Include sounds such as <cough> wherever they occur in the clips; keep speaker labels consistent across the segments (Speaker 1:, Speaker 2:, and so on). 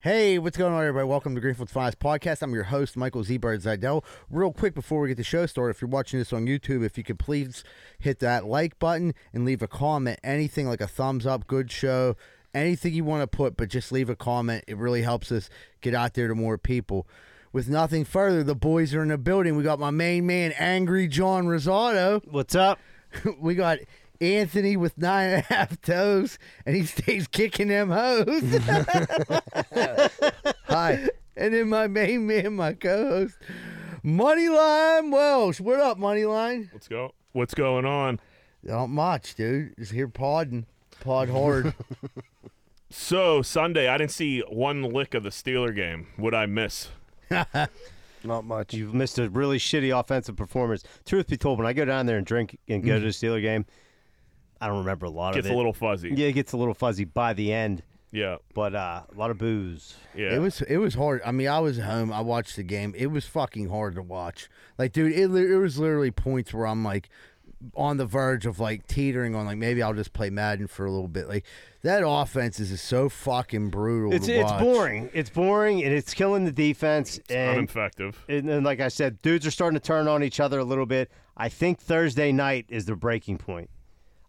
Speaker 1: Hey, what's going on, everybody? Welcome to Greenfield Finest Podcast. I'm your host, Michael Z. Bird Zidell. Real quick before we get the show started, if you're watching this on YouTube, if you could please hit that like button and leave a comment, anything like a thumbs up, good show, anything you want to put, but just leave a comment. It really helps us get out there to more people. With nothing further, the boys are in the building. We got my main man, Angry John Rosado.
Speaker 2: What's up?
Speaker 1: <laughs> we got Anthony with nine and a half toes, and he <laughs> stays kicking them hoes.
Speaker 2: <laughs>
Speaker 3: Hi.
Speaker 1: And then my main man, my co-host, Moneyline Welsh. What up, Moneyline?
Speaker 4: Let's go. What's going on?
Speaker 1: Not much, dude. Just here podding,
Speaker 4: <laughs>
Speaker 1: pod hard.
Speaker 4: So Sunday, I didn't see one lick of the Steeler game. Would I miss?
Speaker 3: Not much.
Speaker 2: You've missed a really shitty offensive performance. Truth be told, when I go down there and drink and
Speaker 1: Mm.
Speaker 2: go to the Steeler game, I don't remember a lot
Speaker 4: Gets
Speaker 2: of it.
Speaker 4: a little fuzzy.
Speaker 2: yeah, it gets a little fuzzy by the end,
Speaker 4: Yeah.
Speaker 2: but uh, a lot of booze.
Speaker 4: Yeah.
Speaker 1: It was it was hard. I mean, I was at home. I watched the game. It was fucking hard to watch. Like, dude, it li- it was literally points where I'm like on the verge of like teetering on like maybe I'll just play Madden for a little bit. Like that offense is just so fucking brutal.
Speaker 2: It's
Speaker 1: to
Speaker 2: it's
Speaker 1: watch.
Speaker 2: boring. It's boring, and it's killing the defense. And,
Speaker 4: Uninfective.
Speaker 2: and then, like I said, dudes are starting to turn on each other a little bit. I think Thursday night is their breaking point.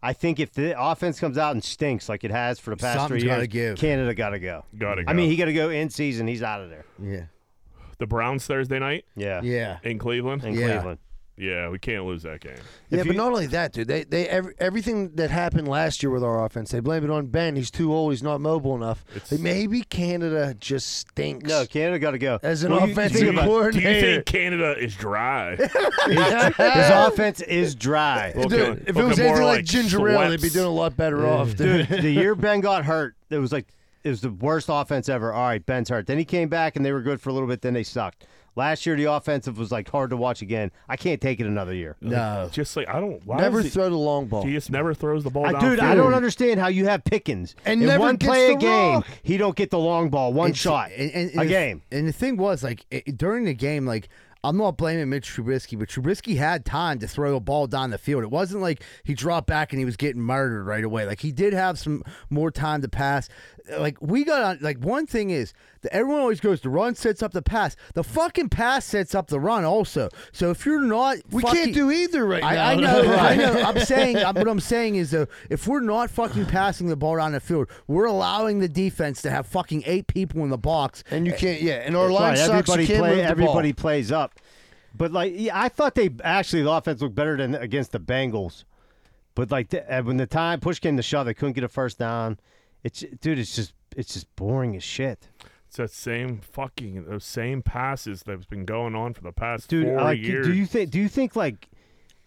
Speaker 2: I think if the offense comes out and stinks like it has for the past
Speaker 1: Something's
Speaker 2: three years,
Speaker 1: gotta give.
Speaker 2: Canada got to go.
Speaker 4: Gotta
Speaker 2: I mean,
Speaker 4: go.
Speaker 2: he got to go in season. He's out
Speaker 3: <laughs>
Speaker 2: of there.
Speaker 1: Yeah,
Speaker 4: The Browns Thursday night
Speaker 2: Yeah.
Speaker 1: yeah.
Speaker 4: in Cleveland.
Speaker 2: In
Speaker 1: Yeah.
Speaker 2: Cleveland.
Speaker 4: Yeah, we can't lose that game.
Speaker 3: Yeah,
Speaker 2: If
Speaker 3: but
Speaker 2: you-
Speaker 3: not only that, dude. They they every, everything that happened last year with our offense, they blame it on Ben. He's too old. He's not mobile enough. Like, maybe Canada just stinks.
Speaker 2: No, Canada got to go.
Speaker 3: As an
Speaker 2: Well, you- you
Speaker 3: offensive
Speaker 2: think about-
Speaker 4: Do you
Speaker 3: coordinator.
Speaker 4: think Canada is dry?
Speaker 2: <laughs> His offense is dry.
Speaker 4: Look
Speaker 3: Dude,
Speaker 4: at-
Speaker 3: if it
Speaker 4: look
Speaker 3: was
Speaker 4: at more
Speaker 3: anything like,
Speaker 4: like
Speaker 3: ginger ale, they'd be
Speaker 4: sweats.
Speaker 3: doing a lot better off. Dude. <laughs>
Speaker 2: Dude, the year Ben got hurt, it was like it was the worst offense ever. All right, Ben's hurt. Then he came back and they were good for a little bit. Then they sucked. Last year, the offensive was like hard to watch again. I can't take it another year.
Speaker 1: No,
Speaker 4: Just like I don't. Why
Speaker 3: Never
Speaker 4: is he-
Speaker 3: throw the long ball.
Speaker 4: He just never throws the ball.
Speaker 2: I, dude, I
Speaker 4: downfield.
Speaker 2: don't understand how you have Pickens
Speaker 3: And
Speaker 2: in
Speaker 3: never
Speaker 2: one
Speaker 3: gets
Speaker 2: play
Speaker 3: the
Speaker 2: a game.
Speaker 3: rock.
Speaker 2: He don't get the long ball, one
Speaker 1: It's-
Speaker 2: shot, a
Speaker 1: the-
Speaker 2: game.
Speaker 1: And the thing was, like it, during the game, like I'm not blaming Mitch Trubisky, but Trubisky had time to throw a ball down the field. It wasn't like he dropped back and he was getting murdered right away. Like he did have some more time to pass. Like we got on. Like one thing is that everyone always goes the run sets up the pass. The fucking pass sets up the run also. So if you're not,
Speaker 3: we
Speaker 1: fucking-
Speaker 3: can't do either right now.
Speaker 1: I, I know, I know.
Speaker 3: <laughs>
Speaker 1: I'm saying I'm, what I'm saying is though, if we're not fucking passing the ball down the field, we're allowing the defense to have fucking eight people in the box. Eh,
Speaker 3: And you can't. Yeah, and our
Speaker 2: Eh, That's
Speaker 3: line
Speaker 2: right.
Speaker 3: sucks.
Speaker 2: Everybody
Speaker 3: you can't
Speaker 2: play.
Speaker 3: move the
Speaker 2: Everybody plays up. But like, yeah, I thought they actually the offense looked better than against the Bengals. But like, the, uh, when the time push came to shove, they couldn't get a first down. It's dude, it's just it's just boring as shit.
Speaker 4: It's that same fucking those same passes that's been going on for the past
Speaker 2: Dude,
Speaker 4: four
Speaker 2: like,
Speaker 4: years.
Speaker 2: do you think do you think like,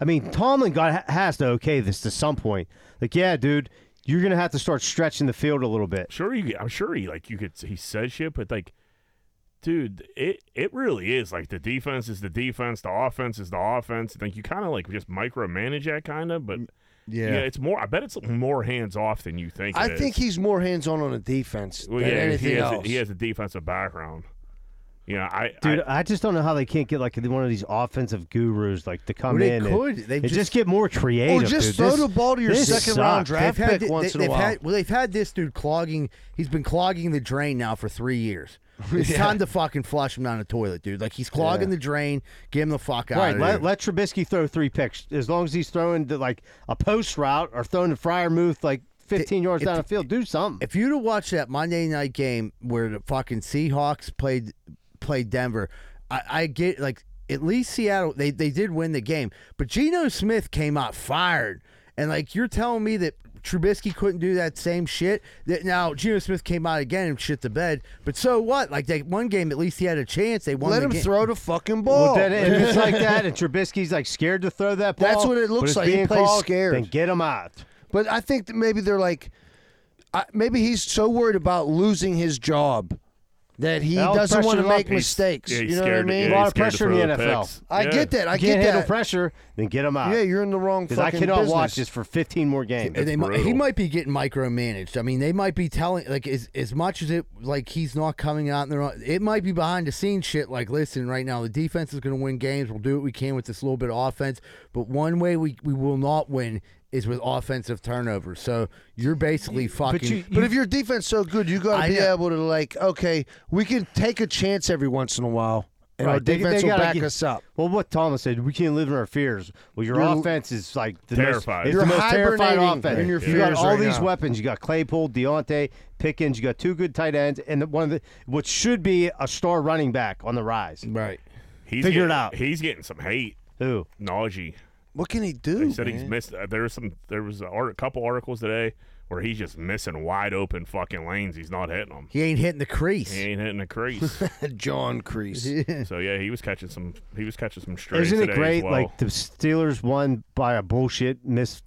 Speaker 2: I mean, Tomlin got has to okay this to some point. Like, yeah, dude, you're gonna have to start stretching the field a little bit.
Speaker 4: sure you I'm sure he like you could he says shit, but like dude, it it really is like the defense is the defense, the offense is the offense. Like you kinda like just micromanage that kinda, but yeah. it's more I bet it's more hands off than you think.
Speaker 3: I
Speaker 4: it
Speaker 3: think
Speaker 4: is.
Speaker 3: he's more hands on on the defense
Speaker 4: Well,
Speaker 3: than
Speaker 4: yeah,
Speaker 3: anything
Speaker 4: he has
Speaker 3: else.
Speaker 4: A, he has a defensive background. You know, I
Speaker 2: Dude,
Speaker 4: I,
Speaker 2: I, just don't know how they can't get like one of these offensive gurus like to
Speaker 1: Well,
Speaker 2: come
Speaker 1: they
Speaker 2: in.
Speaker 1: could.
Speaker 2: and,
Speaker 1: They
Speaker 2: and
Speaker 1: just-
Speaker 2: just, get more creative.
Speaker 3: Or just
Speaker 2: dude.
Speaker 3: throw
Speaker 2: This-
Speaker 3: the ball to your
Speaker 2: this
Speaker 3: second round
Speaker 2: sucks.
Speaker 3: draft
Speaker 1: They've
Speaker 3: pick
Speaker 1: thi-
Speaker 3: once in a
Speaker 1: they've
Speaker 3: while.
Speaker 1: Had, well, they've had this dude clogging. He's been clogging the drain now for
Speaker 3: <laughs>
Speaker 1: three years. It's time to fucking flush him down the toilet, dude. Like he's clogging the drain. Get him the fuck out.
Speaker 2: Right,
Speaker 1: of
Speaker 2: let,
Speaker 1: there.
Speaker 2: let Trubisky throw three picks as long as he's throwing to, like a post route or throwing to Fryermuth like 15 yards
Speaker 1: if-
Speaker 2: down the field. Do something.
Speaker 1: if you'd have watched that Monday night game where the fucking Seahawks played played Denver, I, I get like at least Seattle they, they did win the game, but Geno Smith came out fired, and like you're telling me that Trubisky couldn't do that same shit. That now Geno Smith came out again and shit the bed, but so what? Like that one game, at least he had a chance. They won.
Speaker 3: Let
Speaker 1: the
Speaker 3: him
Speaker 1: game.
Speaker 3: throw the fucking ball.
Speaker 2: Well, then if it's like
Speaker 3: <laughs>
Speaker 2: that, and Trubisky's like scared to throw that ball.
Speaker 3: That's what it
Speaker 2: but
Speaker 3: looks
Speaker 2: it's
Speaker 3: like. He
Speaker 2: being
Speaker 3: plays
Speaker 2: called,
Speaker 3: scared.
Speaker 2: Then get him out.
Speaker 3: But I think that maybe they're like, I, maybe he's so worried about losing his job that he
Speaker 2: Well,
Speaker 3: doesn't want to
Speaker 2: pressure him
Speaker 3: make
Speaker 2: up, he's-
Speaker 3: mistakes.
Speaker 4: yeah, he's
Speaker 3: you know what I
Speaker 4: scared to-
Speaker 3: mean?
Speaker 4: yeah,
Speaker 2: A lot
Speaker 4: he's
Speaker 2: of
Speaker 4: scared to
Speaker 2: pressure in the
Speaker 4: throw
Speaker 2: NFL.
Speaker 4: picks.
Speaker 3: I
Speaker 4: Yeah.
Speaker 3: get that. I
Speaker 2: You can't
Speaker 3: get
Speaker 2: handle
Speaker 3: that.
Speaker 2: pressure. Then get him out.
Speaker 3: Yeah, you're in the wrong
Speaker 2: Because
Speaker 3: fucking
Speaker 2: I cannot
Speaker 3: business.
Speaker 2: watch this for 15 more games.
Speaker 1: And they mi- he
Speaker 4: brutal.
Speaker 1: might be getting micromanaged. I mean, they might be telling like as as much as it like he's not coming out in their own, it might be behind the scenes shit. Like, listen, right now the defense is going to win games. We'll do what we can with this little bit of offense, but one way we we will not win is with offensive turnovers. So you're basically fucking.
Speaker 2: you-
Speaker 3: But if your defense so good, you got
Speaker 1: I
Speaker 3: to be
Speaker 1: know.
Speaker 3: able to like, okay, we can take a chance every once in a while, and our
Speaker 2: Right, they-
Speaker 3: defense
Speaker 2: they
Speaker 3: will
Speaker 2: gotta
Speaker 3: back
Speaker 2: get-
Speaker 3: us up.
Speaker 2: Well, what Thomas said, we can't live in our fears. Well, your
Speaker 3: You're-
Speaker 2: offense is like the
Speaker 4: Terrified.
Speaker 2: Most, it's
Speaker 3: You're
Speaker 2: the most terrified
Speaker 3: hibernating
Speaker 2: offense.
Speaker 3: in your
Speaker 2: you got
Speaker 3: fears
Speaker 2: all
Speaker 3: right
Speaker 2: these
Speaker 3: now.
Speaker 2: weapons. You got Claypool, Deontay, Pickens. You got two good tight ends, and the- one of the what should be a star running back on the rise.
Speaker 1: right.
Speaker 4: He's
Speaker 2: Figure it
Speaker 4: getting-
Speaker 2: out.
Speaker 4: He's getting some hate.
Speaker 2: Who?
Speaker 4: Najee.
Speaker 3: What can he
Speaker 4: They
Speaker 3: do?
Speaker 4: said he's
Speaker 3: man?
Speaker 4: missed. Uh, there was some. There was a, art, couple articles today where he's just missing wide open fucking lanes. He's not hitting them.
Speaker 1: He ain't hitting the crease.
Speaker 4: He ain't hitting the crease.
Speaker 3: <laughs> John Crease.
Speaker 4: so yeah, he was catching some. He was catching some strays.
Speaker 2: Isn't it
Speaker 4: today as
Speaker 2: great?
Speaker 4: well.
Speaker 2: Like the Steelers won by a bullshit miss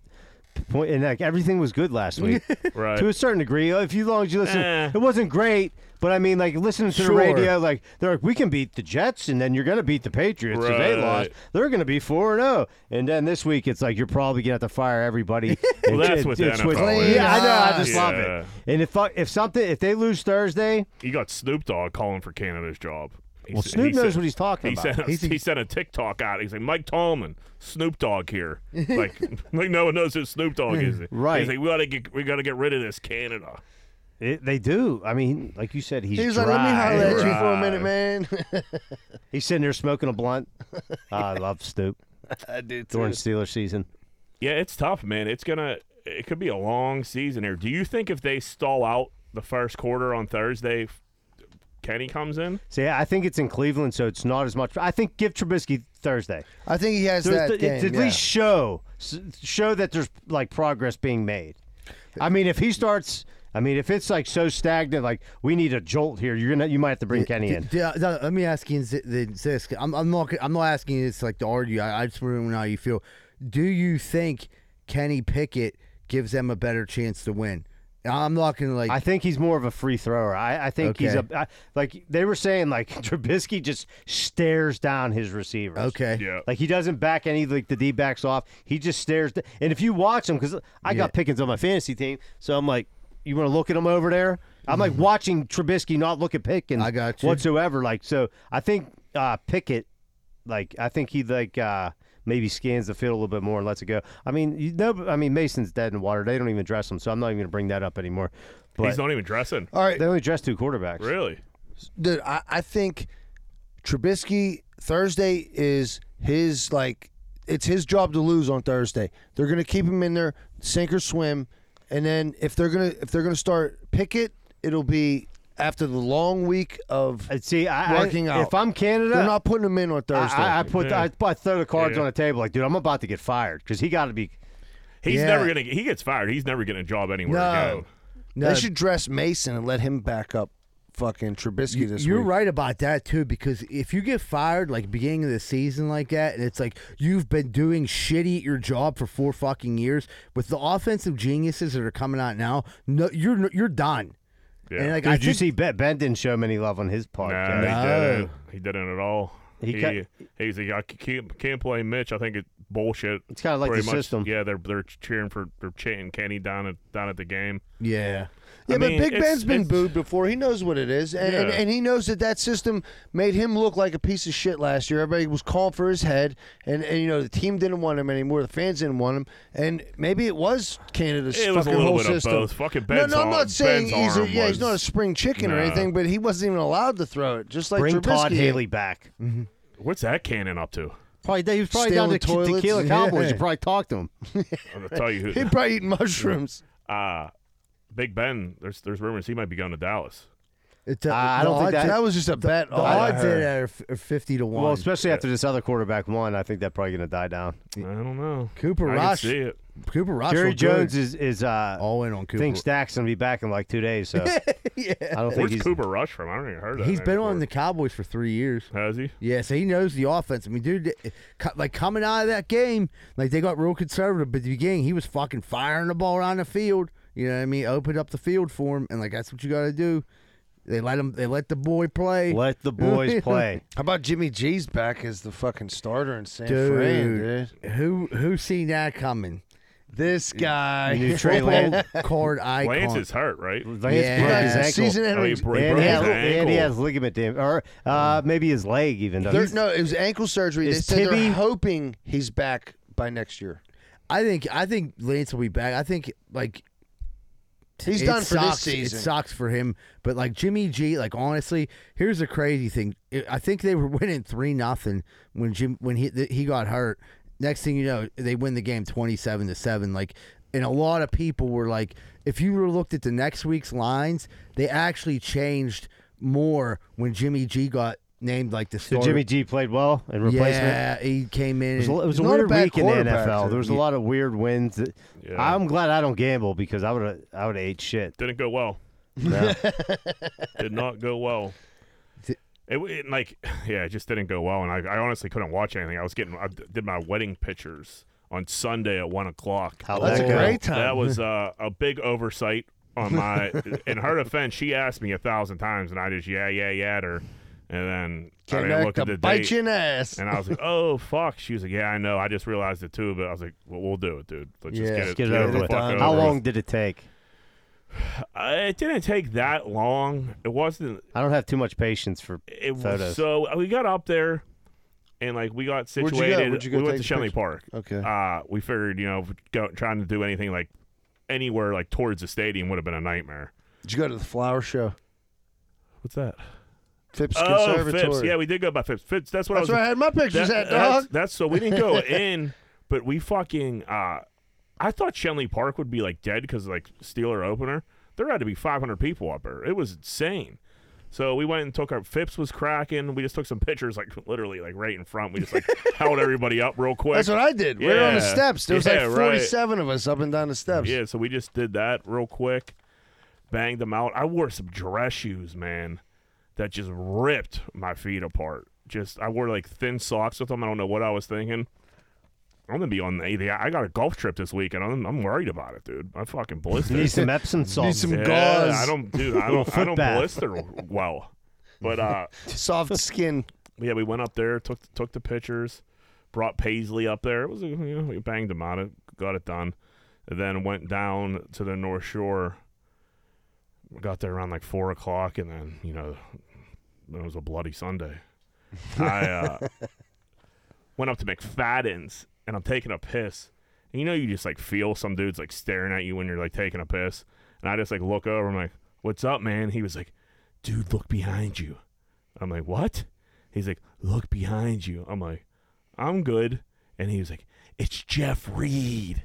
Speaker 2: point, and like everything was good last
Speaker 4: <laughs>
Speaker 2: week <laughs>
Speaker 4: right?
Speaker 2: to a certain degree. If you as long as you listen,
Speaker 4: Eh.
Speaker 2: it wasn't great. But I mean, like listening to
Speaker 1: Sure.
Speaker 2: the radio, like they're like, we can beat the Jets, and then you're gonna beat the Patriots 'cause they lost.
Speaker 4: Right.
Speaker 2: They're gonna be four and zero, and then this week it's like you're probably gonna have to fire everybody.
Speaker 4: <laughs> Well,
Speaker 2: It's-
Speaker 4: that's what the
Speaker 2: it's
Speaker 4: NFL is.
Speaker 2: Yeah, I know. I just love
Speaker 4: Yeah.
Speaker 2: it. And if I- if something if they lose Thursday,
Speaker 4: you got Snoop Dogg calling for Canada's job. He
Speaker 2: well,
Speaker 4: s-
Speaker 2: Snoop
Speaker 4: he
Speaker 2: knows
Speaker 4: sent-
Speaker 2: what he's talking
Speaker 4: He
Speaker 2: about.
Speaker 4: sent, a, he sent a TikTok out. He's like, Mike Tallman, Snoop Dogg
Speaker 2: <laughs>
Speaker 4: here. Like, <laughs> like no one knows who Snoop Dogg is.
Speaker 2: Right.
Speaker 4: He's like, we gotta get, we gotta get rid of this Canada.
Speaker 2: It- they do. I mean, like you said, he's
Speaker 3: He was like, "Let me
Speaker 2: dry.
Speaker 3: holler at you for a
Speaker 4: Right.
Speaker 3: minute, man."
Speaker 2: <laughs> He's sitting there smoking a blunt. Ah, I love Snoop
Speaker 3: <laughs> I do too.
Speaker 2: during Steelers season.
Speaker 4: Yeah, it's tough, man. It's gonna, it could be a long season here. Do you think if they stall out the first quarter on Thursday, f- Kenny comes in?
Speaker 2: See, I think it's in Cleveland, so it's not as much. I think give Trubisky Thursday.
Speaker 3: I think he has
Speaker 2: There's
Speaker 3: that
Speaker 2: the-
Speaker 3: game.
Speaker 2: it's at
Speaker 3: yeah.
Speaker 2: least show s- show that there's like progress being made. I mean, if he starts, I mean, if it's like so stagnant, like we need a jolt here, you're gonna you might have to bring Kenny in.
Speaker 1: Yeah, no, uh, let me ask you th- th- this. I'm, I'm not. I'm not asking you this like to argue. I, I just want to know how you feel. Do you think Kenny Pickett gives them a better chance to win? I'm not gonna like.
Speaker 2: I think he's more of a free thrower. I, I think he's a
Speaker 1: Okay.
Speaker 2: I, like they were saying like <laughs> Trubisky just stares down his receivers.
Speaker 1: okay.
Speaker 4: Yeah.
Speaker 2: Like he doesn't back any like the D backs off. He just stares. th- and if you watch him, because I got Pickens on my fantasy team, so I'm like, you want to look at him over there? I'm like watching Trubisky not look at Pickens
Speaker 1: Mm-hmm. I got you.
Speaker 2: whatsoever. Like so, I think uh Pickett, like I think he like uh maybe scans the field a little bit more and lets it go. I mean, you know, I mean Mason's dead in water. They don't even dress him, so I'm not even gonna bring that up anymore. But
Speaker 4: he's not even dressing.
Speaker 3: All right,
Speaker 2: they only dress two quarterbacks.
Speaker 4: Really?
Speaker 3: dude. I, I think Trubisky Thursday is his like. It's his job to lose on Thursday. They're gonna keep him in there, sink or swim, and then if they're gonna if they're gonna start Pickett, it'll be after the long week of.
Speaker 2: And Uh, See, I, I-
Speaker 3: Working out.
Speaker 2: if I'm Canada,
Speaker 3: They're not putting him in on Thursday.
Speaker 2: I, I put
Speaker 4: Yeah.
Speaker 2: I, I throw the cards
Speaker 4: Yeah.
Speaker 2: on the table like, dude, I'm about to get fired because he got to be.
Speaker 4: He's
Speaker 1: Yeah.
Speaker 4: never gonna. He gets fired. He's never getting a job anywhere to
Speaker 1: No.
Speaker 4: go.
Speaker 1: No,
Speaker 3: they should dress Mason and let him back up fucking Trubisky this
Speaker 1: You're
Speaker 3: week.
Speaker 1: right about that too, because if you get fired like beginning of the season like that, and it's like you've been doing shitty at your job for four fucking years with the offensive geniuses that are coming out now, no, you're you're done.
Speaker 4: Yeah.
Speaker 1: And like
Speaker 2: Dude,
Speaker 1: I
Speaker 2: did you
Speaker 1: think-
Speaker 2: see Ben, ben didn't show many love on his part.
Speaker 4: No,
Speaker 2: Kevin.
Speaker 4: he
Speaker 1: No.
Speaker 4: didn't. He didn't at all.
Speaker 2: He
Speaker 4: He
Speaker 2: ca-
Speaker 4: he, he's like, I can't, can't play Mitch. I think it's bullshit.
Speaker 2: It's kind of like
Speaker 4: Pretty
Speaker 2: the
Speaker 4: much,
Speaker 2: system.
Speaker 4: Yeah, they're they're cheering for they're chanting Kenny down at down at the game.
Speaker 1: Yeah.
Speaker 3: Yeah,
Speaker 4: I
Speaker 3: but
Speaker 4: mean,
Speaker 3: Big
Speaker 4: it's-
Speaker 3: Ben's been
Speaker 4: it's-
Speaker 3: booed before. He knows what it is, and, and
Speaker 4: Yeah.
Speaker 3: and he knows that that system made him look like a piece of shit last year. Everybody was calling for his head, and, and you know the team didn't want him anymore. The fans didn't want him, and maybe it was Canada's
Speaker 4: It
Speaker 3: fucking
Speaker 4: was a little
Speaker 3: whole
Speaker 4: bit of
Speaker 3: system.
Speaker 4: both. Fucking
Speaker 3: no,
Speaker 4: Ben's
Speaker 3: no, I'm
Speaker 4: arm-
Speaker 3: not saying
Speaker 4: Ben's
Speaker 3: he's a,
Speaker 4: arm
Speaker 3: yeah, he's not a
Speaker 4: was-
Speaker 3: spring chicken or
Speaker 4: Nah.
Speaker 3: anything, but he wasn't even allowed to throw it, just like
Speaker 2: Bring
Speaker 3: Trubisky.
Speaker 2: Todd Haley back.
Speaker 4: What's that cannon up to?
Speaker 2: Probably he was probably
Speaker 3: Stealing
Speaker 2: down to the
Speaker 3: toilets.
Speaker 2: Tequila Cowboys.
Speaker 1: Yeah.
Speaker 2: You probably talked to him.
Speaker 4: I'm gonna tell you
Speaker 3: <laughs> He
Speaker 4: who.
Speaker 3: probably eating mushrooms.
Speaker 4: <laughs> Uh, Big Ben. There's there's rumors he might be going to Dallas.
Speaker 1: It's a,
Speaker 2: Uh, I don't
Speaker 1: the
Speaker 2: think
Speaker 1: odds-
Speaker 2: that-
Speaker 3: That was just a bet.
Speaker 1: the
Speaker 3: all I
Speaker 1: odds
Speaker 3: heard.
Speaker 1: in are f- are fifty to one.
Speaker 2: Well, especially after this other quarterback won, I think that's probably going to die down.
Speaker 4: I don't know.
Speaker 1: Cooper
Speaker 4: I can
Speaker 1: Rush.
Speaker 4: see it.
Speaker 3: <laughs>
Speaker 1: Cooper Rush.
Speaker 2: Jerry
Speaker 1: looked
Speaker 2: Jones
Speaker 1: good.
Speaker 2: is is uh,
Speaker 1: all in on Cooper.
Speaker 2: thinks Dak's going to be back in like two days. <laughs> So I don't think
Speaker 4: Where's
Speaker 2: he's.
Speaker 4: Cooper Rush from? I haven't even heard of.
Speaker 1: He's
Speaker 4: that
Speaker 1: been
Speaker 4: name
Speaker 1: on the Cowboys for three years.
Speaker 4: before. Has he?
Speaker 1: Yeah, so he knows the offense. I mean, dude, eh, co- like coming out of that game, like they got real conservative. But at the beginning, he was fucking firing the ball around the field. You know what I mean? Opened up the field for him, and like that's what you got to do. They let him. They let the boy play.
Speaker 2: <laughs> Let
Speaker 3: <laughs>
Speaker 1: <laughs>
Speaker 2: the boys play.
Speaker 3: How about Jimmy G's back as the fucking starter in San Fran, dude?
Speaker 1: dude? Who who seen that coming?
Speaker 3: This guy.
Speaker 2: <laughs> New Trey
Speaker 1: Football
Speaker 2: Lance.
Speaker 1: card icon.
Speaker 4: Lance is hurt, right?
Speaker 2: Lance
Speaker 1: Yeah.
Speaker 2: broke
Speaker 3: Yeah,
Speaker 2: his ankle.
Speaker 3: season
Speaker 4: Oh, he
Speaker 3: ending.
Speaker 4: broke
Speaker 2: and,
Speaker 4: broke
Speaker 2: he
Speaker 4: his
Speaker 2: has, and he
Speaker 4: ankle.
Speaker 2: has ligament damage, or uh, maybe his leg even.
Speaker 3: They're- no, it was ankle surgery. They
Speaker 2: Is
Speaker 3: said
Speaker 2: Tibby-
Speaker 3: they're hoping he's back by next year.
Speaker 1: I think I think Lance will be back. I think like
Speaker 3: He's
Speaker 1: it
Speaker 3: done for this
Speaker 1: sucks.
Speaker 3: season.
Speaker 1: It sucks for him, but like Jimmy G, like honestly, here's the crazy thing. I- I think they were <laughs> winning three nothing when Jim when he th- he got hurt. Next thing you know, they win the game twenty seven to seven. Like, and a lot of people were like, if you were looked at the next week's lines, they actually changed more when Jimmy G got named like the
Speaker 2: So
Speaker 1: starter.
Speaker 2: Jimmy G played well in replacement.
Speaker 1: yeah, he came in.
Speaker 2: It was,
Speaker 1: and-
Speaker 2: a- it was a
Speaker 3: Not a
Speaker 2: weird
Speaker 3: bad
Speaker 2: week in the
Speaker 3: quarterback,
Speaker 2: NFL. There was a
Speaker 1: yeah.
Speaker 2: lot of weird wins. that-
Speaker 4: Yeah.
Speaker 2: I'm glad I don't gamble because I would have I would have ate shit.
Speaker 4: Didn't go well.
Speaker 2: No.
Speaker 4: Did not go well.
Speaker 1: Th-
Speaker 4: It, w- it like <sighs> yeah, it just didn't go well, and I, I honestly couldn't watch anything. I was getting I d- did my wedding pictures on Sunday at one o'clock.
Speaker 2: How'd
Speaker 3: That's
Speaker 2: that
Speaker 3: a
Speaker 2: go?
Speaker 3: great time.
Speaker 4: That was uh, a big oversight on my. in her defense, she asked me a thousand times, and I just yeah yeah yeah at her, and then I
Speaker 3: Came
Speaker 4: didn't
Speaker 3: back
Speaker 4: look at
Speaker 3: to
Speaker 4: the
Speaker 3: bite
Speaker 4: date,
Speaker 3: you in the ass.
Speaker 4: and I <laughs> was
Speaker 3: <laughs>
Speaker 4: like, oh fuck. She was like, yeah, I know. I just realized it too, but I was like, well, we'll do it, dude. Let's just
Speaker 1: Yeah.
Speaker 4: get
Speaker 1: Let's
Speaker 4: it,
Speaker 2: get it
Speaker 4: the
Speaker 2: over
Speaker 4: fuck
Speaker 2: with.
Speaker 3: Done.
Speaker 2: How
Speaker 4: over with."
Speaker 2: long did it take?
Speaker 4: Uh, it didn't take that long. It wasn't.
Speaker 2: I don't have too much patience for.
Speaker 4: It was-
Speaker 2: Photos.
Speaker 4: so uh, we got up there, and like we got
Speaker 3: you go?
Speaker 4: situated.
Speaker 3: Where'd you go
Speaker 4: we went
Speaker 3: take
Speaker 4: to Shenley
Speaker 3: pictures?
Speaker 4: Park.
Speaker 3: Okay.
Speaker 4: Uh, we figured, you know, go, trying to do anything like anywhere like towards the stadium would have been a nightmare.
Speaker 3: Did you go to the flower show?
Speaker 4: What's that?
Speaker 3: Phipps
Speaker 4: Oh,
Speaker 3: Conservatory.
Speaker 4: Phipps. Yeah, we did go by Phipps. Phipps. That's what
Speaker 3: That's
Speaker 4: I was.
Speaker 3: where I had my pictures
Speaker 4: that-
Speaker 3: at,
Speaker 4: that's,
Speaker 3: dog.
Speaker 4: that's so we didn't go
Speaker 3: <laughs>
Speaker 4: in, but we fucking. Uh, I thought Shenley Park would be like dead because like Steeler opener. There had to be 500 people up there. It was insane. So we went and took our Phipps was cracking. We just took some pictures, like literally, like right in front. We just
Speaker 3: <laughs>
Speaker 4: like held everybody up real quick.
Speaker 3: That's what I did. We were on the
Speaker 4: Yeah.
Speaker 3: steps. There was
Speaker 4: Yeah,
Speaker 3: like
Speaker 4: right.
Speaker 3: 47 of us up and down the steps.
Speaker 4: Yeah, so we just did that real quick, banged them out. I wore some dress shoes, man, that just ripped my feet apart. Just I wore like thin socks with them. I don't know what I was thinking. I'm gonna be on the. the- I got a golf trip this week, and I'm, I'm worried about it, dude. I fucking blistered. <laughs>
Speaker 2: Need some Epsom
Speaker 3: Need
Speaker 2: salts.
Speaker 3: some
Speaker 4: yeah,
Speaker 3: gauze,
Speaker 4: I don't, dude. I don't. I
Speaker 2: foot
Speaker 4: don't
Speaker 2: bath.
Speaker 4: blister well. But uh,
Speaker 3: <laughs> soft skin.
Speaker 4: yeah, we went up there, took took the pictures, brought Paisley up there. It was you know, we banged him on it, got it done, and then went down to the North Shore. We got there around like four o'clock, and then you know it was a bloody Sunday. I uh,
Speaker 3: <laughs>
Speaker 4: went up to McFadden's, and I'm taking a piss. And you know, you just like feel some dudes like staring at you when you're like taking a piss, and I just like look over. I'm like, "What's up, man?" He was like, "Dude, look behind you." I'm like, "What?" He's like, look behind you. I'm like, I'm good. And he was like, it's Jeff Reed.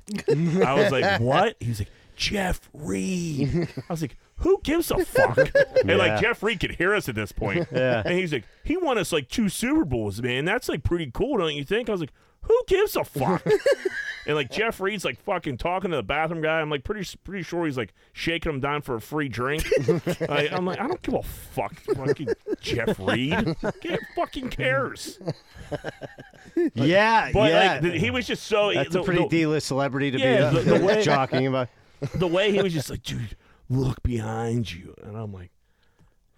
Speaker 4: I was
Speaker 3: <laughs>
Speaker 4: like, what? He was like, Jeff Reed. I was like, who gives a
Speaker 3: <laughs>
Speaker 4: fuck? And
Speaker 2: Yeah.
Speaker 4: like, Jeff Reed could hear us at this point.
Speaker 2: <laughs> Yeah.
Speaker 4: And he's like, he won us like two Super Bowls, man. That's like pretty cool, don't you think? I was like, who gives a
Speaker 2: <laughs>
Speaker 4: fuck? and like Jeff Reed's like fucking talking to the bathroom guy. I'm like pretty pretty sure he's like shaking him down for a free
Speaker 2: <laughs>
Speaker 4: drink. I, I'm like, I don't give a fuck, fucking Jeff
Speaker 3: <laughs>
Speaker 4: Reed. Get fucking
Speaker 2: <laughs>
Speaker 4: cares.
Speaker 2: yeah,
Speaker 4: <laughs> But
Speaker 2: yeah.
Speaker 4: like the, he was just so
Speaker 2: That's
Speaker 4: the,
Speaker 2: a pretty
Speaker 4: the-
Speaker 2: D-list celebrity to
Speaker 4: Yeah,
Speaker 2: be uh,
Speaker 4: the- the way-
Speaker 2: <laughs> jockeying about.
Speaker 4: the way he was just like, dude, <laughs> look behind you, and I'm like.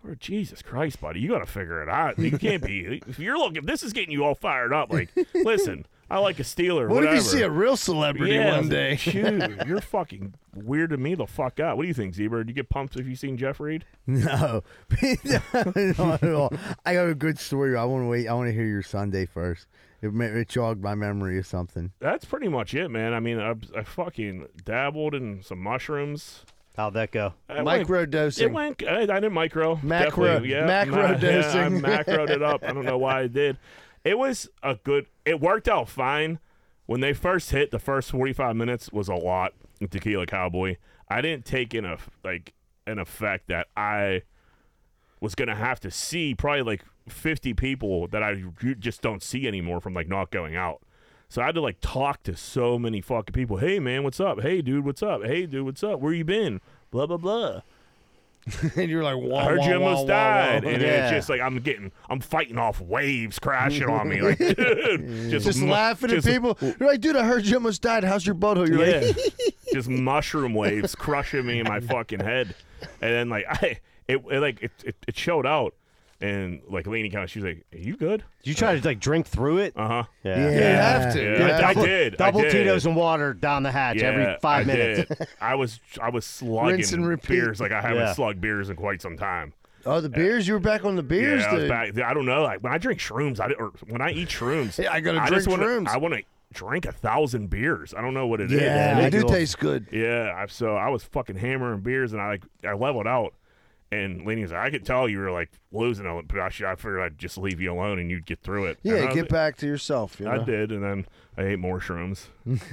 Speaker 4: "Oh, Jesus Christ, buddy, you got to figure it out. You can't be. If you're looking, if this is getting you all fired up. Like, listen, I like a Steeler.
Speaker 3: What
Speaker 4: whatever.
Speaker 3: if you see a real celebrity
Speaker 4: yeah, I
Speaker 3: one
Speaker 4: was
Speaker 3: day?
Speaker 4: like, Dude,
Speaker 3: <laughs>
Speaker 4: you're fucking weirding me the fuck out. What do you think, Zebra? Do you get pumped if you seen Jeff Reed?
Speaker 1: No, <laughs> no, not at all. I got a good story. I want to wait. I want to hear your Sunday first. It, ma- it jogged my memory or something.
Speaker 4: That's pretty much it, man. I mean, I, I fucking dabbled in some mushrooms.
Speaker 2: How'd that go?
Speaker 4: I went-
Speaker 3: Micro
Speaker 4: It
Speaker 3: dosing.
Speaker 4: went. I, I did micro.
Speaker 3: Macro-
Speaker 4: definitely, Yeah,
Speaker 3: macro
Speaker 4: Yeah, <laughs> I
Speaker 3: dosing. <laughs>
Speaker 4: macroed it up. I don't know why I did. It was a good. It worked out fine. When they first hit, the first forty-five minutes was a lot. with Tequila Cowboy. I didn't take in a like an effect that I was gonna have to see probably like fifty people that I you just don't see anymore from like not going out. So I had to like talk to so many fucking people. Hey man, what's up? Hey dude, what's up? Hey dude, what's up? Where you been? Blah blah blah.
Speaker 3: <laughs> and you're like, wah,
Speaker 4: I heard
Speaker 3: wah,
Speaker 4: you
Speaker 3: wah,
Speaker 4: almost
Speaker 3: wah,
Speaker 4: died,
Speaker 3: wah.
Speaker 4: and
Speaker 2: Yeah.
Speaker 4: it's just like I'm getting, I'm fighting off waves crashing on me, like <laughs> dude, just,
Speaker 3: <laughs> Just
Speaker 4: mu-
Speaker 3: laughing at
Speaker 4: just-
Speaker 3: people. You're like, dude, I heard you almost died. How's your butthole? You're <laughs> like,
Speaker 4: yeah, just mushroom waves crushing me in my fucking head, and then like I, it, it like it, it, it showed out, and like Lainey kind of, she's like, "Are you good?"
Speaker 2: Did you try to like drink through it?
Speaker 4: Uh huh.
Speaker 2: Yeah.
Speaker 3: you have to.
Speaker 4: Yeah,
Speaker 3: You
Speaker 4: I, I
Speaker 3: have to.
Speaker 4: did. I
Speaker 2: Double
Speaker 4: did.
Speaker 2: Tito's and water down the hatch
Speaker 4: Yeah,
Speaker 2: every five
Speaker 4: I
Speaker 2: minutes.
Speaker 4: did. <laughs> I was I was slugging
Speaker 3: Rinse and repeat.
Speaker 4: beers like I haven't
Speaker 2: Yeah.
Speaker 4: slugged beers in quite some time.
Speaker 3: Oh, the beers? You were back on the beers?
Speaker 4: yeah, I was
Speaker 3: dude.
Speaker 4: back. I don't know. Like when I drink shrooms, I or when I eat shrooms,
Speaker 3: <laughs> Yeah, I gotta
Speaker 4: just
Speaker 3: drink
Speaker 4: wanna,
Speaker 3: shrooms.
Speaker 4: I want to drank a thousand beers. I don't know what it is.
Speaker 3: Yeah,
Speaker 2: they
Speaker 3: they do
Speaker 2: do.
Speaker 3: taste good.
Speaker 4: Yeah, I, so I was fucking hammering beers, and I like I leveled out. And Leaning's like, I could tell you were like losing it, but I, should, I figured I'd just leave you alone and you'd get through it. And
Speaker 3: Yeah,
Speaker 4: I,
Speaker 3: get back to yourself. <laughs> You
Speaker 4: I
Speaker 3: know?
Speaker 4: did, and then I ate more
Speaker 3: <laughs>
Speaker 4: shrooms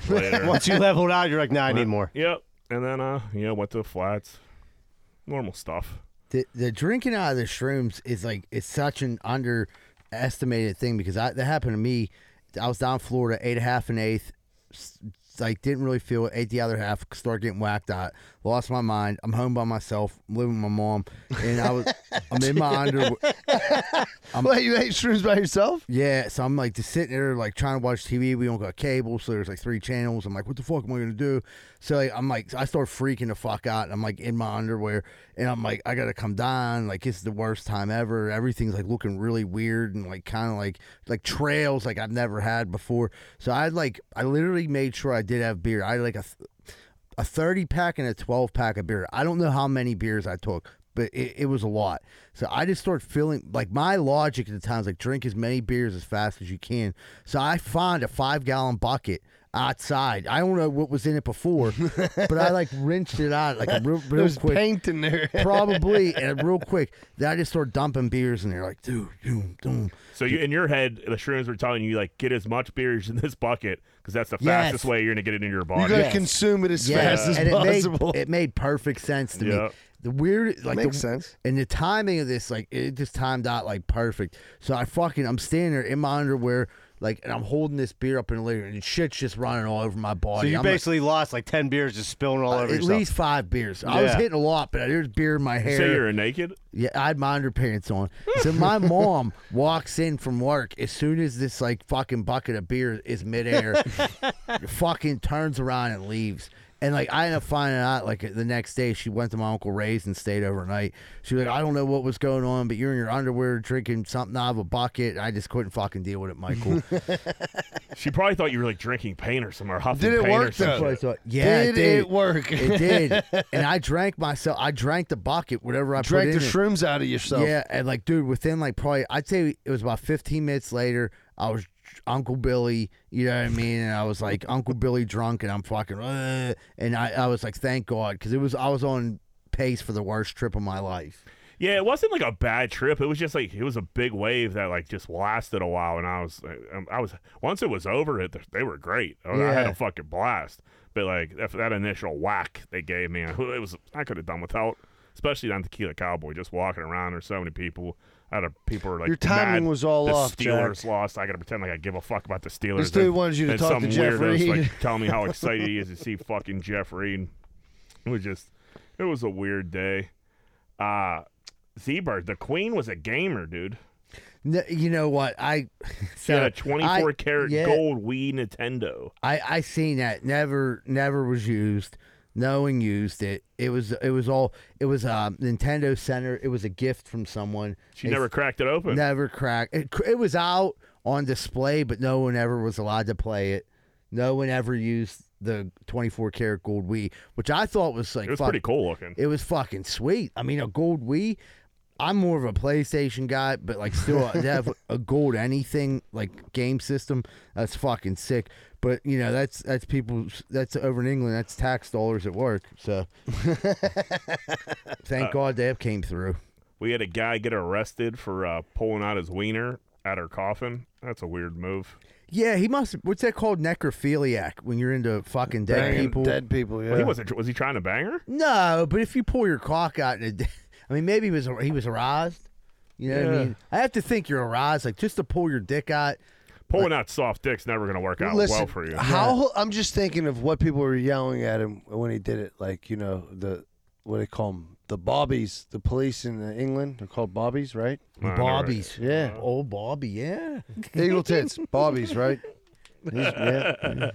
Speaker 4: later.
Speaker 2: Once you leveled out, you're like, nah, I need more.
Speaker 4: yep, and then uh, yeah, went to the flats, normal stuff.
Speaker 1: the, the drinking out of the shrooms is like it's such an underestimated thing because I, that happened to me. I was down in Florida, ate a half and eighth, s- like didn't really feel it. Ate the other half, started getting whacked out, lost my mind. I'm home by myself, living with my mom, and I was I'm
Speaker 3: <laughs>
Speaker 1: in my underwear.
Speaker 3: Wait, you ate shrooms by yourself?
Speaker 1: Yeah, so I'm like just sitting there, like trying to watch TV. We don't got cable, so there's like three channels. I'm like, what the fuck am I gonna do? So like, I'm like, I start freaking the fuck out. and I'm like in my underwear, and I'm like, I gotta come down. Like it's the worst time ever. Everything's like looking really weird and like kind of like like trails like I've never had before. So I like, I literally made sure I did have beer. I had like a th- a 30 pack and a 12 pack of beer. I don't know how many beers I took, but it, it was a lot. So I just started feeling like my logic at the time is like drink as many beers as fast as you can. So I find a five gallon bucket outside. I don't know what was in
Speaker 3: <laughs>
Speaker 1: it before, but I like rinsed it out like a real, real
Speaker 3: There's
Speaker 1: quick
Speaker 3: paint in there.
Speaker 1: probably
Speaker 3: <laughs>
Speaker 1: and real quick. Then I just start dumping beers in there, like dude, doom, doom.
Speaker 4: So you, in your head, the shrooms were telling you like get as much beers in this bucket because that's the
Speaker 1: Yes.
Speaker 4: fastest way you're gonna get it in your
Speaker 3: You're
Speaker 4: body.
Speaker 3: gonna consume it as fast as
Speaker 1: and it
Speaker 3: possible.
Speaker 1: made it made perfect sense to
Speaker 4: Yeah.
Speaker 1: me. The weird, like
Speaker 3: Makes
Speaker 1: the,
Speaker 3: sense.
Speaker 1: and the timing of this, like it just timed out like perfect. So I fucking, I'm standing there in my underwear, like, and I'm holding this beer up in the liter, and shit's just running all over my
Speaker 2: So
Speaker 1: body.
Speaker 2: you
Speaker 1: I'm like,
Speaker 2: basically lost like 10 beers just spilling all over
Speaker 1: at
Speaker 2: yourself.
Speaker 1: least five beers. I was
Speaker 2: Yeah.
Speaker 1: hitting a lot, but there's beer in my hair.
Speaker 4: So you're naked.
Speaker 1: Yeah, I had my underpants on.
Speaker 4: <laughs>
Speaker 1: So my mom walks in from work as soon as this like fucking bucket of beer is midair,
Speaker 4: <laughs>
Speaker 1: fucking turns around and leaves. And like I end up finding out like the next day she went to my uncle Ray's and stayed overnight. She was like, I don't know what was going on, but you're in your underwear drinking something out of a bucket. I just couldn't fucking deal with it, Michael.
Speaker 4: <laughs> She probably thought you were like drinking paint or some or huffing
Speaker 3: Did it
Speaker 4: paint or
Speaker 3: work,
Speaker 4: something.
Speaker 1: So I
Speaker 3: though?
Speaker 1: thought, yeah,
Speaker 3: did
Speaker 1: it did.
Speaker 3: it work? <laughs>
Speaker 1: It did. And I drank myself. I drank the bucket, whatever I put
Speaker 3: Drank
Speaker 1: in
Speaker 3: the
Speaker 1: it.
Speaker 3: shrooms out of yourself.
Speaker 1: Yeah, and like, dude, within like probably, I'd say it was about 15 minutes later. I was Uncle Billy, you know what I mean, and I was like Uncle Billy drunk, and I'm fucking, "Ugh," and I, I was like, thank God, because it was I was on pace for the worst trip of my life.
Speaker 4: Yeah, it wasn't like a bad trip. It was just like it was a big wave that like just lasted a while, and I was I- I was once it was over, it they were great. I, I had
Speaker 1: Yeah.
Speaker 4: a fucking blast. But like that, that initial whack they gave me, <laughs> it was I could have done without, especially on Tequila Cowboy, just walking around. There's so many people. I had a, people were like
Speaker 3: Your timing
Speaker 4: mad
Speaker 3: was all
Speaker 4: the
Speaker 3: off,
Speaker 4: Steelers lost. I got to pretend like I give a fuck about the Steelers.
Speaker 3: This dude
Speaker 4: And-
Speaker 3: wanted you to
Speaker 4: and
Speaker 3: talk
Speaker 4: some
Speaker 3: to Jeff
Speaker 4: weirdo's,
Speaker 3: Reed. <laughs>
Speaker 4: Like, telling me how excited he is to see fucking Jeff Reed. It was just, it was a weird day. Uh Zebird, the queen was a gamer, dude.
Speaker 1: N- you know what? I
Speaker 4: <laughs> She had a 24 karat
Speaker 1: yeah.
Speaker 4: gold Wii Nintendo.
Speaker 1: I I seen that never never was used. No one used it. It was it was all it was um Nintendo Center. It was a gift from someone.
Speaker 4: She
Speaker 1: It's-
Speaker 4: never cracked it open.
Speaker 1: Never cracked. It, cr- it was out on display, but no one ever was allowed to play it. No one ever used the 24 karat gold Wii, which I thought was like
Speaker 4: it was
Speaker 1: fuck-
Speaker 4: pretty cool looking.
Speaker 1: It was fucking sweet. I mean, a gold Wii. I'm more of a PlayStation guy, but like still to have a gold anything like game system. That's fucking sick. But you know that's that's people that's over in England. That's tax dollars at work. So thank God they have came through.
Speaker 4: Uh, We had a guy get arrested for uh, pulling out his wiener at her coffin. That's a weird move.
Speaker 1: Yeah, he must. What's that called? Necrophiliac when you're into fucking dead
Speaker 3: Banging
Speaker 1: people.
Speaker 3: Dead people. Yeah.
Speaker 4: Well, he wasn't. Was he trying to bang her?
Speaker 1: No, but if you pull your cock out, and it, <laughs> I mean, maybe he was he was aroused. You know what I
Speaker 4: Yeah.
Speaker 1: mean? I have to think you're aroused, like just to pull your dick out.
Speaker 4: Pulling out soft dick's never going to work out
Speaker 3: Listen,
Speaker 4: well for you.
Speaker 3: How I'm just thinking of what people were yelling at him when he did it. Like you know the what do they call them? The bobbies. The police in uh, England they're called bobbies, right?
Speaker 4: I Uh-huh. never-
Speaker 1: Bobby's,
Speaker 3: Yeah.
Speaker 1: old Bobby, yeah.
Speaker 3: Eagle tits. Bobbies, right? These- Yeah.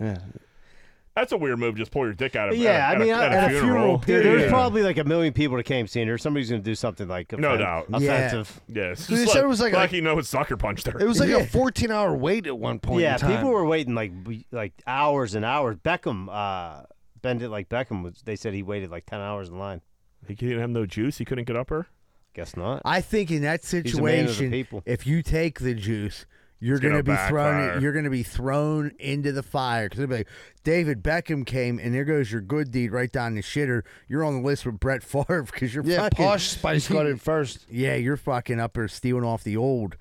Speaker 3: yeah.
Speaker 4: <laughs> That's a weird move. Just pull your dick out of
Speaker 2: yeah,
Speaker 4: at,
Speaker 2: I mean,
Speaker 4: at, a, at a funeral.
Speaker 2: dude, there's
Speaker 4: yeah.
Speaker 2: probably like a million people that came seeing her. Somebody's gonna do something like
Speaker 4: No
Speaker 2: offen-
Speaker 4: doubt. Yeah.
Speaker 2: offensive.
Speaker 4: Yeah, it's
Speaker 3: Dude,
Speaker 4: just
Speaker 3: they said it was like a-
Speaker 4: you know, sucker punched her.
Speaker 3: It was like a 14 hour wait <laughs> at one point. in
Speaker 2: Yeah,
Speaker 3: time.
Speaker 2: people were waiting like b- like hours and hours. Beckham, uh, bend it like Beckham was. They said he waited like ten hours in line.
Speaker 4: he didn't have no juice. He couldn't get up her.
Speaker 2: Guess not.
Speaker 1: I think in that
Speaker 2: a man of the
Speaker 1: situation,
Speaker 2: people.
Speaker 1: if you take the juice, you're
Speaker 4: gonna
Speaker 1: gonna be
Speaker 4: backfire.
Speaker 1: thrown. You're gonna be thrown into the fire because they'll be like, David Beckham came, and there goes your good deed right down the shitter. You're on the list with Brett Favre <laughs> because you're
Speaker 3: Yeah,
Speaker 1: fucking,
Speaker 3: Posh Spice got
Speaker 1: <laughs>
Speaker 3: in first.
Speaker 1: Yeah, you're fucking up there stealing off the old.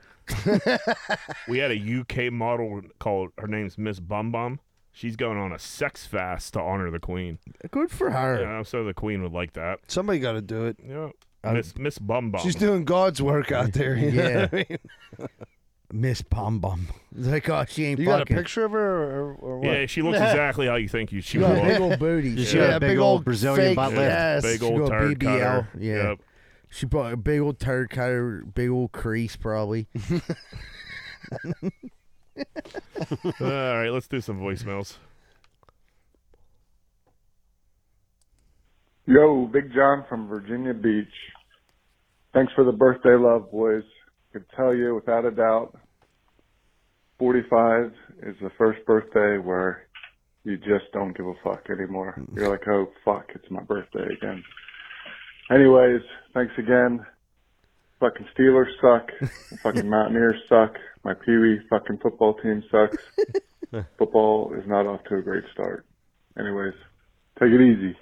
Speaker 4: We had a UK model called her name's Miss Bum Bum. She's going on a sex fast to honor the Queen.
Speaker 1: Good for her.
Speaker 4: Yeah, I'm sure the Queen would like that.
Speaker 3: Somebody got to do it.
Speaker 4: Yeah, Miss Miss Bum Bum.
Speaker 3: She's doing God's work out there. You know
Speaker 1: Yeah.
Speaker 3: what I mean?
Speaker 1: Miss Pom Bum. Like, oh, she ain't
Speaker 3: You got a
Speaker 1: fucking.
Speaker 3: picture of her or, or
Speaker 4: <laughs>
Speaker 3: what?
Speaker 4: yeah, she
Speaker 3: <laughs>
Speaker 4: looks exactly how you think you she
Speaker 1: You got a
Speaker 4: would.
Speaker 1: big old booty.
Speaker 2: She got a big old Brazilian
Speaker 3: fake
Speaker 2: butt lift.
Speaker 3: ass.
Speaker 4: Big
Speaker 1: She
Speaker 4: old
Speaker 1: got
Speaker 4: turd
Speaker 1: BBL,
Speaker 4: cutter.
Speaker 1: yeah.
Speaker 4: Yep.
Speaker 1: She brought a big old turd cutter, big old crease, probably. <laughs>
Speaker 4: All right, let's do some voicemails.
Speaker 5: Yo, Big John from Virginia Beach. Thanks for the birthday love, boys. Could tell you without a doubt, 45 is the first birthday where you just don't give a fuck anymore. You're like, oh fuck, it's my birthday again. Anyways, thanks again. Fucking Steelers suck. fucking Mountaineers suck. My Pee Wee fucking football team sucks. football is not off to a great start. Anyways, take it easy.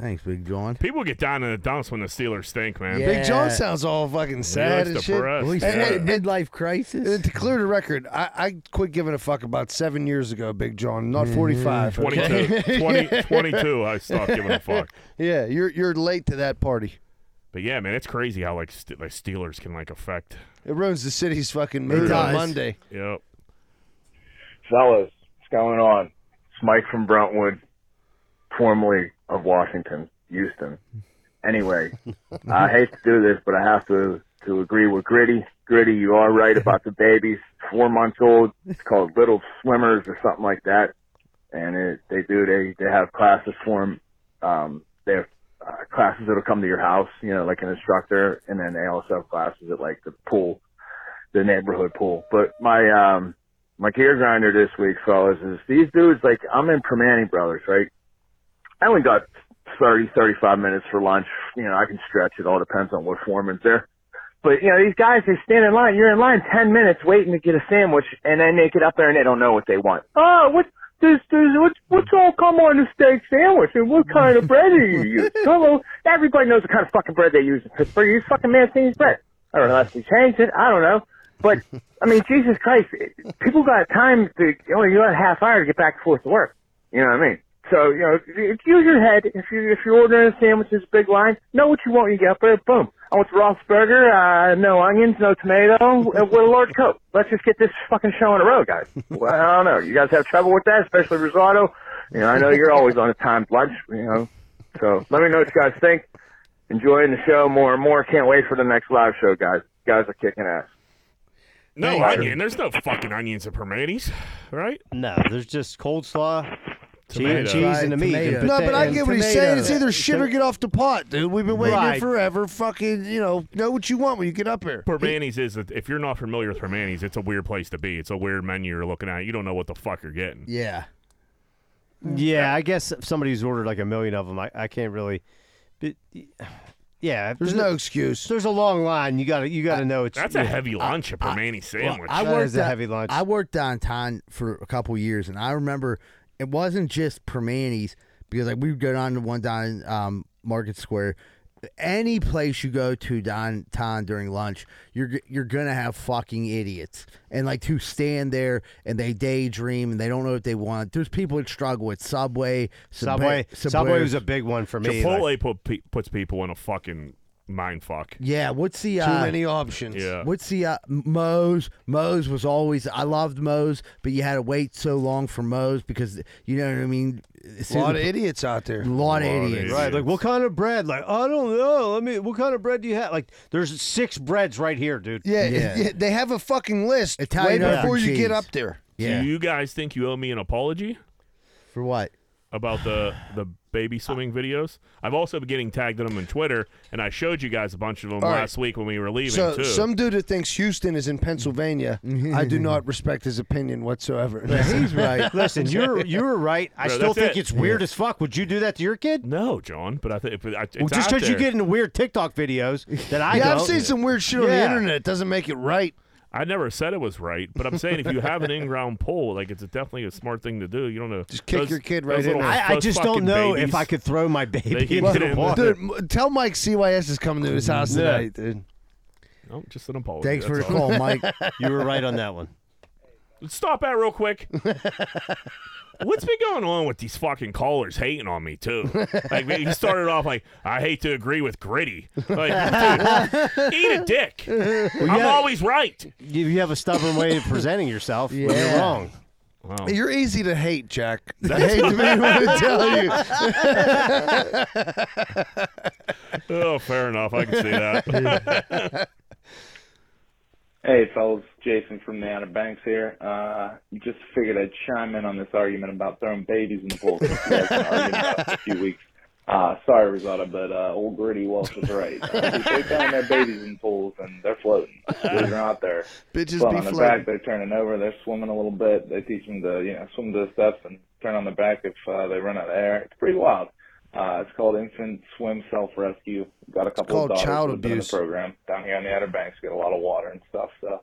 Speaker 1: Thanks, Big John.
Speaker 4: People get down in the dumps when the Steelers stink, man.
Speaker 1: Yeah.
Speaker 3: Big John sounds all fucking
Speaker 4: He looks
Speaker 3: sad and shit.
Speaker 4: depressed.
Speaker 1: At least
Speaker 4: Yeah.
Speaker 1: hey, midlife crisis.
Speaker 3: And to clear the record, I, I quit giving a fuck about seven years ago, Big John.
Speaker 1: Mm-hmm.
Speaker 3: Not forty-five.
Speaker 4: 22,
Speaker 3: okay? <laughs>
Speaker 4: 20 22, I stopped giving a fuck.
Speaker 3: yeah, you're you're late to that party.
Speaker 4: But yeah, man, it's crazy how like, st- like Steelers can like affect.
Speaker 3: It ruins the city's fucking mood on
Speaker 1: does.
Speaker 3: Monday.
Speaker 4: Yep.
Speaker 6: Fellas, what's going on? It's Mike from Brentwood, formerly of Washington, Houston. Anyway, I hate to do this, but I have to to agree with Gritty. Gritty, you are right about the babies. Four months old. It's called Little Swimmers or something like that. And it, they do they they have classes for 'em. Um, they have uh, classes that'll come to your house, you know, like an instructor, and then they also have classes at like the pool, the neighborhood pool. But my um my gear grinder this week, fellas, is these dudes, like, I'm in Permani Brothers, right? I only got 30, 35 minutes for lunch. You know, I can stretch. It all depends on what foreman's there. But, you know, these guys, they stand in line. You're in line 10 minutes waiting to get a sandwich, and then they get up there and they don't know what they want. Oh, what, this, this, what's, what's all come on the steak sandwich, and what kind of bread do you use? Hello, everybody knows the kind of fucking bread they use in Pittsburgh. You use fucking Mancini's bread. Or unless they changed it, I don't know. But I mean, Jesus Christ, people got time to you know, you got a half hour to get back and forth to work. You know what I mean? So you know, if you- if you use your head. If you if you're ordering a sandwich, it's a big line. Know what you want. when You get up there. Boom. I want the Ross burger. Uh, no onions, no tomato, and with a large coke. Let's just get this fucking show on the road, guys. Well, I don't know. You guys have trouble with that, especially Rosado. You know, I know you're always on a timed lunch. You know, so let me know what you guys think. Enjoying the show more and more. Can't wait for the next live show, guys. You guys are kicking ass.
Speaker 4: No
Speaker 2: Thanks.
Speaker 4: onion. There's no fucking onions in Permanis, right?
Speaker 2: No, there's just cold slaw,
Speaker 4: Tomato.
Speaker 2: cheese, cheese, and the meat. and
Speaker 1: Right,
Speaker 3: No, but I
Speaker 2: potato-
Speaker 3: get what he's saying. It's
Speaker 1: Tomato.
Speaker 3: either shit or get off the pot, dude. We've been waiting
Speaker 2: Right.
Speaker 3: here forever. Fucking, you know, know what you want when you get up here.
Speaker 4: Permanis is, a, if you're not familiar with Permanis, it's a weird place to be. It's a weird menu you're looking at. You don't know what the fuck you're getting.
Speaker 1: Yeah.
Speaker 2: Yeah, I guess if somebody's ordered like a million of them, I, I can't really. But, yeah,
Speaker 3: There's no excuse.
Speaker 2: There's a long line. You gotta you gotta know it's.
Speaker 4: That's a heavy lunch, a Permanis sandwich.
Speaker 1: I
Speaker 2: That
Speaker 1: worked
Speaker 2: is a
Speaker 1: at-
Speaker 2: heavy lunch.
Speaker 1: I worked downtown for a couple years, and I remember it wasn't just Permanis because like we would go down to one down in, um, Market Square. Any place you go to downtown during lunch, you're g- you're gonna have fucking idiots and like who stand there and they daydream and they don't know what they want. There's people that struggle with Subway.
Speaker 2: Subway.
Speaker 1: Subway-
Speaker 2: Subway was a big one for me.
Speaker 4: Chipotle
Speaker 2: like-
Speaker 4: put pe- puts people in a fucking mind fuck.
Speaker 1: yeah. What's the
Speaker 3: Too
Speaker 1: uh,
Speaker 3: many options.
Speaker 4: Yeah.
Speaker 1: What's the uh, Moe's? Moe's was always I loved Moe's, but you had to wait so long for Moe's because you know what I mean.
Speaker 3: A lot of idiots out there.
Speaker 1: a
Speaker 4: Lot
Speaker 1: lot of
Speaker 4: of
Speaker 1: idiots.
Speaker 4: idiots.
Speaker 2: Right, like what kind of bread? Like I don't know. Let me. What kind of bread do you have? Like there's six breads right here, dude.
Speaker 3: Yeah,
Speaker 1: Yeah.
Speaker 3: yeah, they have a fucking list
Speaker 1: Italian
Speaker 3: way
Speaker 1: oven
Speaker 3: before you
Speaker 1: cheese.
Speaker 3: get up there.
Speaker 1: Yeah,
Speaker 4: Do you guys think you owe me an apology
Speaker 1: for what?
Speaker 4: about the the baby swimming videos? I've also been getting tagged in them on Twitter, and I showed you guys a bunch of them
Speaker 3: All right.
Speaker 4: last week when we were leaving
Speaker 3: So
Speaker 4: too.
Speaker 3: some dude that thinks Houston is in Pennsylvania, I do
Speaker 2: <laughs>
Speaker 3: not respect his opinion whatsoever. <laughs>
Speaker 1: He's right.
Speaker 2: Listen, you're you were right. I
Speaker 4: Bro,
Speaker 2: still
Speaker 4: that's
Speaker 2: think
Speaker 4: it.
Speaker 2: it's weird as fuck. Would you do that to your kid?
Speaker 4: no, John, but I think but I- it's
Speaker 2: Well, just
Speaker 4: out
Speaker 2: because you
Speaker 4: there.
Speaker 2: get into weird TikTok videos that I
Speaker 3: yeah,
Speaker 2: don't.
Speaker 3: I've seen some weird shit on the
Speaker 2: Yeah.
Speaker 3: internet. It doesn't make it right.
Speaker 4: I never said it was right, but I'm saying if you have an in-ground pull, like it's a, definitely a smart thing to do. You don't know.
Speaker 3: Just kick your kid right in
Speaker 4: little-
Speaker 3: there.
Speaker 2: I, I
Speaker 4: those
Speaker 2: just don't
Speaker 4: fucking
Speaker 2: know if
Speaker 4: babies.
Speaker 2: I could throw my
Speaker 4: They
Speaker 2: baby
Speaker 4: hit
Speaker 2: into
Speaker 4: it
Speaker 2: the
Speaker 4: in
Speaker 2: water.
Speaker 3: Dude, m- tell Mike CYS is coming to his house
Speaker 2: Yeah.
Speaker 3: tonight, dude.
Speaker 4: No, just an apology.
Speaker 1: Thanks for the
Speaker 4: that's all. <laughs>
Speaker 1: call, Mike.
Speaker 2: You were right on that one.
Speaker 4: Stop that real quick. <laughs> What's been going on with these fucking callers hating on me too? Like man, he started off like, "I hate to agree with Gritty."
Speaker 2: <laughs>
Speaker 4: Like, dude, eat a dick. I'm always right.
Speaker 2: You, you have a stubborn way of presenting yourself when
Speaker 1: Yeah.
Speaker 2: you're wrong.
Speaker 4: Wow.
Speaker 3: You're easy to
Speaker 4: <laughs>
Speaker 3: hate, Jack. I hate to be able to tell you.
Speaker 4: <laughs> Oh, fair enough. I can see that.
Speaker 7: Hey, fellas, Jason from the Outer Banks here. Uh, just figured I'd chime in on this argument about throwing babies in the pool. Since you guys been arguing about it for a few weeks. Uh, sorry, Rosada, but uh, old Gritty Welsh was right. Uh, they take down their babies in pools and they're floating. They're out there.
Speaker 3: Bitches
Speaker 7: Well,
Speaker 3: be
Speaker 7: on their
Speaker 3: floating.
Speaker 7: back, they're turning over. They're swimming a little bit. They teach them to, you know, swim to the steps and turn on their back if uh, they run out of air. It's pretty wild. Uh, it's called infant swim self rescue. Got a couple
Speaker 3: called
Speaker 7: of daughters
Speaker 3: child
Speaker 7: who've been in the
Speaker 3: abuse.
Speaker 7: program down here on the Outer Banks. Get a lot of water and stuff. So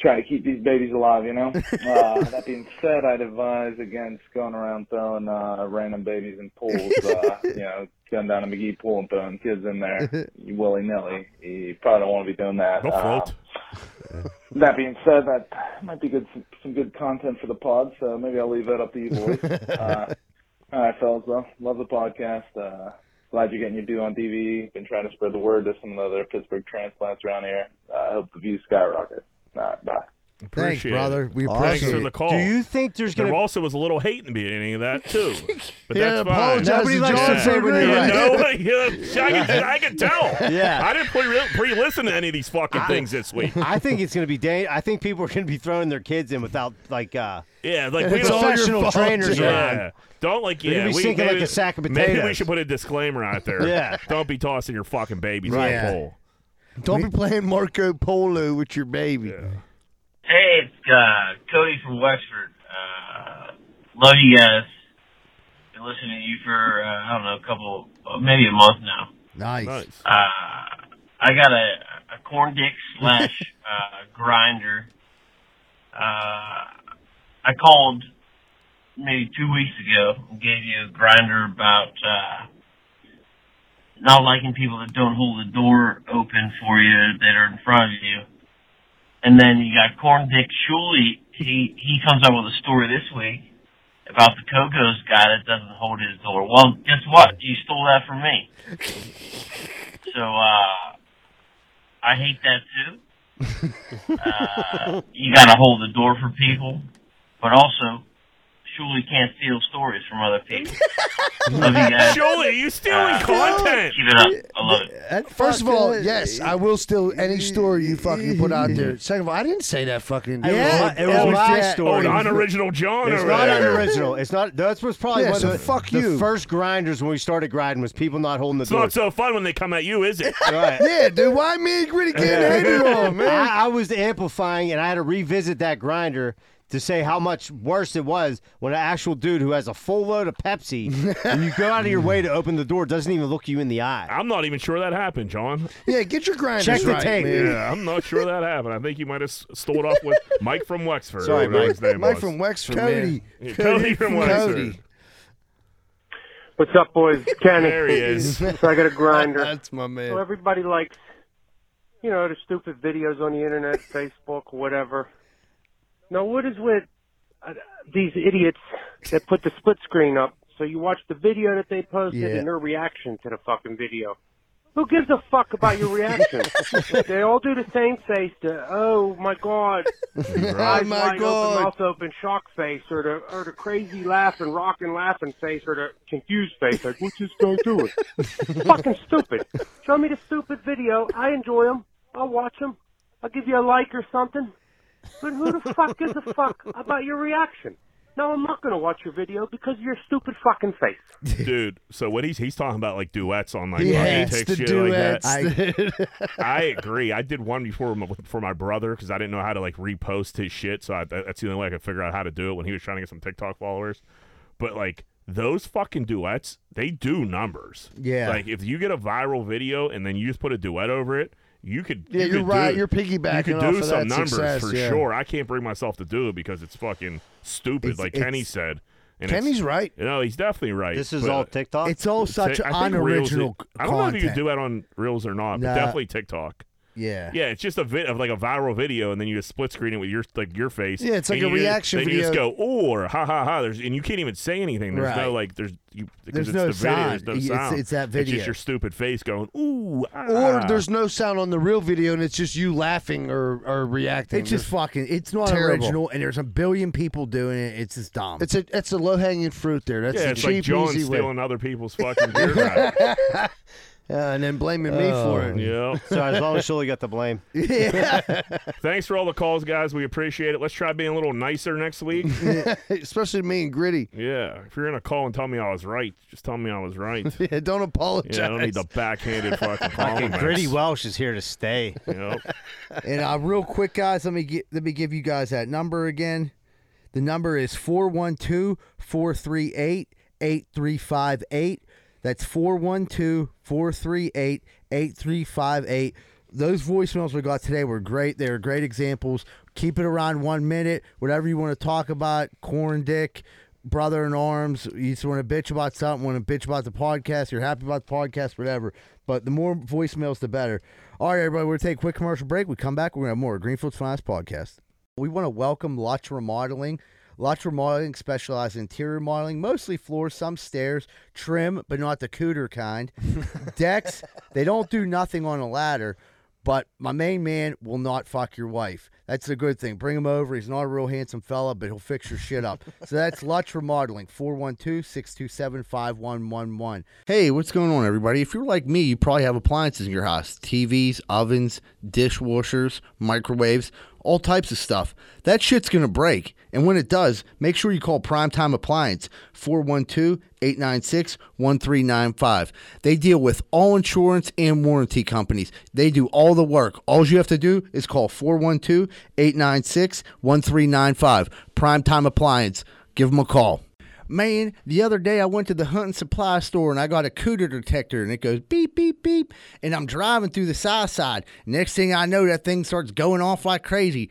Speaker 7: try to keep these babies alive, you
Speaker 3: <laughs>
Speaker 7: know. Uh, that being said, I'd advise against going around throwing uh, random babies in pools.
Speaker 3: <laughs>
Speaker 7: Uh, you know, going down to McGee Pool and throwing kids in there willy nilly. You probably don't want to be doing that.
Speaker 4: Go
Speaker 7: Uh,
Speaker 4: float.
Speaker 7: that being said, that might be good some, some good content for the pod. So maybe I'll leave that up to you
Speaker 1: <laughs>
Speaker 7: boys. uh, all right, fellas. Well, love the podcast. Uh, glad you're getting your due on TV. Been trying to spread the word to some of the other Pittsburgh transplants around here. I uh, hope the views skyrocket. All right, bye.
Speaker 1: Thanks,
Speaker 4: Appreciate it.
Speaker 1: brother. We
Speaker 4: Thanks
Speaker 1: appreciate
Speaker 4: for
Speaker 1: it.
Speaker 4: the call.
Speaker 2: Do you think there's
Speaker 4: There
Speaker 2: going to
Speaker 4: also was a little hate in the beginning of that too, but
Speaker 3: Yeah,
Speaker 4: that's fine.
Speaker 3: apologize Nobody to likes to John say when
Speaker 4: You
Speaker 3: you're right.
Speaker 4: know, <laughs> you know, I, can, I can tell.
Speaker 2: Yeah.
Speaker 4: I didn't pre- pre-listen to any of these fucking things this week.
Speaker 2: I think it's going to be dang- I think people are going to be throwing their kids in without like uh,
Speaker 4: Yeah, like we
Speaker 3: It's
Speaker 4: don't.
Speaker 3: all your
Speaker 2: professional
Speaker 3: fault,
Speaker 2: trainers
Speaker 3: Jack.
Speaker 2: around.
Speaker 4: Yeah. Don't like yeah.
Speaker 2: gonna be
Speaker 4: we,
Speaker 2: sinking like
Speaker 4: maybe-
Speaker 2: a sack of
Speaker 4: Maybe we
Speaker 2: potatoes.
Speaker 4: should put a disclaimer out there.
Speaker 2: <laughs> Yeah.
Speaker 4: Don't be tossing your fucking babies
Speaker 1: Right.
Speaker 4: in
Speaker 1: Yeah.
Speaker 4: the pool.
Speaker 3: <laughs> Don't be playing Marco Polo with your baby.
Speaker 8: Hey, it's uh, Cody from Wexford. Uh, love you guys. Been listening to you for uh, I don't know a couple, uh, maybe a month now.
Speaker 1: Nice.
Speaker 4: Nice.
Speaker 8: Uh, I got a, a corn dick slash uh, grinder. Uh, I called maybe two weeks ago and gave you a grinder about uh, not liking people that don't hold the door open for you that are in front of you. And then you got corn dick Shuley. He he comes up with a story this week about the Cocos guy that doesn't hold his door. Well, guess what? You stole that from me. So uh, I hate that too. uh, you got to hold the door for people, but also, surely can't steal stories from other
Speaker 4: <laughs>
Speaker 8: people. love you guys. Uh,
Speaker 4: Surely you stealing content.
Speaker 8: Keep it up. I love it.
Speaker 1: That's
Speaker 3: First of all,
Speaker 1: fucking-
Speaker 3: yes, I will steal any story you fucking put out there. Second of all, I didn't say that fucking.
Speaker 1: Yeah, Oh,
Speaker 2: it was
Speaker 1: it was
Speaker 2: my
Speaker 1: that-
Speaker 2: story.
Speaker 4: Old unoriginal John
Speaker 2: It's
Speaker 4: over
Speaker 2: not
Speaker 4: there.
Speaker 2: unoriginal. It's not. That was probably
Speaker 3: Yeah,
Speaker 2: one
Speaker 3: so
Speaker 2: of the,
Speaker 3: fuck
Speaker 2: the
Speaker 3: you.
Speaker 2: first grinders when we started grinding was people not holding the
Speaker 4: It's not
Speaker 2: doors.
Speaker 4: so fun when they come at you, is it?
Speaker 2: <laughs> <laughs> Right.
Speaker 3: Yeah, dude, why me and Gritty getting hated
Speaker 2: <laughs>
Speaker 3: on, man?
Speaker 2: I, I was amplifying, and I had to revisit that grinder to say how much worse it was when an actual dude who has a full load of
Speaker 1: <laughs>
Speaker 2: Pepsi and you go out of your way to open the door doesn't even look you in the eye.
Speaker 4: I'm not even sure that happened, John.
Speaker 3: Yeah, get your grinders
Speaker 2: Check the
Speaker 3: right,
Speaker 2: tape.
Speaker 3: man.
Speaker 4: Yeah, I'm not sure that happened. I think you might have s- stole it off with Mike from Wexford. or
Speaker 2: Sorry,
Speaker 4: whatever
Speaker 2: Mike.
Speaker 4: his name
Speaker 3: Mike
Speaker 4: was.
Speaker 3: from Wexford,
Speaker 1: Cody.
Speaker 3: man.
Speaker 4: Yeah, Cody from Wexford.
Speaker 3: Cody.
Speaker 9: What's up, boys? It's Kenny.
Speaker 4: There he
Speaker 3: <laughs>
Speaker 4: is.
Speaker 9: So I got a grinder.
Speaker 3: That's my
Speaker 9: So
Speaker 3: man.
Speaker 9: everybody likes, you know, the stupid videos on the internet, <laughs> Facebook, whatever. Now, what is with uh, these idiots that put the split screen up? So you watch the video that they posted
Speaker 1: Yeah.
Speaker 9: and their reaction to the fucking video. Who gives a fuck about your reaction? they all do the same face. The, oh my god,
Speaker 3: Oh
Speaker 9: eyes
Speaker 3: my
Speaker 9: wide open,
Speaker 3: god.
Speaker 9: mouth open, shock face, or the or the crazy laughing, rocking, laughing face, or the confused face. Like, what's this guy doing? Fucking stupid. Show me the stupid video. I enjoy 'em. I'll watch 'em. I'll give you a like or something. But who the fuck gives a fuck about your reaction? No, I'm not gonna watch your video because of your stupid fucking
Speaker 4: <laughs>
Speaker 9: face.
Speaker 4: Dude, so what he's he's talking about like duets on like
Speaker 3: He
Speaker 4: rock
Speaker 3: hates
Speaker 4: takes
Speaker 3: the
Speaker 4: shit like that.
Speaker 3: duets. dude.
Speaker 4: <laughs>
Speaker 3: <laughs>
Speaker 4: I agree. I did one before my, for my brother because I didn't know how to like repost his shit. So I, that's the only way I could figure out how to do it when he was trying to get some TikTok followers. But like those fucking duets, they do numbers.
Speaker 1: Yeah.
Speaker 4: Like if you get a viral video and then you just put a duet over it, you could. you
Speaker 3: Yeah, you're
Speaker 4: could
Speaker 3: right.
Speaker 4: Do,
Speaker 3: You're piggybacking
Speaker 4: You could
Speaker 3: off
Speaker 4: do
Speaker 3: of
Speaker 4: some
Speaker 3: that
Speaker 4: numbers
Speaker 3: success,
Speaker 4: for
Speaker 3: yeah.
Speaker 4: sure. I can't bring myself to do it because it's fucking stupid,
Speaker 1: It's-
Speaker 4: like Kenny
Speaker 1: it's-
Speaker 4: said. And it's-
Speaker 3: Kenny's right.
Speaker 4: You know, he's definitely right.
Speaker 2: This is
Speaker 4: but- uh,
Speaker 2: all TikTok.
Speaker 1: It's all such
Speaker 4: I think Reels is-
Speaker 1: unoriginal
Speaker 4: I don't know if you
Speaker 1: content.
Speaker 4: can do that on Reels or not, but
Speaker 1: Nah.
Speaker 4: definitely TikTok.
Speaker 1: yeah.
Speaker 4: Yeah, it's just a vid of like a viral video, and then you just split screen it with your like your face.
Speaker 3: Yeah, it's
Speaker 4: and
Speaker 3: like a
Speaker 4: you just-
Speaker 3: reaction
Speaker 4: then You just go or ha ha ha. There's and you can't even say anything. There's
Speaker 1: Right.
Speaker 4: no like there's you because
Speaker 1: There's
Speaker 4: it's
Speaker 1: no
Speaker 4: the video. There's
Speaker 1: sound.
Speaker 4: no
Speaker 1: It's-
Speaker 4: sound.
Speaker 1: it's that
Speaker 4: It's
Speaker 1: video.
Speaker 4: just your stupid face going ooh. Ah.
Speaker 3: Or there's no sound on the real video, and it's just you laughing or, or reacting.
Speaker 1: It's just fucking. It's not
Speaker 3: Terrible.
Speaker 1: original, and there's a billion people doing it. It's just dumb.
Speaker 3: There's- it's a it's a low hanging fruit there. That's
Speaker 4: yeah,
Speaker 3: the
Speaker 4: it's
Speaker 3: cheap
Speaker 4: like John
Speaker 3: easy way,
Speaker 4: stealing other people's fucking beer. right.
Speaker 3: Yeah, and then blaming me for
Speaker 2: Oh.
Speaker 3: it. <laughs>
Speaker 4: yeah.
Speaker 2: so as long as Shirley got the blame.
Speaker 1: yeah.
Speaker 4: Thanks for all the calls, guys. We appreciate it. Let's try being a little nicer next week.
Speaker 3: Especially me and Gritty. <laughs>
Speaker 4: yeah. If you're gonna call and tell me I was right, just tell me I was right.
Speaker 3: Yeah, don't apologize.
Speaker 4: Yeah, I don't need the backhanded fucking
Speaker 2: Fucking
Speaker 4: compliments.
Speaker 2: Gritty Welsh is here to stay.
Speaker 4: You know?
Speaker 1: <laughs> And uh, real quick, guys, let me get, let me give you guys that number again. The number is 412 438 8358. That's 412 438 8358. Those voicemails we got today were great. They were great examples. Keep it around one minute. Whatever you want to talk about, corn dick, brother in arms. You just want to bitch about something, want to bitch about the podcast, you're happy about the podcast, whatever. But the more voicemails, the better. All right, everybody, we're going to take a quick commercial break. We come back, we're going to have more Greenfield's Finest Podcast. We want to welcome Lutz Remodeling. Lutz Remodeling specializes in interior modeling, mostly floors, some stairs, trim, but not the cooter kind. Decks, they don't do nothing on a ladder, but my main man will not fuck your wife. That's a good thing. Bring him over. He's not a real handsome fella, but he'll fix your shit up. so that's Lutz Remodeling, 412 627 5111. Hey, what's going on, everybody? If you're like me, you probably have appliances in your house TVs, ovens, dishwashers, microwaves, all types of stuff. That shit's going to break. And when it does, make sure you call Primetime Appliance, 412 896 1395. They deal with all insurance and warranty companies. They do all the work. All you have to do is call 412 896 1395. Primetime Appliance. Give them a call. Man, the other day I went to the hunting supply store and I got a cooter detector and it goes beep, beep, beep. And I'm driving through the side side. Next thing I know, that thing starts going off like crazy.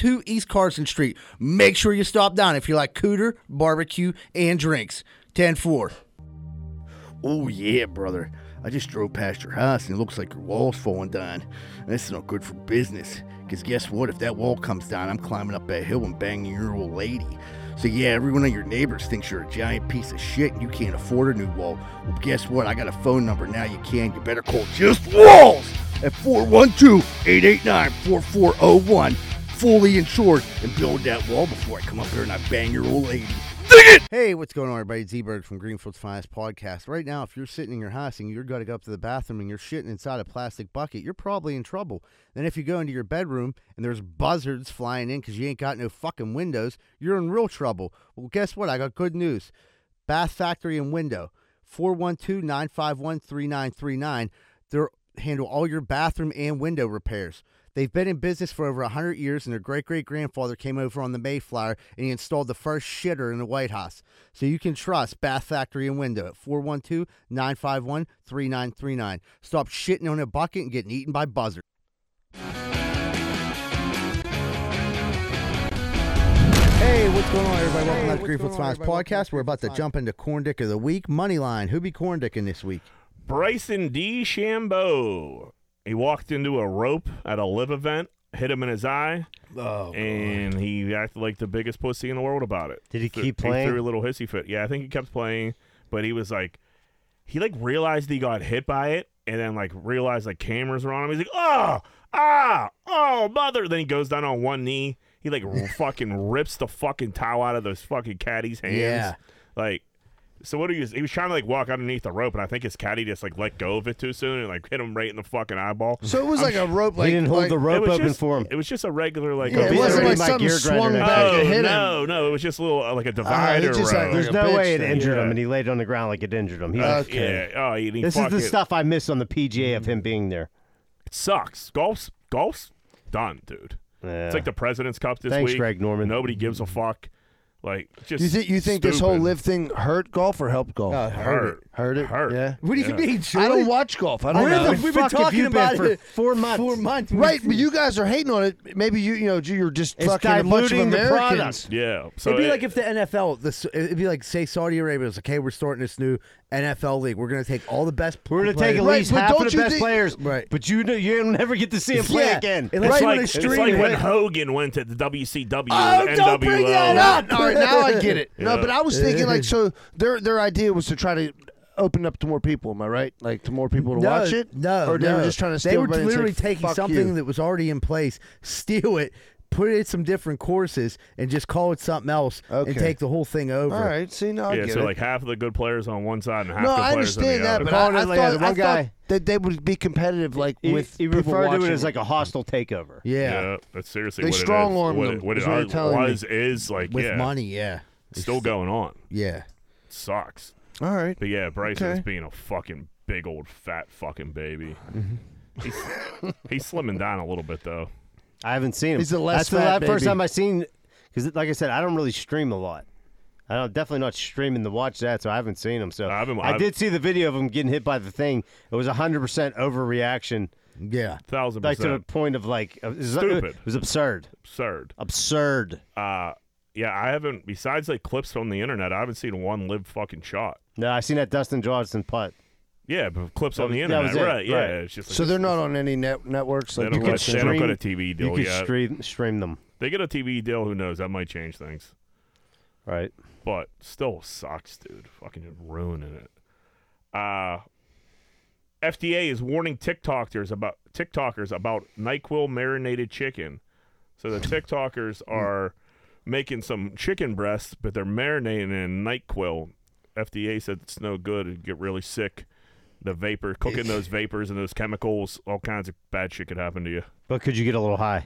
Speaker 1: East Carson Street. Make sure you stop down if you like cooter, barbecue, and drinks. 10 4. Oh yeah, brother. I just drove past your house and it looks like your wall's falling down. That's not good for business. Cause guess what? If that wall comes down, I'm climbing up that hill and banging your old lady. So yeah, every one of your neighbors thinks you're a giant piece of shit and you can't afford a new wall. Well, guess what? I got a phone number now you can. You better call Just Walls at 412-889-4401. Fully insured and build that wall before I come up here and I bang your old lady. Hey, what's going on, everybody? It's Eberg from Greenfield's Finest Podcast. Right now, if you're sitting in your house and you're going to go up to the bathroom and you're shitting inside a plastic bucket, you're probably in trouble. Then, if you go into your bedroom and there's buzzards flying in because you ain't got no fucking windows, you're in real trouble. Well, guess what? I got good news. Bath Factory and Window, 412 951 3939. They handle all your bathroom and window repairs. They've been in business for over 100 years, and their great great grandfather came over on the Mayflower and he installed the first shitter in the White House. So you can trust Bath Factory and Window at 412 951 3939. Stop shitting on a bucket and getting eaten by buzzards. Hey, what's going on, everybody? Welcome back to Greenfield Smiles Podcast. We're about to jump into Corn Dick of the Week. Moneyline, who be Corn Dicking this week?
Speaker 4: Bryson D. Shambo. He walked into a rope at a live event, hit him in his eye,
Speaker 1: Oh,
Speaker 4: and he acted like the biggest pussy in the world about it.
Speaker 2: Did he
Speaker 4: Threw-
Speaker 2: keep playing?
Speaker 4: He threw a little hissy fit. Yeah, I think he kept playing, but he was like, he like realized he got hit by it, and then like realized like cameras were on him. He's like, oh, ah, oh, mother. Then he goes down on one knee. He
Speaker 2: <laughs>
Speaker 4: like fucking rips the fucking towel out of those fucking caddy's hands.
Speaker 1: Yeah.
Speaker 4: Like, So what are you? He was trying to like walk underneath the rope, and I think his caddy just like let go of it too soon and like hit him right in the fucking eyeball.
Speaker 3: So it was
Speaker 4: I'm
Speaker 3: like a
Speaker 4: sh-
Speaker 3: rope. Like,
Speaker 2: he didn't hold
Speaker 3: like-
Speaker 2: the rope
Speaker 4: it was
Speaker 2: open
Speaker 4: just,
Speaker 2: for him.
Speaker 4: It was just a regular like.
Speaker 3: Yeah,
Speaker 4: a
Speaker 3: it wasn't
Speaker 4: bit-
Speaker 3: like
Speaker 2: my
Speaker 3: something
Speaker 2: gear grinder
Speaker 3: swung
Speaker 2: next
Speaker 3: back
Speaker 4: Oh
Speaker 3: and hit him.
Speaker 4: no, no! It was just a little uh, like a divider.
Speaker 3: just, like,
Speaker 4: rope.
Speaker 2: There's
Speaker 3: a
Speaker 2: no
Speaker 3: bitch
Speaker 2: way it
Speaker 3: then.
Speaker 2: injured
Speaker 4: Yeah.
Speaker 2: him, and he laid on the ground like it injured him. He's
Speaker 3: Uh,
Speaker 2: like,
Speaker 3: Okay.
Speaker 4: Yeah. Oh, he, he
Speaker 2: this is the
Speaker 4: fucking-
Speaker 2: stuff I miss on the PGA of him being there.
Speaker 4: Sucks. Golf's golf's done, dude.
Speaker 3: Ah.
Speaker 4: It's like the President's Cup this
Speaker 2: Thanks,
Speaker 4: week.
Speaker 2: Greg Norman.
Speaker 4: Nobody gives a fuck. Like just
Speaker 3: You think you think this whole
Speaker 4: stupid.
Speaker 3: live thing hurt golf or helped golf?
Speaker 1: Uh,
Speaker 4: hurt.
Speaker 3: hurt it.
Speaker 4: Hurt.
Speaker 3: Yeah.
Speaker 1: What do you
Speaker 4: Yeah.
Speaker 1: mean?
Speaker 3: I
Speaker 1: Jordan?
Speaker 3: don't watch golf. I don't
Speaker 1: Where
Speaker 3: know.
Speaker 1: the- we've been
Speaker 2: fuck have
Speaker 1: talking
Speaker 2: you been
Speaker 1: about
Speaker 2: for
Speaker 1: it
Speaker 2: four months?
Speaker 1: Four months.
Speaker 3: Right, but you guys are hating on it. Maybe you you know you're just
Speaker 2: It's
Speaker 3: fucking a bunch of
Speaker 2: diluting the
Speaker 3: Americans.
Speaker 4: Yeah. So
Speaker 1: It'd be
Speaker 4: it-
Speaker 1: like if the NFL, this, it'd be like say Saudi Arabia was like, "Hey, we're starting this new NFL league. We're gonna take all the best.
Speaker 2: We're gonna take
Speaker 1: players."
Speaker 2: at
Speaker 3: Right,
Speaker 2: least
Speaker 3: but
Speaker 2: half
Speaker 3: don't
Speaker 2: of the
Speaker 3: you
Speaker 2: best
Speaker 3: think-
Speaker 2: players,
Speaker 1: Right.
Speaker 2: But you know, you'll never get to see him play
Speaker 1: Yeah.
Speaker 2: again.
Speaker 1: It
Speaker 4: It's
Speaker 1: Right
Speaker 4: like,
Speaker 1: on the
Speaker 4: it's
Speaker 1: street,
Speaker 4: like when
Speaker 1: right?
Speaker 4: Hogan went to the WCW.
Speaker 1: Oh,
Speaker 4: and
Speaker 1: don't bring
Speaker 4: NWO.
Speaker 1: that
Speaker 3: <laughs>
Speaker 1: up!
Speaker 3: All right, now I get
Speaker 4: <laughs>
Speaker 3: it. No,
Speaker 4: Yeah.
Speaker 3: but I was thinking like so. Their their idea was to try to open up to more people. Am I right? Like to more people to
Speaker 1: no,
Speaker 3: watch it?
Speaker 1: No,
Speaker 3: or they
Speaker 1: no.
Speaker 3: were just trying to steal
Speaker 1: They were
Speaker 3: everybody and say,
Speaker 1: literally taking
Speaker 3: "Fuck
Speaker 1: something
Speaker 3: you."
Speaker 1: that was already in place, steal it, put it in some different courses, and just call it something else,
Speaker 3: Okay.
Speaker 1: and take the whole thing over.
Speaker 3: All right, see now I
Speaker 4: Yeah,
Speaker 3: get
Speaker 4: so
Speaker 3: it.
Speaker 4: like half of the good players on one side and half
Speaker 3: no,
Speaker 4: the
Speaker 3: I
Speaker 4: players
Speaker 3: understand that,
Speaker 4: on the
Speaker 3: but
Speaker 4: other.
Speaker 3: I,
Speaker 2: Calling
Speaker 3: I
Speaker 2: it
Speaker 3: thought,
Speaker 2: like the
Speaker 3: I
Speaker 2: one
Speaker 3: thought
Speaker 2: guy-
Speaker 3: that they would be competitive like
Speaker 2: He-
Speaker 3: with
Speaker 2: he
Speaker 3: people
Speaker 2: referred
Speaker 3: watching
Speaker 2: to it as like a hostile takeover.
Speaker 1: Yeah.
Speaker 4: yeah, that's seriously
Speaker 3: They
Speaker 4: what it is.
Speaker 3: strong-armed
Speaker 4: What
Speaker 3: them,
Speaker 4: it, what
Speaker 3: is
Speaker 4: it
Speaker 3: what you're
Speaker 4: was-
Speaker 3: telling me.
Speaker 4: was is like
Speaker 1: With
Speaker 4: yeah,
Speaker 1: money, yeah,
Speaker 4: still going on.
Speaker 1: yeah.
Speaker 4: sucks.
Speaker 3: all right.
Speaker 4: But yeah, Bryson is
Speaker 3: Okay.
Speaker 4: being a fucking big old fat fucking baby. he's, he's slimming down a little bit though.
Speaker 2: I haven't seen him.
Speaker 3: He's the less
Speaker 2: That's the
Speaker 3: fat
Speaker 2: la- first
Speaker 3: baby.
Speaker 2: time I seen. Because like I said, I don't really stream a lot. I don't definitely not streaming to watch that, so I haven't seen him. So
Speaker 4: I've been-
Speaker 2: I
Speaker 4: I've-
Speaker 2: did see the video of him getting hit by the thing. It was hundred percent overreaction,
Speaker 1: Yeah.
Speaker 4: Thousand
Speaker 2: like to the
Speaker 4: percent
Speaker 2: point of like uh, it was-
Speaker 4: Stupid.
Speaker 2: It was absurd,
Speaker 4: absurd.
Speaker 2: absurd.
Speaker 4: Uh, yeah, I haven't. Besides like clips on the internet, I haven't seen one live fucking shot.
Speaker 2: No, I seen that Dustin Johnson putt.
Speaker 4: Yeah, but clips
Speaker 2: That
Speaker 4: on
Speaker 2: was-
Speaker 4: the
Speaker 2: that
Speaker 4: internet,
Speaker 2: was it,
Speaker 4: right? Yeah,
Speaker 2: right.
Speaker 4: it's just like
Speaker 3: So they're not on any net networks
Speaker 4: They
Speaker 3: like
Speaker 4: don't,
Speaker 3: you
Speaker 4: get,
Speaker 3: watch
Speaker 4: they don't
Speaker 3: it?
Speaker 4: get a TV
Speaker 2: You
Speaker 4: deal
Speaker 2: could
Speaker 4: yet.
Speaker 2: stream stream them,
Speaker 4: They get a TV deal. Who knows? That might change things,
Speaker 2: right?
Speaker 4: but still sucks, dude. Fucking just ruining it. Uh FDA is warning TikTokers about TikTokers about Nyquil marinated chicken. So the TikTokers
Speaker 2: Hmm.
Speaker 4: are making some chicken breasts, but they're marinating in Nyquil. FDA said it's no good. It'd get really sick. The vapor, cooking those vapors and those chemicals, all kinds of bad shit could happen to you.
Speaker 2: But could you get a little high?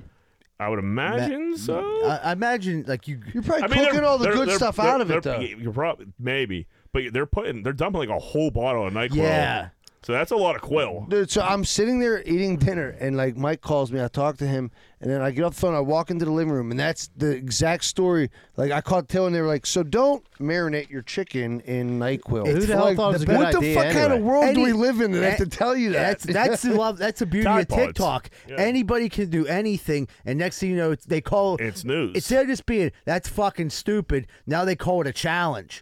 Speaker 4: I would imagine so.
Speaker 1: I, I imagine like you.
Speaker 3: You're probably
Speaker 4: I mean, they're-
Speaker 3: cooking all the
Speaker 4: they're-
Speaker 3: good
Speaker 4: they're-
Speaker 3: stuff
Speaker 4: they're-
Speaker 3: out of it
Speaker 4: they're-
Speaker 3: though.
Speaker 4: You're probably maybe, but they're putting they're dumping like a whole bottle of Nyquil.
Speaker 1: Yeah.
Speaker 4: So that's a lot of quill.
Speaker 3: Dude, so I'm sitting there eating dinner, and like Mike calls me. I talk to him, and then I get off the phone. I walk into the living room, and that's the exact story. Like I caught Till, and they were like, "So don't marinate your chicken in Nyquil."
Speaker 2: Who the hell
Speaker 1: like
Speaker 2: thought it was
Speaker 1: the
Speaker 2: a good
Speaker 1: best-
Speaker 3: what the
Speaker 2: idea
Speaker 3: fuck kind of
Speaker 2: anyway?
Speaker 3: world do we
Speaker 1: Any-
Speaker 3: live in that I have to
Speaker 1: a-
Speaker 3: tell you that?
Speaker 1: That's
Speaker 3: <laughs>
Speaker 1: that's the love. That's
Speaker 4: <laughs>
Speaker 1: the beauty
Speaker 4: Tide
Speaker 1: of
Speaker 4: Pods.
Speaker 1: TikTok.
Speaker 4: Yeah.
Speaker 1: Anybody can do anything, and next thing you know, it's- they call
Speaker 4: It's news.
Speaker 1: Instead of just being that's fucking stupid, now they call it a challenge.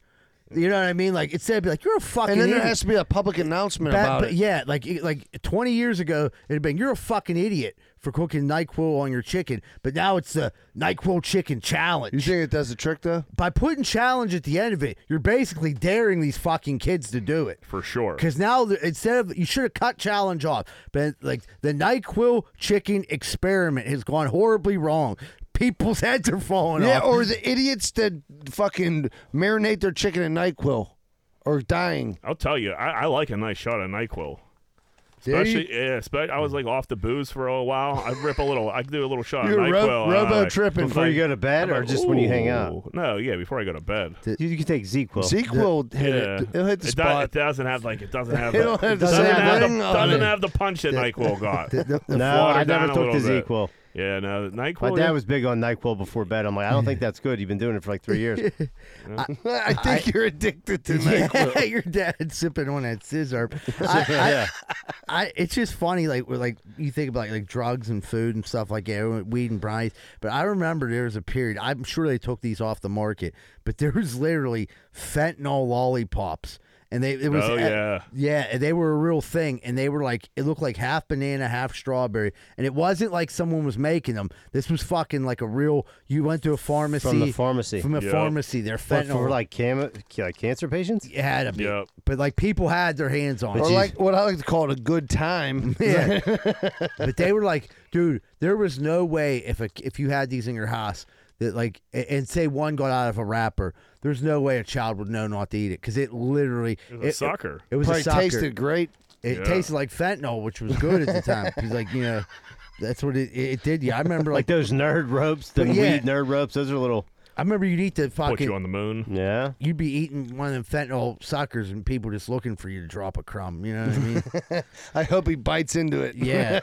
Speaker 1: You know what I mean? Like instead of be like you're a fucking
Speaker 3: and then there
Speaker 1: idiot.
Speaker 3: has to be a public announcement
Speaker 1: Ba-
Speaker 3: about
Speaker 1: but
Speaker 3: it.
Speaker 1: yeah, like it- like 20 years ago, it'd been you're a fucking idiot for cooking Nyquil on your chicken, but now it's the Nyquil chicken challenge.
Speaker 3: You think it does the trick though?
Speaker 1: By putting challenge at the end of it, you're basically daring these fucking kids to do it.
Speaker 4: For sure.
Speaker 1: Because now, the- instead of you should have cut challenge off, but like the Nyquil chicken experiment has gone horribly wrong. People's <laughs> heads are falling
Speaker 3: Yeah,
Speaker 1: off.
Speaker 3: or the idiots that fucking marinate their chicken in Nyquil, or dying.
Speaker 4: I'll tell you, I, I like a nice shot of Nyquil.
Speaker 3: you?
Speaker 4: Especially, yeah, spe- I was like off the booze for a while. I rip a little, I do a little shot
Speaker 3: You're
Speaker 4: of Nyquil.
Speaker 3: ro-
Speaker 4: and I'm
Speaker 3: robo
Speaker 4: like-
Speaker 3: tripping
Speaker 2: Before you go to bed,
Speaker 4: I'm
Speaker 2: or
Speaker 4: like,
Speaker 2: just when you hang
Speaker 4: uh, "Ooh."
Speaker 3: <laughs>
Speaker 2: out?
Speaker 4: No, yeah, before I go to bed.
Speaker 2: You, you can take Zequel.
Speaker 3: Zequel hit
Speaker 4: yeah.
Speaker 3: it. It'll hit the
Speaker 4: it, do-
Speaker 3: spot.
Speaker 4: it doesn't have like it doesn't have.
Speaker 3: <laughs> It
Speaker 4: the-
Speaker 3: don't have the
Speaker 4: doesn't
Speaker 3: same Oh.
Speaker 4: have the-
Speaker 3: ring on
Speaker 4: doesn't
Speaker 3: it.
Speaker 4: have the punch that
Speaker 2: <laughs>
Speaker 4: Nyquil got.
Speaker 2: no,
Speaker 4: Water
Speaker 2: I never
Speaker 4: down a
Speaker 2: took the
Speaker 4: little bit.
Speaker 2: Zequel.
Speaker 4: Yeah, no,
Speaker 2: My
Speaker 4: Nyquil.
Speaker 2: dad was big on Nyquil before bed. I'm like, I don't think that's good. You've been doing it for like three years.
Speaker 3: <laughs> I think you're addicted
Speaker 2: <laughs>
Speaker 3: to Nyquil.
Speaker 1: Yeah, <laughs> your dad sipping on
Speaker 4: <laughs>
Speaker 1: that scissor. I, I- I, it's just funny, like we're like you think about like drugs and food and stuff like yeah, weed and brines. But I remember there was a period. I'm sure they took these off the market, but there was literally fentanyl lollipops, and they it was e-,
Speaker 4: Oh, yeah.
Speaker 1: yeah, and they were a real thing, and they were like it looked like half banana, half strawberry, and it wasn't like someone was making them. This was fucking like a real. You went to a pharmacy
Speaker 2: pharmacy.
Speaker 1: from a
Speaker 4: Yeah.
Speaker 1: pharmacy. They're
Speaker 2: But
Speaker 1: fentanyl
Speaker 2: for like, cam- like cancer patients?
Speaker 1: it had to be.
Speaker 4: Yep.
Speaker 1: But like people had their hands on
Speaker 3: Or
Speaker 1: it.
Speaker 2: <laughs>
Speaker 3: like what I like to call it a good time.
Speaker 1: Yeah. but they were like, dude, there was no way if a, if you had these in your house that like a- and say one got out of a wrapper, there's no way a child would know not to eat it because it literally
Speaker 4: It was a sucker.
Speaker 1: It, was
Speaker 3: Probably
Speaker 1: a sucker.
Speaker 3: tasted great.
Speaker 1: It
Speaker 4: Yeah.
Speaker 1: tasted like fentanyl, which was good at the time. He's like, you know, that's what it, it, it did. Yeah, I remember
Speaker 2: Like
Speaker 1: like,
Speaker 2: those nerd ropes, the
Speaker 1: But yeah.
Speaker 2: weed nerd ropes. Those are little.
Speaker 1: I remember you'd eat the
Speaker 4: Put
Speaker 1: fucking
Speaker 4: you on the moon.
Speaker 2: Yeah.
Speaker 1: you'd be eating one of them fentanyl suckers and people just looking for you to drop a crumb. You know what I mean?
Speaker 3: <laughs> I hope he bites into it. <laughs>
Speaker 1: yeah.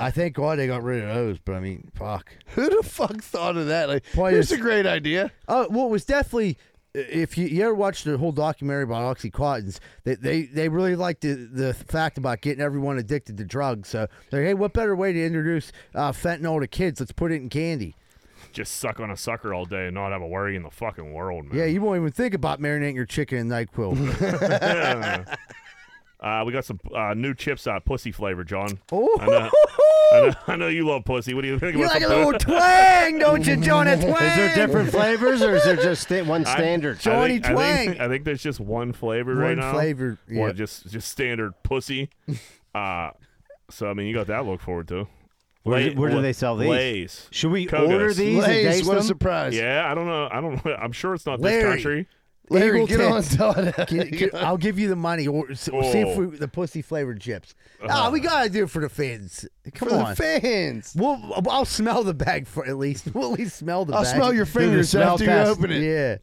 Speaker 1: I thank God they got rid of those, but I mean, fuck.
Speaker 3: Who the fuck thought of that? Like,
Speaker 1: Why
Speaker 3: here's
Speaker 1: is-
Speaker 3: a great idea.
Speaker 1: Oh, well, it was definitely. If you, you ever watched the whole documentary about OxyContin, they, they they really liked the, the fact about getting everyone addicted to drugs. So they're hey, what better way to introduce uh, fentanyl to kids? Let's put it in candy.
Speaker 4: Just suck on a sucker all day and not have a worry in the fucking world,
Speaker 3: <laughs>
Speaker 4: man.
Speaker 1: Yeah, you won't even think about marinating your chicken in
Speaker 4: <laughs>
Speaker 1: Nyquil.
Speaker 4: Uh, we got some uh, new chips out, pussy flavor, John. I know, I,
Speaker 1: oh,
Speaker 4: know, I know you love pussy. What do you think
Speaker 1: you
Speaker 4: about
Speaker 1: like a
Speaker 4: some-
Speaker 1: little twang, don't you, Johnny Twang?
Speaker 2: <laughs> Is there different flavors, or is there just sta- one
Speaker 4: I-
Speaker 2: standard?
Speaker 4: I
Speaker 1: Johnny
Speaker 4: think- I think-
Speaker 1: Twang.
Speaker 4: I think there's just one flavor
Speaker 1: One
Speaker 4: right now.
Speaker 1: flavor, yeah.
Speaker 4: One just just standard
Speaker 3: <laughs>
Speaker 4: pussy. uh, so I mean, you got that look forward to.
Speaker 2: Where do-
Speaker 4: Lay-
Speaker 2: where do
Speaker 4: la-
Speaker 2: they sell these?
Speaker 4: Lays.
Speaker 2: Should we
Speaker 4: Kogos.
Speaker 2: order these and
Speaker 3: Lays,
Speaker 2: taste
Speaker 3: what a
Speaker 2: them?
Speaker 3: surprise.
Speaker 4: Yeah, I don't know. <laughs> I don't. I'm sure it's not
Speaker 1: Larry.
Speaker 4: this country.
Speaker 3: Larry,
Speaker 1: Eagle
Speaker 3: get on
Speaker 1: tits.
Speaker 3: to <laughs> it.
Speaker 1: Can- can- <laughs> I'll give you the money or s- see if
Speaker 4: Oh. Uh-huh.
Speaker 1: we, the pussy flavored chips. Ah, we gotta do it for the fans. Come
Speaker 3: Uh-huh. For
Speaker 1: on,
Speaker 3: the fans.
Speaker 1: We'll, I'll smell the bag for at least. <laughs> We'll at least smell the
Speaker 3: I'll
Speaker 1: bag.
Speaker 3: smell your fingers
Speaker 2: smell
Speaker 3: after
Speaker 2: test.
Speaker 3: you open it.
Speaker 4: <sighs>
Speaker 1: Yeah.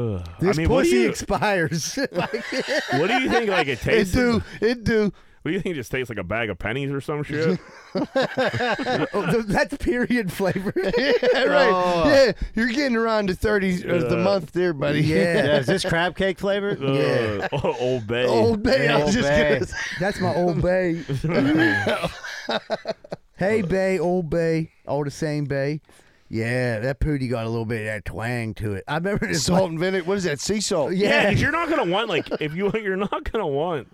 Speaker 4: I
Speaker 1: This
Speaker 4: mean, what do
Speaker 1: pussy
Speaker 4: you
Speaker 1: expires. <laughs> Like,
Speaker 4: <laughs> what do you think? Like it
Speaker 3: It
Speaker 4: tastes.
Speaker 3: do. It
Speaker 1: <laughs>
Speaker 3: do. <laughs>
Speaker 4: What do you think? It just tastes like a bag of pennies or some shit. <laughs>
Speaker 1: oh, th- that's period flavor.
Speaker 3: <laughs> Yeah, right.
Speaker 2: Oh.
Speaker 3: Yeah, you're getting around to 30 of the
Speaker 4: Yeah.
Speaker 3: month there, buddy. <laughs>
Speaker 2: Yeah,
Speaker 1: yeah.
Speaker 2: is this crab cake flavor?
Speaker 1: <laughs> Yeah.
Speaker 4: Uh, oh, Old Bay.
Speaker 3: Old Bay. I
Speaker 2: Old
Speaker 3: was just
Speaker 2: Bay.
Speaker 3: going to say.
Speaker 1: That's my old bay. hey, bay, old bay, all the same bay. Yeah, that pootie got a little bit of that twang to it. I remember this.
Speaker 3: Salt and vinegar. What is that? Sea salt.
Speaker 4: Yeah,
Speaker 1: yeah.
Speaker 4: 'cause you're not gonna want like if you <laughs> you're not gonna want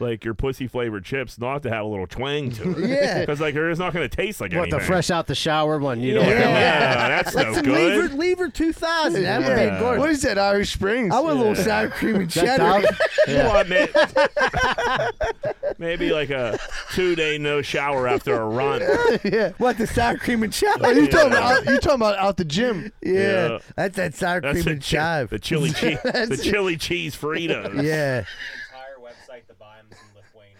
Speaker 4: like your pussy flavored chips not to have a little twang to it. <laughs>
Speaker 1: Yeah.
Speaker 4: because like it's not gonna taste like
Speaker 2: What
Speaker 4: anything.
Speaker 2: the fresh out the shower one? You know.
Speaker 4: Yeah,
Speaker 1: Yeah.
Speaker 4: that's
Speaker 1: Like
Speaker 4: no
Speaker 1: some
Speaker 4: good.
Speaker 1: lever, lever 2000. That would
Speaker 3: Uh, Yeah.
Speaker 1: be good.
Speaker 3: What is that? Irish Springs.
Speaker 1: I want a little sour
Speaker 3: <laughs>
Speaker 1: cream and
Speaker 2: That
Speaker 1: cheddar.
Speaker 2: dog-
Speaker 4: <laughs> You want may-
Speaker 1: <laughs>
Speaker 4: maybe like a two day no shower after a
Speaker 1: <laughs>
Speaker 4: run.
Speaker 3: yeah. Oh,
Speaker 1: What, the sour cream and cheddar?
Speaker 3: You talking about you talking about out the gym?
Speaker 1: Yeah,
Speaker 4: Yeah.
Speaker 1: that's that sour
Speaker 4: That's
Speaker 1: cream
Speaker 4: the
Speaker 1: and
Speaker 4: chi-
Speaker 1: chive.
Speaker 4: the
Speaker 1: <laughs>
Speaker 4: chili cheese, the chili cheese Fritos.
Speaker 1: yeah,
Speaker 10: entire website to buy them from Lithuania.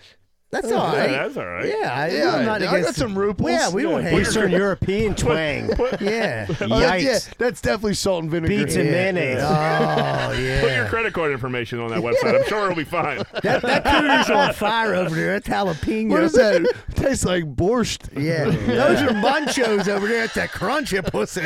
Speaker 1: that's all right.
Speaker 4: Yeah, that's all right.
Speaker 1: Yeah, I,
Speaker 3: Yeah,
Speaker 1: I'm not
Speaker 3: I got
Speaker 1: against
Speaker 3: some Rupels.
Speaker 1: Yeah, we don't
Speaker 4: Yeah.
Speaker 1: hate.
Speaker 3: <laughs>
Speaker 2: Eastern European twang.
Speaker 4: Put,
Speaker 1: Yeah,
Speaker 3: Oh, that's-
Speaker 2: Yikes.
Speaker 3: yeah, that's definitely salt and vinegar.
Speaker 2: Beets and
Speaker 1: Yeah. <laughs>
Speaker 2: mayonnaise.
Speaker 1: Oh
Speaker 4: put your
Speaker 1: yeah,
Speaker 4: credit card information
Speaker 1: <laughs>
Speaker 4: on that website. I'm sure it'll be fine.
Speaker 1: that that
Speaker 3: <laughs>
Speaker 1: cooter's on fire over there. That's jalapeno.
Speaker 3: What is that? Tastes like borscht.
Speaker 1: Yeah, those are <laughs>
Speaker 3: <laughs>
Speaker 1: munchos over there. It's that crunchy pussy.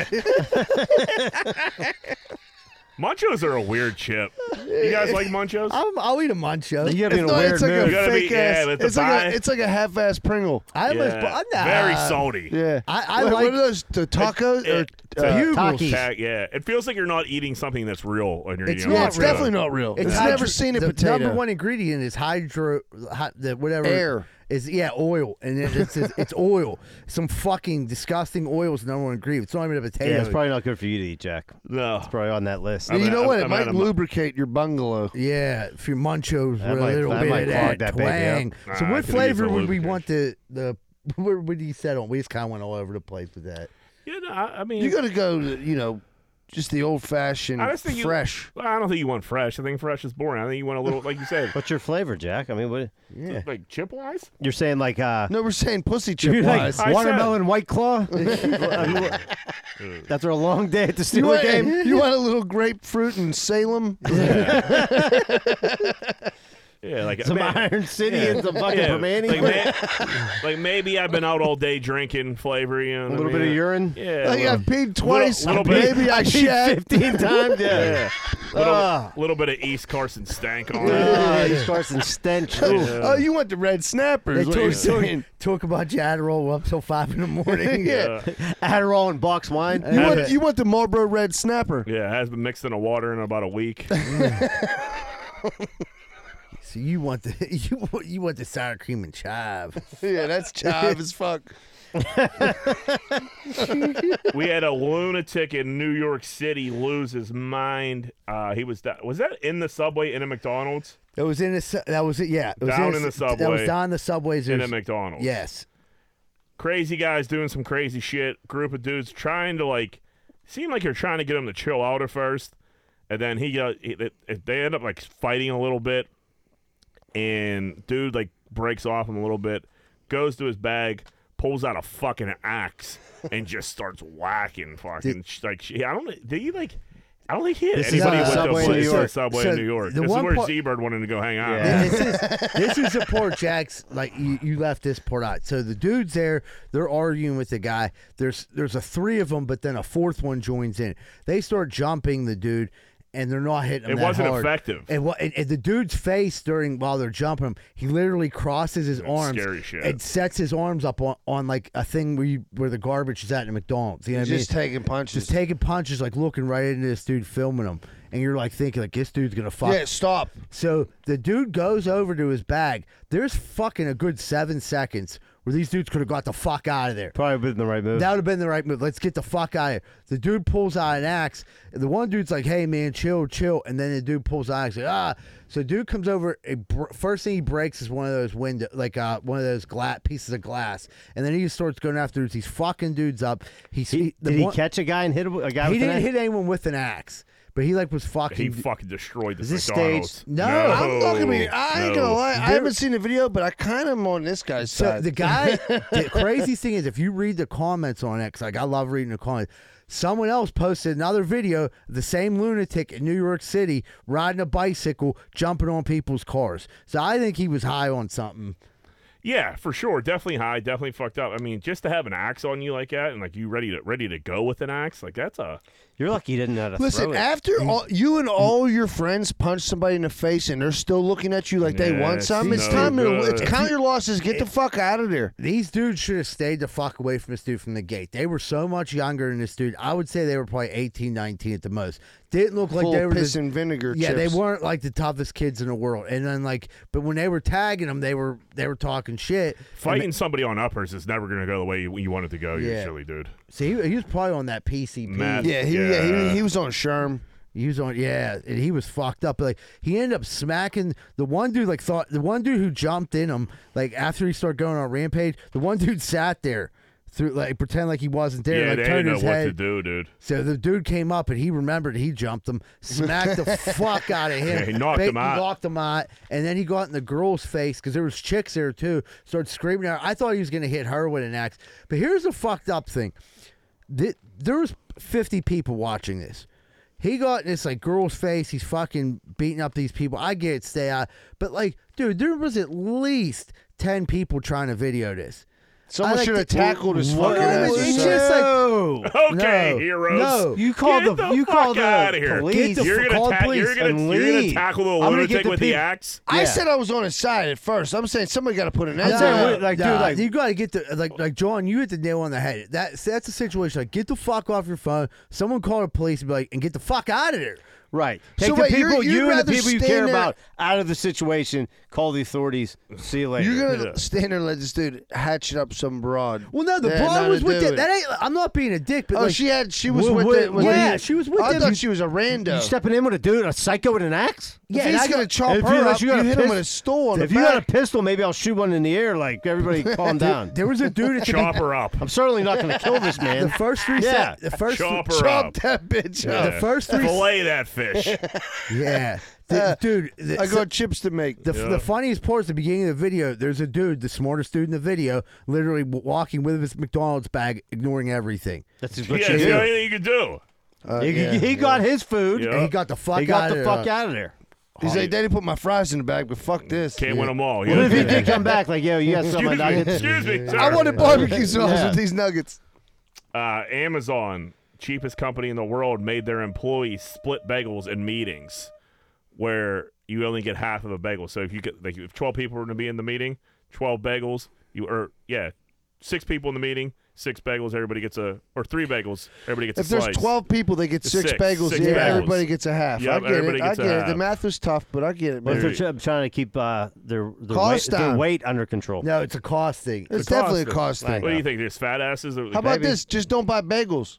Speaker 4: Munchos are a weird chip. You guys like munchos?
Speaker 1: I'm, I'll eat a muncho.
Speaker 2: You gotta
Speaker 3: It's,
Speaker 2: be in a
Speaker 3: not,
Speaker 2: weird
Speaker 3: it's like
Speaker 2: mood.
Speaker 4: You
Speaker 3: a
Speaker 4: gotta be-
Speaker 3: fake
Speaker 4: yeah,
Speaker 3: ass.
Speaker 4: with the
Speaker 3: it's like
Speaker 4: pie.
Speaker 3: a, it's like a half ass Pringle.
Speaker 1: I almost,
Speaker 4: Yeah.
Speaker 1: but I'm not- uh,
Speaker 4: Very salty.
Speaker 3: Yeah.
Speaker 1: I, I
Speaker 3: What-
Speaker 1: like
Speaker 3: what are those? The tacos
Speaker 4: It-
Speaker 3: or uh,
Speaker 4: uh,
Speaker 2: Takis.
Speaker 4: ta- yeah, it feels like you're not eating something that's real when you're
Speaker 1: It's
Speaker 4: eating. a
Speaker 1: not
Speaker 3: Yeah,
Speaker 4: muncho.
Speaker 3: it's definitely not real. It's,
Speaker 1: hydro-
Speaker 3: never seen a
Speaker 1: the
Speaker 3: potato.
Speaker 1: Number one ingredient is hydro, hy- the whatever
Speaker 3: Air.
Speaker 1: is yeah oil, and it, it's it's it's oil. Some fucking disgusting oil is the number one ingredient. It's not even a potato.
Speaker 2: Yeah, it's probably not good for you to eat, Jack.
Speaker 4: No.
Speaker 2: It's probably on that list.
Speaker 4: I'm
Speaker 3: you
Speaker 4: at-
Speaker 3: know what? It
Speaker 4: I'm at
Speaker 3: might
Speaker 4: a mu-
Speaker 3: lubricate your bungalow.
Speaker 1: Yeah, if your munchos
Speaker 2: That
Speaker 1: were
Speaker 2: might-
Speaker 1: a little
Speaker 2: that
Speaker 1: bit
Speaker 2: might
Speaker 1: of
Speaker 2: clog
Speaker 1: that,
Speaker 2: that baby
Speaker 1: twang.
Speaker 4: up.
Speaker 1: So
Speaker 4: Nah, I
Speaker 1: what
Speaker 4: could use a
Speaker 1: flavor would we
Speaker 4: lubrication.
Speaker 1: want the the? <laughs> Where would you set on? We just kind of went all over the place with that.
Speaker 4: Yeah, no, I, I mean,
Speaker 3: You got to go to you know, just the old fashioned,
Speaker 4: I just think you-
Speaker 3: fresh.
Speaker 4: Well, I don't think you want fresh. I think fresh is boring. I think you want a little, like you said,
Speaker 2: What's your flavor, Jack? I mean, what
Speaker 1: Yeah,
Speaker 4: like chip wise.
Speaker 2: you're saying like uh
Speaker 3: no, we're <laughs> saying pussy
Speaker 2: you're
Speaker 3: chip
Speaker 2: like
Speaker 3: wise.
Speaker 4: I said-
Speaker 2: watermelon
Speaker 3: <laughs>
Speaker 2: white claw? After a long day at the
Speaker 3: you,
Speaker 2: Steeler
Speaker 3: want,
Speaker 2: game?
Speaker 3: you want a little grapefruit in Salem?
Speaker 4: Yeah, like
Speaker 2: Some
Speaker 4: man,
Speaker 2: Iron City and some fucking
Speaker 4: yeah,
Speaker 2: Permani?
Speaker 4: Like, ma- like maybe I've been out all day drinking flavor. You know, what
Speaker 2: a
Speaker 4: I
Speaker 2: little bit
Speaker 4: mean?
Speaker 2: of urine?
Speaker 4: Yeah,
Speaker 3: like
Speaker 4: little,
Speaker 3: I've peed twice.
Speaker 4: little bit.
Speaker 3: maybe
Speaker 2: <laughs>
Speaker 3: I shat.
Speaker 2: 15 times? Yeah.
Speaker 4: little,
Speaker 2: Ah.
Speaker 4: little bit of East Carson stank on it.
Speaker 2: Ah, it starts
Speaker 1: <laughs>
Speaker 2: in stench. Ooh.
Speaker 3: Oh, <laughs> you want the red snapper?
Speaker 1: they
Speaker 3: is what you're
Speaker 1: talk,
Speaker 3: saying.
Speaker 1: talk, talk about your Adderall up till five in
Speaker 4: <laughs>
Speaker 1: the morning. <laughs>
Speaker 3: Yeah.
Speaker 2: Adderall and box wine.
Speaker 3: You
Speaker 4: Have
Speaker 3: want,
Speaker 4: it.
Speaker 3: you want the Marlboro red snapper?
Speaker 4: Yeah, it has been mixed in a water in about a week.
Speaker 1: <laughs> So you want the <laughs> you want- you want the sour cream and chive?
Speaker 3: Yeah,
Speaker 1: <laughs>
Speaker 3: that's chive as fuck.
Speaker 4: we had a lunatic in New York City lose his mind. Uh, he was that was that in the subway in a McDonald's
Speaker 1: It was in the su- that was it. Yeah, it was
Speaker 4: Down
Speaker 1: a
Speaker 4: in the
Speaker 1: su- That was
Speaker 4: subway.
Speaker 1: down the subways.
Speaker 4: in a
Speaker 1: There's-
Speaker 4: McDonald's.
Speaker 1: Yes.
Speaker 4: crazy guys doing some crazy shit. Group of dudes trying to like seemed like you're trying to get him to chill out at first, and then he got he, it- it- they end up like fighting a little bit, and dude like breaks off him a little bit, goes to his bag, pulls out a fucking axe, and just starts whacking fucking sh like sh- I don't did he like. I don't think he had
Speaker 2: This is
Speaker 4: anybody
Speaker 2: on
Speaker 4: with
Speaker 2: the subway
Speaker 4: the
Speaker 2: in
Speaker 4: police
Speaker 2: New
Speaker 4: on
Speaker 2: York.
Speaker 4: subway
Speaker 1: So
Speaker 4: in New York.
Speaker 1: the
Speaker 4: This is
Speaker 1: one
Speaker 4: where
Speaker 1: part-
Speaker 4: Z-Bird wanted to go hang out. <laughs>
Speaker 2: Yeah.
Speaker 3: <laughs>
Speaker 1: this is this is the part Jack's like you, you left this part out. So the dudes there, they're arguing with the guy. There's there's a three of them, but then a fourth one joins in. They start jumping the dude, and they're not hitting. Him
Speaker 4: It
Speaker 1: that
Speaker 4: wasn't
Speaker 1: hard.
Speaker 4: effective.
Speaker 1: And, what, and, and the dude's face during while they're jumping him, he literally crosses his arms
Speaker 4: scary shit.
Speaker 1: and sets his arms up on, on like a thing where you, where the garbage is at in McDonald's. You know what I mean?
Speaker 3: Just taking punches.
Speaker 1: Just taking punches, like looking right into this dude, filming him, and you're like thinking, like this dude's gonna fuck
Speaker 3: yeah, stop.
Speaker 1: so the dude goes over to his bag. There's fucking a good seven seconds where these dudes could have got the fuck out of there.
Speaker 2: Probably been the right move.
Speaker 1: That would have been the right move. Let's get the fuck out of here. The dude pulls out an axe. The one dude's like, hey, man, chill, chill. And then the dude pulls out an axe. Like, ah. So dude comes over. A br- first thing he breaks is one of those window, like uh, one of those gla- pieces of glass. And then he just starts going after dudes. He's fucking dudes up. He's,
Speaker 2: He-
Speaker 1: the
Speaker 2: did he
Speaker 1: one-
Speaker 2: catch a guy and hit a, a guy
Speaker 1: he
Speaker 2: with an
Speaker 1: didn't
Speaker 2: axe?
Speaker 1: hit anyone with an axe, but he like was
Speaker 4: He
Speaker 1: fucking.
Speaker 4: fucking destroyed the
Speaker 2: Is this
Speaker 4: McDonald's.
Speaker 2: staged?
Speaker 1: No,
Speaker 3: I'm not gonna be. I ain't gonna
Speaker 4: no.
Speaker 3: lie. I haven't seen the video, but I kind of am on this guy's
Speaker 1: So
Speaker 3: side.
Speaker 1: the guy,
Speaker 3: <laughs>
Speaker 1: the craziest thing is, if you read the comments on it, 'cause, like I love reading the comments. Someone else posted another video, of the same lunatic in New York City riding a bicycle, jumping on people's cars. So I think he was high on something.
Speaker 4: Yeah, for sure. Definitely high. Definitely fucked up. I mean, just to have an axe on you like that, and like you ready to ready to go with an axe, like that's a
Speaker 2: You're lucky you didn't know how to
Speaker 3: Listen,
Speaker 2: throw it.
Speaker 3: after all, you and all your friends punch somebody in the face and they're still looking at you like they
Speaker 4: Yeah,
Speaker 3: want something,
Speaker 4: it's
Speaker 3: it's
Speaker 4: no
Speaker 3: time to
Speaker 4: good.
Speaker 3: it's count your losses. Get the fuck out of there.
Speaker 1: These dudes should have stayed the fuck away from this dude from the gate. They were so much younger than this dude. I would say they were probably 18, 19 at the most. Didn't look like
Speaker 3: Full
Speaker 1: they were
Speaker 3: piss
Speaker 1: the,
Speaker 3: and vinegar.
Speaker 1: Yeah,
Speaker 3: chips.
Speaker 1: they weren't like the toughest kids in the world. And then like, but when they were tagging them, they were they were talking shit.
Speaker 4: fighting somebody on uppers is never gonna go the way you, you want it to go.
Speaker 1: Yeah.
Speaker 4: Usually, dude.
Speaker 1: See, he, he was probably on that PCP.
Speaker 4: Meth.
Speaker 3: Yeah, he, yeah.
Speaker 4: Yeah.
Speaker 3: he, he was on Sherm.
Speaker 1: He was on, yeah, and he was fucked up. Like he ended up smacking the one dude. Like thought the one dude who jumped in him. Like after he started going on rampage, the one dude sat there through like pretend like he wasn't there.
Speaker 4: yeah,
Speaker 1: like
Speaker 4: they
Speaker 1: turned
Speaker 4: didn't know
Speaker 1: his
Speaker 4: what
Speaker 1: head.
Speaker 4: to do, dude.
Speaker 1: So the dude came up and he remembered he jumped him,
Speaker 4: <laughs>
Speaker 1: smacked the fuck out of him.
Speaker 4: Yeah, he knocked
Speaker 1: Ba-
Speaker 4: him out.
Speaker 1: knocked him out, and then he got in the girl's face because there was chicks there too. Started screaming out. I thought he was gonna hit her with an axe. But here's the fucked up thing: Th- there was 50 people watching this. He got in this like girl's face. He's fucking beating up these people. I get it, stay out. But like, dude, there was at least 10 people trying to video this.
Speaker 3: Someone
Speaker 1: like
Speaker 3: should have
Speaker 1: to-
Speaker 3: tackled his fucking
Speaker 1: No,
Speaker 3: ass.
Speaker 1: but it's
Speaker 3: or something.
Speaker 1: just
Speaker 4: <laughs>
Speaker 1: like
Speaker 4: Okay,
Speaker 1: No,
Speaker 4: heroes.
Speaker 1: no.
Speaker 2: You call
Speaker 4: Get
Speaker 2: the- you
Speaker 4: fuck
Speaker 2: call the
Speaker 4: outta here.
Speaker 2: police.
Speaker 4: You're
Speaker 1: Get the
Speaker 4: gonna
Speaker 1: fuck-
Speaker 4: ta-
Speaker 1: call
Speaker 4: you're
Speaker 1: police
Speaker 4: gonna
Speaker 2: and
Speaker 4: you're gonna
Speaker 2: leave.
Speaker 4: tackle the
Speaker 2: I'm gonna
Speaker 4: lunatic
Speaker 2: get the
Speaker 4: with the
Speaker 2: peop-
Speaker 4: axe.
Speaker 3: I
Speaker 2: Yeah.
Speaker 3: said I was on his side at first. I'm saying somebody got to put an end.
Speaker 1: No,
Speaker 3: to
Speaker 2: saying,
Speaker 3: it.
Speaker 2: what- like, dude,
Speaker 1: no,
Speaker 2: like-
Speaker 1: you gotta get the like, like John, you hit the nail on the head. That's that's a situation. Like, get the fuck off your phone. Someone call the police and be like, and get the fuck out of there.
Speaker 2: Right.
Speaker 3: <laughs> So
Speaker 2: Take
Speaker 3: wait,
Speaker 2: the
Speaker 3: you're-
Speaker 2: people
Speaker 3: you'd
Speaker 2: you and
Speaker 3: rather
Speaker 2: the people you
Speaker 3: stay
Speaker 2: care
Speaker 3: there-
Speaker 2: about out of the situation. Call the authorities. See you later.
Speaker 3: You're gonna stand there and let this dude hatchet up some broad.
Speaker 1: Well, no, the
Speaker 3: That had
Speaker 1: problem
Speaker 3: nothing
Speaker 1: was
Speaker 3: to
Speaker 1: with
Speaker 3: do
Speaker 1: that. That ain't. I'm not being a dick, but
Speaker 3: Oh,
Speaker 1: like,
Speaker 3: she had. She was
Speaker 2: Wh-
Speaker 3: with.
Speaker 2: wh-
Speaker 3: the, with
Speaker 1: yeah,
Speaker 3: the-
Speaker 1: she was with
Speaker 3: I
Speaker 1: them.
Speaker 3: thought she was a rando.
Speaker 2: You stepping in with a dude, a psycho with
Speaker 3: <laughs>
Speaker 2: an axe?
Speaker 1: yeah,
Speaker 3: if
Speaker 1: and I
Speaker 3: he's gonna
Speaker 1: got-
Speaker 3: chop
Speaker 2: If you-
Speaker 3: her
Speaker 2: unless
Speaker 3: up,
Speaker 2: you
Speaker 3: you,
Speaker 2: got a
Speaker 3: hit him with a
Speaker 2: pist-
Speaker 3: stool on
Speaker 2: if
Speaker 3: the
Speaker 2: you
Speaker 3: back.
Speaker 2: got a pistol, maybe I'll shoot one in the air. Like <laughs> everybody, calm down.
Speaker 1: there was a dude at the
Speaker 4: Chop her up.
Speaker 2: I'm certainly not gonna kill this
Speaker 1: be- the
Speaker 2: man.
Speaker 1: first three.
Speaker 2: Yeah.
Speaker 1: sec- the first.
Speaker 4: Chop her
Speaker 3: Chop
Speaker 4: up.
Speaker 3: that bitch
Speaker 1: The
Speaker 3: up.
Speaker 4: Yeah.
Speaker 1: first three.
Speaker 4: Fillet that fish.
Speaker 1: Yeah, <laughs> The-
Speaker 3: Uh,
Speaker 1: dude. the-
Speaker 3: I got chips to make.
Speaker 1: The, the funniest part is the beginning of the video. There's a dude, the smartest dude in the video, literally w- walking with his McDonald's bag, ignoring everything.
Speaker 2: That's just what
Speaker 4: yeah,
Speaker 2: you
Speaker 4: you
Speaker 2: do.
Speaker 4: know, anything you can do.
Speaker 3: Uh,
Speaker 2: He,
Speaker 3: yeah,
Speaker 2: he
Speaker 3: yeah.
Speaker 2: got his food.
Speaker 4: Yeah.
Speaker 1: And he got the fuck
Speaker 2: He got
Speaker 1: out
Speaker 2: the
Speaker 1: of
Speaker 2: fuck out of there.
Speaker 3: He's like, Daddy put my fries in the bag, but fuck this.
Speaker 4: Can't win them all.
Speaker 2: What if he
Speaker 4: Yeah. <laughs>
Speaker 2: did come back? Like, yo, you got some
Speaker 4: Excuse me.
Speaker 2: nuggets?
Speaker 4: Excuse me.
Speaker 3: I
Speaker 4: sir.
Speaker 3: wanted barbecue sauce
Speaker 2: Yeah.
Speaker 3: with these nuggets.
Speaker 4: uh, Amazon, cheapest company in the world, made their employees split bagels in meetings, where you only get half of a bagel. So if you get like if twelve people were to be in the meeting, twelve bagels, you or yeah, six people in the meeting, six bagels, everybody gets a or three bagels, everybody gets
Speaker 3: If
Speaker 4: a
Speaker 3: there's
Speaker 4: slice.
Speaker 3: 12 people, they get
Speaker 4: It's
Speaker 3: six,
Speaker 4: six.
Speaker 3: bagels.
Speaker 4: Six
Speaker 3: yeah,
Speaker 4: bagels.
Speaker 3: everybody gets a half.
Speaker 4: Yep,
Speaker 3: I get
Speaker 4: everybody
Speaker 3: it. I
Speaker 4: gets a
Speaker 3: get it.
Speaker 4: half.
Speaker 3: The math was tough, but I get it. Man.
Speaker 2: What if <laughs> they're try- trying to keep uh, their their weight,
Speaker 3: Cost
Speaker 2: their
Speaker 3: down.
Speaker 2: weight under control?
Speaker 1: No, it's a cost thing.
Speaker 3: It's
Speaker 4: cost
Speaker 3: definitely a
Speaker 4: thing.
Speaker 3: cost thing.
Speaker 4: What do you think? There's fat asses. That,
Speaker 3: How about this? Just don't buy bagels.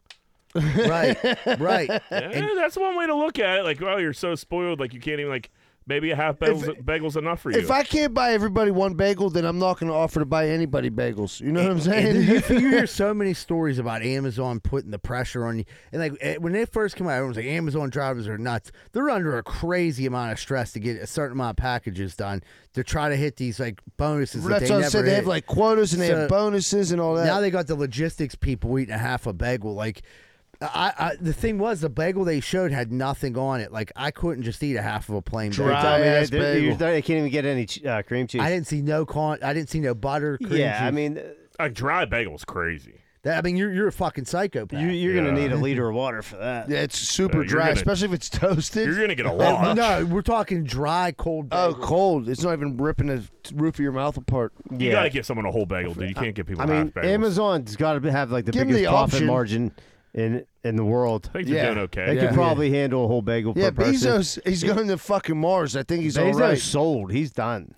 Speaker 1: right, right.
Speaker 4: <laughs> Yeah, that's one way to look at it. Like, oh, you're so spoiled. Like you can't even like Maybe a half bagel's, bagel's enough for you.
Speaker 3: If I can't buy everybody one bagel, then I'm not going to offer to buy anybody bagels. You know what
Speaker 4: <laughs>
Speaker 3: I'm
Speaker 1: And
Speaker 2: <laughs>
Speaker 3: saying?
Speaker 1: then you, you hear so many stories about Amazon putting the pressure on you. And like eh, when they first came out, everyone was like, Amazon drivers are nuts. They're under a crazy amount of stress to get a certain amount of packages done to try to hit these like bonuses. that
Speaker 3: That's
Speaker 1: they
Speaker 3: what I
Speaker 1: never
Speaker 3: said. They
Speaker 1: hit.
Speaker 3: have like quotas and they
Speaker 1: So-
Speaker 3: have bonuses and all that.
Speaker 1: Now they got the logistics people eating a half a bagel. Like, I, I the thing was the bagel they showed had nothing on it. Like I couldn't just eat a half of a plain
Speaker 2: They
Speaker 1: bagel.
Speaker 3: Dry.
Speaker 2: tell me
Speaker 3: ass
Speaker 2: that they're-
Speaker 3: bagel.
Speaker 2: you're- they can't even get any ch- uh, cream cheese.
Speaker 1: I didn't see no con. I didn't see no butter. Cream
Speaker 2: yeah, I
Speaker 1: cheese.
Speaker 2: mean,
Speaker 4: a dry bagel's crazy.
Speaker 1: that, I mean you're you're a fucking psychopath.
Speaker 2: you, you're
Speaker 4: Yeah.
Speaker 2: gonna need a liter of water for that.
Speaker 3: yeah, it's
Speaker 4: Yeah,
Speaker 3: super
Speaker 4: you're
Speaker 3: dry,
Speaker 4: gonna-
Speaker 3: especially if it's toasted.
Speaker 4: You're gonna get a
Speaker 1: Uh,
Speaker 4: lot.
Speaker 1: no, we're talking dry, cold.
Speaker 3: oh,
Speaker 1: Bagel.
Speaker 3: cold. It's not even ripping the roof of your mouth apart.
Speaker 4: you gotta give someone a whole bagel, dude. You can't give people
Speaker 2: I mean,
Speaker 4: half bagels.
Speaker 2: Amazon's got to have like the
Speaker 3: Give 'em
Speaker 2: biggest
Speaker 3: the
Speaker 2: profit
Speaker 3: option.
Speaker 2: margin in in the world.
Speaker 4: I think they're
Speaker 3: yeah.
Speaker 4: doing
Speaker 2: They
Speaker 4: okay.
Speaker 2: could probably handle a whole bagel
Speaker 3: yeah,
Speaker 2: per person.
Speaker 3: Bezos, he's going to fucking Mars. I think he's all
Speaker 2: Bezos
Speaker 3: right.
Speaker 2: sold. He's done.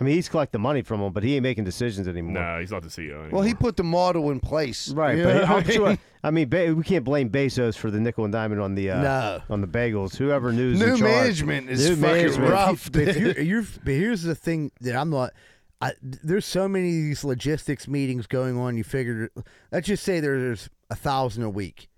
Speaker 2: I mean, he's collecting money from him, but he ain't making decisions anymore.
Speaker 4: No, he's not the CEO. Anymore.
Speaker 3: Well, he put the model in place.
Speaker 2: Right,
Speaker 3: You know
Speaker 2: but
Speaker 3: what
Speaker 2: I'm
Speaker 3: I mean?
Speaker 2: sure.
Speaker 3: <laughs>
Speaker 2: I mean, ba- we can't blame Bezos for the nickel and diamond on the uh,
Speaker 1: No.
Speaker 2: on the bagels. Whoever knew
Speaker 3: New management is
Speaker 2: New
Speaker 3: fucking
Speaker 2: management.
Speaker 3: rough.
Speaker 1: But if
Speaker 3: dude.
Speaker 1: you you're, but here's the thing that I'm not. I, there's so many of these logistics meetings going on. You figure, let's just say there's a thousand a week,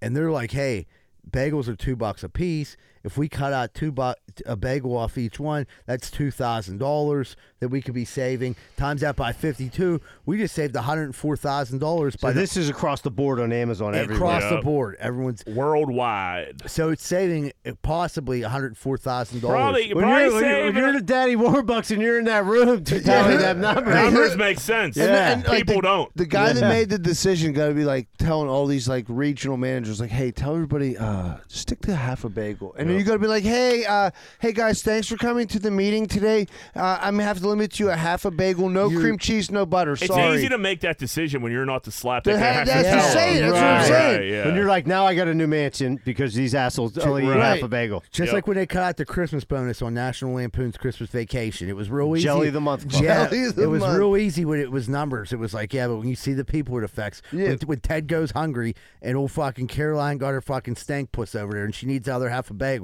Speaker 1: and they're like, "Hey, bagels are two bucks a piece. If we cut out two bu- a bagel off each one, that's two thousand dollars that we could be saving. Times that by fifty-two, we just saved one hundred four thousand dollars by
Speaker 2: But this is across the board on Amazon.
Speaker 1: the,
Speaker 2: everywhere.
Speaker 1: across the
Speaker 4: Yep.
Speaker 1: board. Everyone's
Speaker 4: worldwide.
Speaker 1: so it's saving uh, possibly one hundred four thousand dollars.
Speaker 4: Probably,
Speaker 2: When
Speaker 4: probably
Speaker 2: you're, when you're- when
Speaker 4: saving-
Speaker 2: you're the daddy Warbucks and you're in that <laughs> room to
Speaker 4: <laughs>
Speaker 2: tally that number,
Speaker 4: numbers make sense.
Speaker 2: Yeah.
Speaker 3: And, like,
Speaker 4: people
Speaker 3: the,
Speaker 4: don't.
Speaker 3: The guy
Speaker 2: Yeah.
Speaker 3: that made the decision got to be like telling all these like regional managers, like, "Hey, tell everybody, uh, stick to half a bagel." And then you got to be like, "Hey, uh, hey guys, thanks for coming to the meeting today. Uh, I'm gonna have to limit you a half a bagel, no cream cheese, no butter.
Speaker 4: It's
Speaker 3: Sorry."
Speaker 4: easy to make that decision when you're not the slap that
Speaker 3: That-
Speaker 4: they have to
Speaker 3: that's
Speaker 4: tell
Speaker 3: what I'm saying,
Speaker 4: them.
Speaker 3: that's what I'm
Speaker 4: Right,
Speaker 3: saying.
Speaker 4: right, yeah.
Speaker 2: when you're like, now I got a new mansion because these assholes only eat Oh, half
Speaker 3: Right.
Speaker 2: a bagel.
Speaker 1: Just
Speaker 4: Yep.
Speaker 1: like when they cut out the Christmas bonus on National Lampoon's Christmas Vacation, it was real easy.
Speaker 2: Jelly of the month club.
Speaker 1: Yeah,
Speaker 3: Jelly of the
Speaker 1: it was
Speaker 3: month.
Speaker 1: real easy when it was numbers. It was like, yeah, but when you see the people it affects,
Speaker 3: Yeah.
Speaker 1: when, when Ted goes hungry and old fucking Caroline got her fucking stank puss over there and she needs the other half a bagel.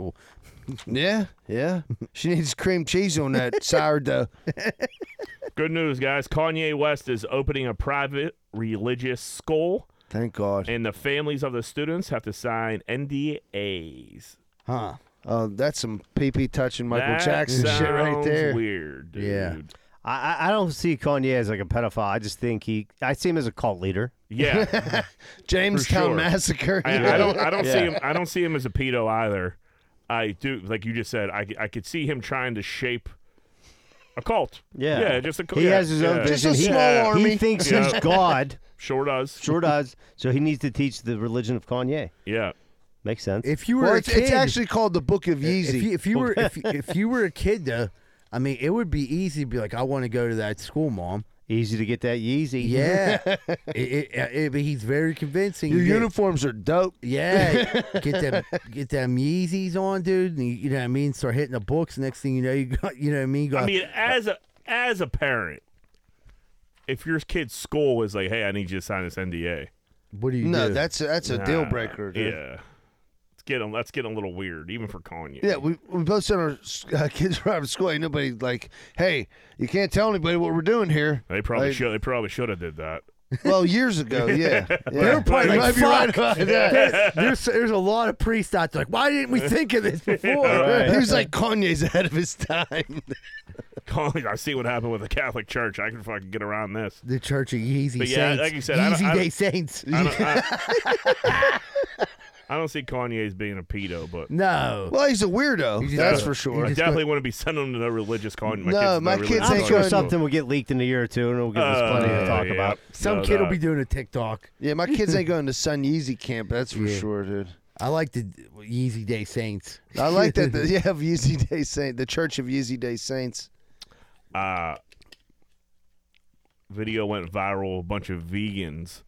Speaker 3: yeah,
Speaker 1: <laughs>
Speaker 3: yeah. She needs cream cheese
Speaker 4: <laughs>
Speaker 3: on that sourdough.
Speaker 4: Good news, guys. Kanye West is opening a private religious school,
Speaker 3: Thank God.
Speaker 4: and the families of the students have to sign NDAs.
Speaker 1: Huh.
Speaker 3: Uh, that's some pee pee touching Michael
Speaker 4: That
Speaker 3: Jackson shit right
Speaker 4: sounds
Speaker 3: there.
Speaker 4: Weird, dude.
Speaker 1: Yeah.
Speaker 2: I, I- I don't see Kanye as like a pedophile. I just think he, I see him as a cult leader. <laughs>
Speaker 4: Yeah.
Speaker 3: <laughs> Jamestown
Speaker 4: sure.
Speaker 3: massacre.
Speaker 4: I, I don't. I don't see him. I don't see him as a pedo either. I do, like you just said. I, I could see him trying to shape a cult.
Speaker 2: Yeah.
Speaker 4: Yeah. Just a. cult.
Speaker 2: He has his own
Speaker 3: Just
Speaker 2: vision.
Speaker 3: a
Speaker 2: he,
Speaker 3: small
Speaker 4: Yeah.
Speaker 2: he
Speaker 3: army.
Speaker 2: thinks
Speaker 4: Yeah.
Speaker 2: he's God.
Speaker 4: <laughs> Sure does.
Speaker 2: Sure does. So he needs to teach the religion of Kanye.
Speaker 4: Yeah.
Speaker 2: Makes sense.
Speaker 1: If you were
Speaker 3: well,
Speaker 1: a
Speaker 3: it's,
Speaker 1: kid,
Speaker 3: it's actually called the Book of Yeezy.
Speaker 1: if you, if you were if,
Speaker 3: <laughs>
Speaker 1: you- if you were a kid though, I mean, it would be easy to be like, I want to go to that school, mom.
Speaker 2: Easy to get that Yeezy.
Speaker 1: Yeah, it, it, it- but he's very convincing.
Speaker 3: Your
Speaker 1: You get-
Speaker 3: uniforms are dope.
Speaker 1: Yeah, get them, get them Yeezys on, dude. And you, you know what I mean. Start hitting the books. Next thing you know, you got, you know what I mean. You got,
Speaker 4: I mean, as a as a parent, if your kid's school is like, "Hey, I need you to sign this NDA,"
Speaker 1: what do you
Speaker 3: No,
Speaker 1: do?
Speaker 3: that's a, that's a
Speaker 4: Nah,
Speaker 3: deal breaker, dude. Yeah.
Speaker 4: Yeah, let's get them. Let's get a little weird, even for Kanye.
Speaker 3: we, we both sent our s- <laughs> uh, kids around to school. Ain't nobody like, hey, you can't tell anybody what we're doing here.
Speaker 4: they probably
Speaker 3: Like,
Speaker 4: should. They probably should have did that.
Speaker 3: <laughs> Well, years
Speaker 2: <laughs>
Speaker 3: ago, yeah. They
Speaker 1: were probably like, "Fuck."
Speaker 3: that.
Speaker 1: there's there's a lot of priests out there like, why didn't we think of this
Speaker 4: <laughs>
Speaker 1: before?
Speaker 3: He was like, Kanye's ahead of his time.
Speaker 4: Kanye, I see what happened with the Catholic Church. I can fucking get around this.
Speaker 1: The Church of Yeezy
Speaker 4: But yeah,
Speaker 1: Saints,
Speaker 4: like you said, I don't-
Speaker 1: Yeezy
Speaker 4: I don't-
Speaker 1: Day Saints.
Speaker 4: I don't, I, I don't see Kanye as being a pedo, but
Speaker 1: No,
Speaker 3: well, he's a weirdo.
Speaker 1: He's just
Speaker 3: that's
Speaker 1: a-
Speaker 3: for
Speaker 4: I
Speaker 3: sure.
Speaker 1: he's just-
Speaker 4: definitely wouldn't be sending them to no religious Kanye. My
Speaker 3: No,
Speaker 4: kids,
Speaker 3: my
Speaker 4: religious
Speaker 3: kids
Speaker 2: I'm
Speaker 3: ain't
Speaker 4: Kanye.
Speaker 2: sure
Speaker 3: going-
Speaker 2: something will get leaked in a year or two, and it'll give us plenty
Speaker 4: Uh,
Speaker 2: to talk
Speaker 4: yeah.
Speaker 2: about.
Speaker 1: some
Speaker 4: No
Speaker 1: kid will
Speaker 4: doubt.
Speaker 1: be doing a TikTok.
Speaker 3: Yeah, my kids
Speaker 1: <laughs>
Speaker 3: ain't going to Sun Yeezy camp. That's for
Speaker 1: Yeah.
Speaker 3: sure, dude.
Speaker 1: I like the Yeezy Day Saints.
Speaker 3: <laughs> I like
Speaker 1: <laughs>
Speaker 3: that. The, yeah, of Yeezy Day Saint, the Church of Yeezy Day Saints.
Speaker 4: uh, video went viral. A bunch of vegans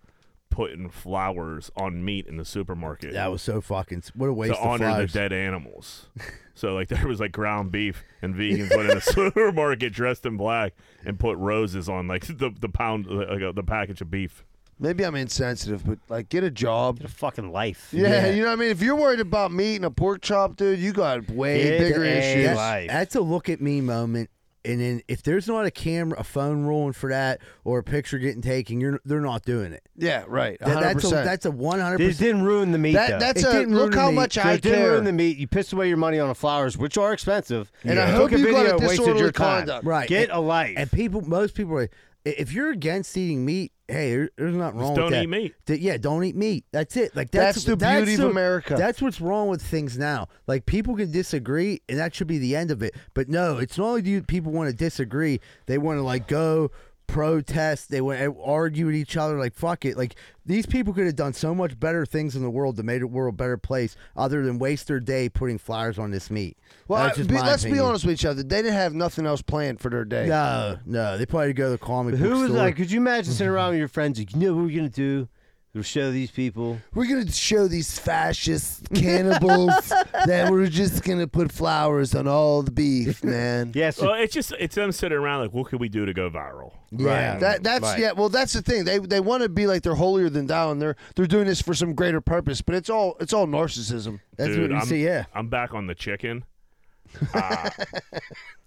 Speaker 4: putting flowers on meat in the supermarket
Speaker 1: That was so fucking. What a waste
Speaker 4: to
Speaker 1: of
Speaker 4: honor
Speaker 1: flowers.
Speaker 4: the dead
Speaker 3: <laughs>
Speaker 4: animals. so like there was like ground beef, and vegans went in the supermarket dressed in black and put roses on like the the pound like, uh, the package of beef.
Speaker 3: Maybe I'm insensitive, but like, get a job.
Speaker 2: Get a fucking life.
Speaker 3: Yeah, you know what I mean. If you're worried about meat and a pork chop, dude, you got way
Speaker 2: Get
Speaker 3: bigger
Speaker 2: a
Speaker 3: issues.
Speaker 2: life.
Speaker 1: That's, that's a look at me moment. And then if there's not a camera, a phone rolling for that, or a picture getting taken, you're they're not doing it.
Speaker 3: Yeah, right.
Speaker 1: That-
Speaker 3: 100%.
Speaker 1: that's a that's a one hundred
Speaker 2: This
Speaker 1: percent.
Speaker 2: didn't ruin the meat.
Speaker 3: That-
Speaker 2: though.
Speaker 3: that's
Speaker 1: It
Speaker 3: a
Speaker 1: didn't ruin
Speaker 3: look
Speaker 1: the
Speaker 3: how
Speaker 1: meat.
Speaker 3: much
Speaker 2: So
Speaker 3: I
Speaker 2: it didn't
Speaker 3: care.
Speaker 2: ruin the meat. You pissed away your money on the flowers, which are expensive.
Speaker 3: And I
Speaker 2: You
Speaker 3: hope
Speaker 2: took a
Speaker 3: you got
Speaker 2: video
Speaker 3: a
Speaker 2: and wasted your
Speaker 3: disorderly
Speaker 2: time.
Speaker 3: conduct.
Speaker 1: Right.
Speaker 2: Get
Speaker 1: And-
Speaker 2: a life.
Speaker 1: And people, most people are. i- If you're against eating meat, hey, there- there's nothing wrong.
Speaker 4: don't
Speaker 1: with that.
Speaker 4: eat meat.
Speaker 1: Th- yeah, don't eat meat. That's it. Like
Speaker 3: That's
Speaker 1: that's,
Speaker 3: the beauty of
Speaker 1: the-
Speaker 3: America.
Speaker 1: That's what's wrong with things now. Like people can disagree, and that should be the end of it. But no, it's not only do you- people want to disagree, they want to like go protest. They want to argue with each other. Like fuck it. Like these people could have done so much better things in the world to made the world a better place, other than waste their day putting flyers on this meat.
Speaker 3: Well,
Speaker 1: That's
Speaker 3: I-
Speaker 1: just
Speaker 3: be-
Speaker 1: my
Speaker 3: let's
Speaker 1: opinion.
Speaker 3: be honest with each other. They didn't have nothing else planned for their day.
Speaker 1: No, no, they probably go to the comic book
Speaker 2: Who was
Speaker 1: store.
Speaker 2: like? Could you imagine sitting around with your friends? Like, you know what we're gonna do? We'll show these people.
Speaker 3: We're gonna show these fascist
Speaker 1: <laughs>
Speaker 3: cannibals that we're just gonna put flowers on all the beef, man.
Speaker 2: Yes.
Speaker 4: Well, it's just it's them sitting around like, what could we do to go viral?
Speaker 1: <laughs> yeah.
Speaker 3: That that's
Speaker 2: Right.
Speaker 3: yeah. Well, that's the thing. They they want to be like they're holier than thou, and they're they're doing this for some greater purpose. But it's all it's all narcissism.
Speaker 1: That's
Speaker 4: Dude,
Speaker 1: what you
Speaker 4: I'm, <laughs>
Speaker 1: see, yeah.
Speaker 4: I'm back on the
Speaker 1: <laughs>
Speaker 4: chicken. Uh,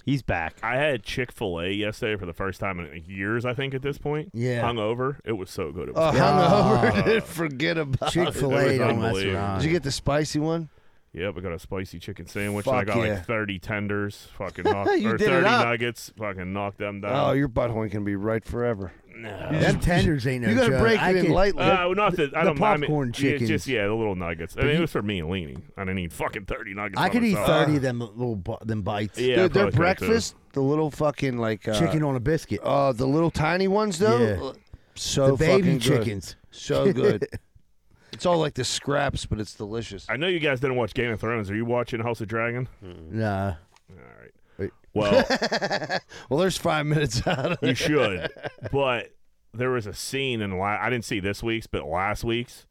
Speaker 2: He's back.
Speaker 4: I had Chick Fil A yesterday for the first time in like, years, I think, at this point.
Speaker 1: Yeah. Oh,
Speaker 4: hungover. It was so good. It
Speaker 3: Uh,
Speaker 4: was
Speaker 1: <laughs>
Speaker 3: hungover, dude, forget about.
Speaker 1: Chick Fil
Speaker 4: It
Speaker 1: A
Speaker 4: was
Speaker 1: don't mess
Speaker 4: unbelievable.
Speaker 1: around.
Speaker 3: Did you get the spicy one?
Speaker 4: Yep, I got a spicy chicken sandwich.
Speaker 3: Fuck
Speaker 4: and I got
Speaker 3: yeah.
Speaker 4: like 30 tenders,
Speaker 1: <laughs>
Speaker 4: fucking knocked,
Speaker 2: You
Speaker 4: or
Speaker 2: did it
Speaker 4: 30
Speaker 2: up.
Speaker 4: nuggets, fucking knocked them
Speaker 3: Oh,
Speaker 4: down.
Speaker 3: your butthole can be right forever.
Speaker 1: Them tenders ain't no
Speaker 3: you gotta
Speaker 1: joke.
Speaker 3: break
Speaker 1: I
Speaker 3: it in
Speaker 1: can-
Speaker 3: lightly.
Speaker 4: Uh, well, not the, I
Speaker 1: the
Speaker 4: don't mind it. Yeah,
Speaker 1: popcorn
Speaker 4: it's
Speaker 1: chickens.
Speaker 4: Just yeah, the little nuggets. I mean, it was for me and Leany. I didn't eat fucking thirty nuggets.
Speaker 1: I
Speaker 4: by
Speaker 1: could eat
Speaker 4: myself.
Speaker 1: thirty of them little bu- them bites.
Speaker 4: yeah, I
Speaker 3: Dude, their
Speaker 4: probably could've too.
Speaker 3: breakfast, the little fucking like uh,
Speaker 1: Chicken on a biscuit.
Speaker 3: Uh, the little tiny ones though,
Speaker 1: Yeah.
Speaker 3: uh, so
Speaker 1: the baby
Speaker 3: fucking good.
Speaker 1: chickens.
Speaker 3: so good. It's all like the scraps, but it's delicious.
Speaker 4: I know you guys didn't watch Game of Thrones. Are you watching House of Dragon?
Speaker 1: Nah.
Speaker 4: All right.
Speaker 1: Wait.
Speaker 4: Well,
Speaker 3: <laughs> Well, there's five minutes <laughs> out of
Speaker 4: you should. But there was a scene in la- I didn't see this week's, but last week's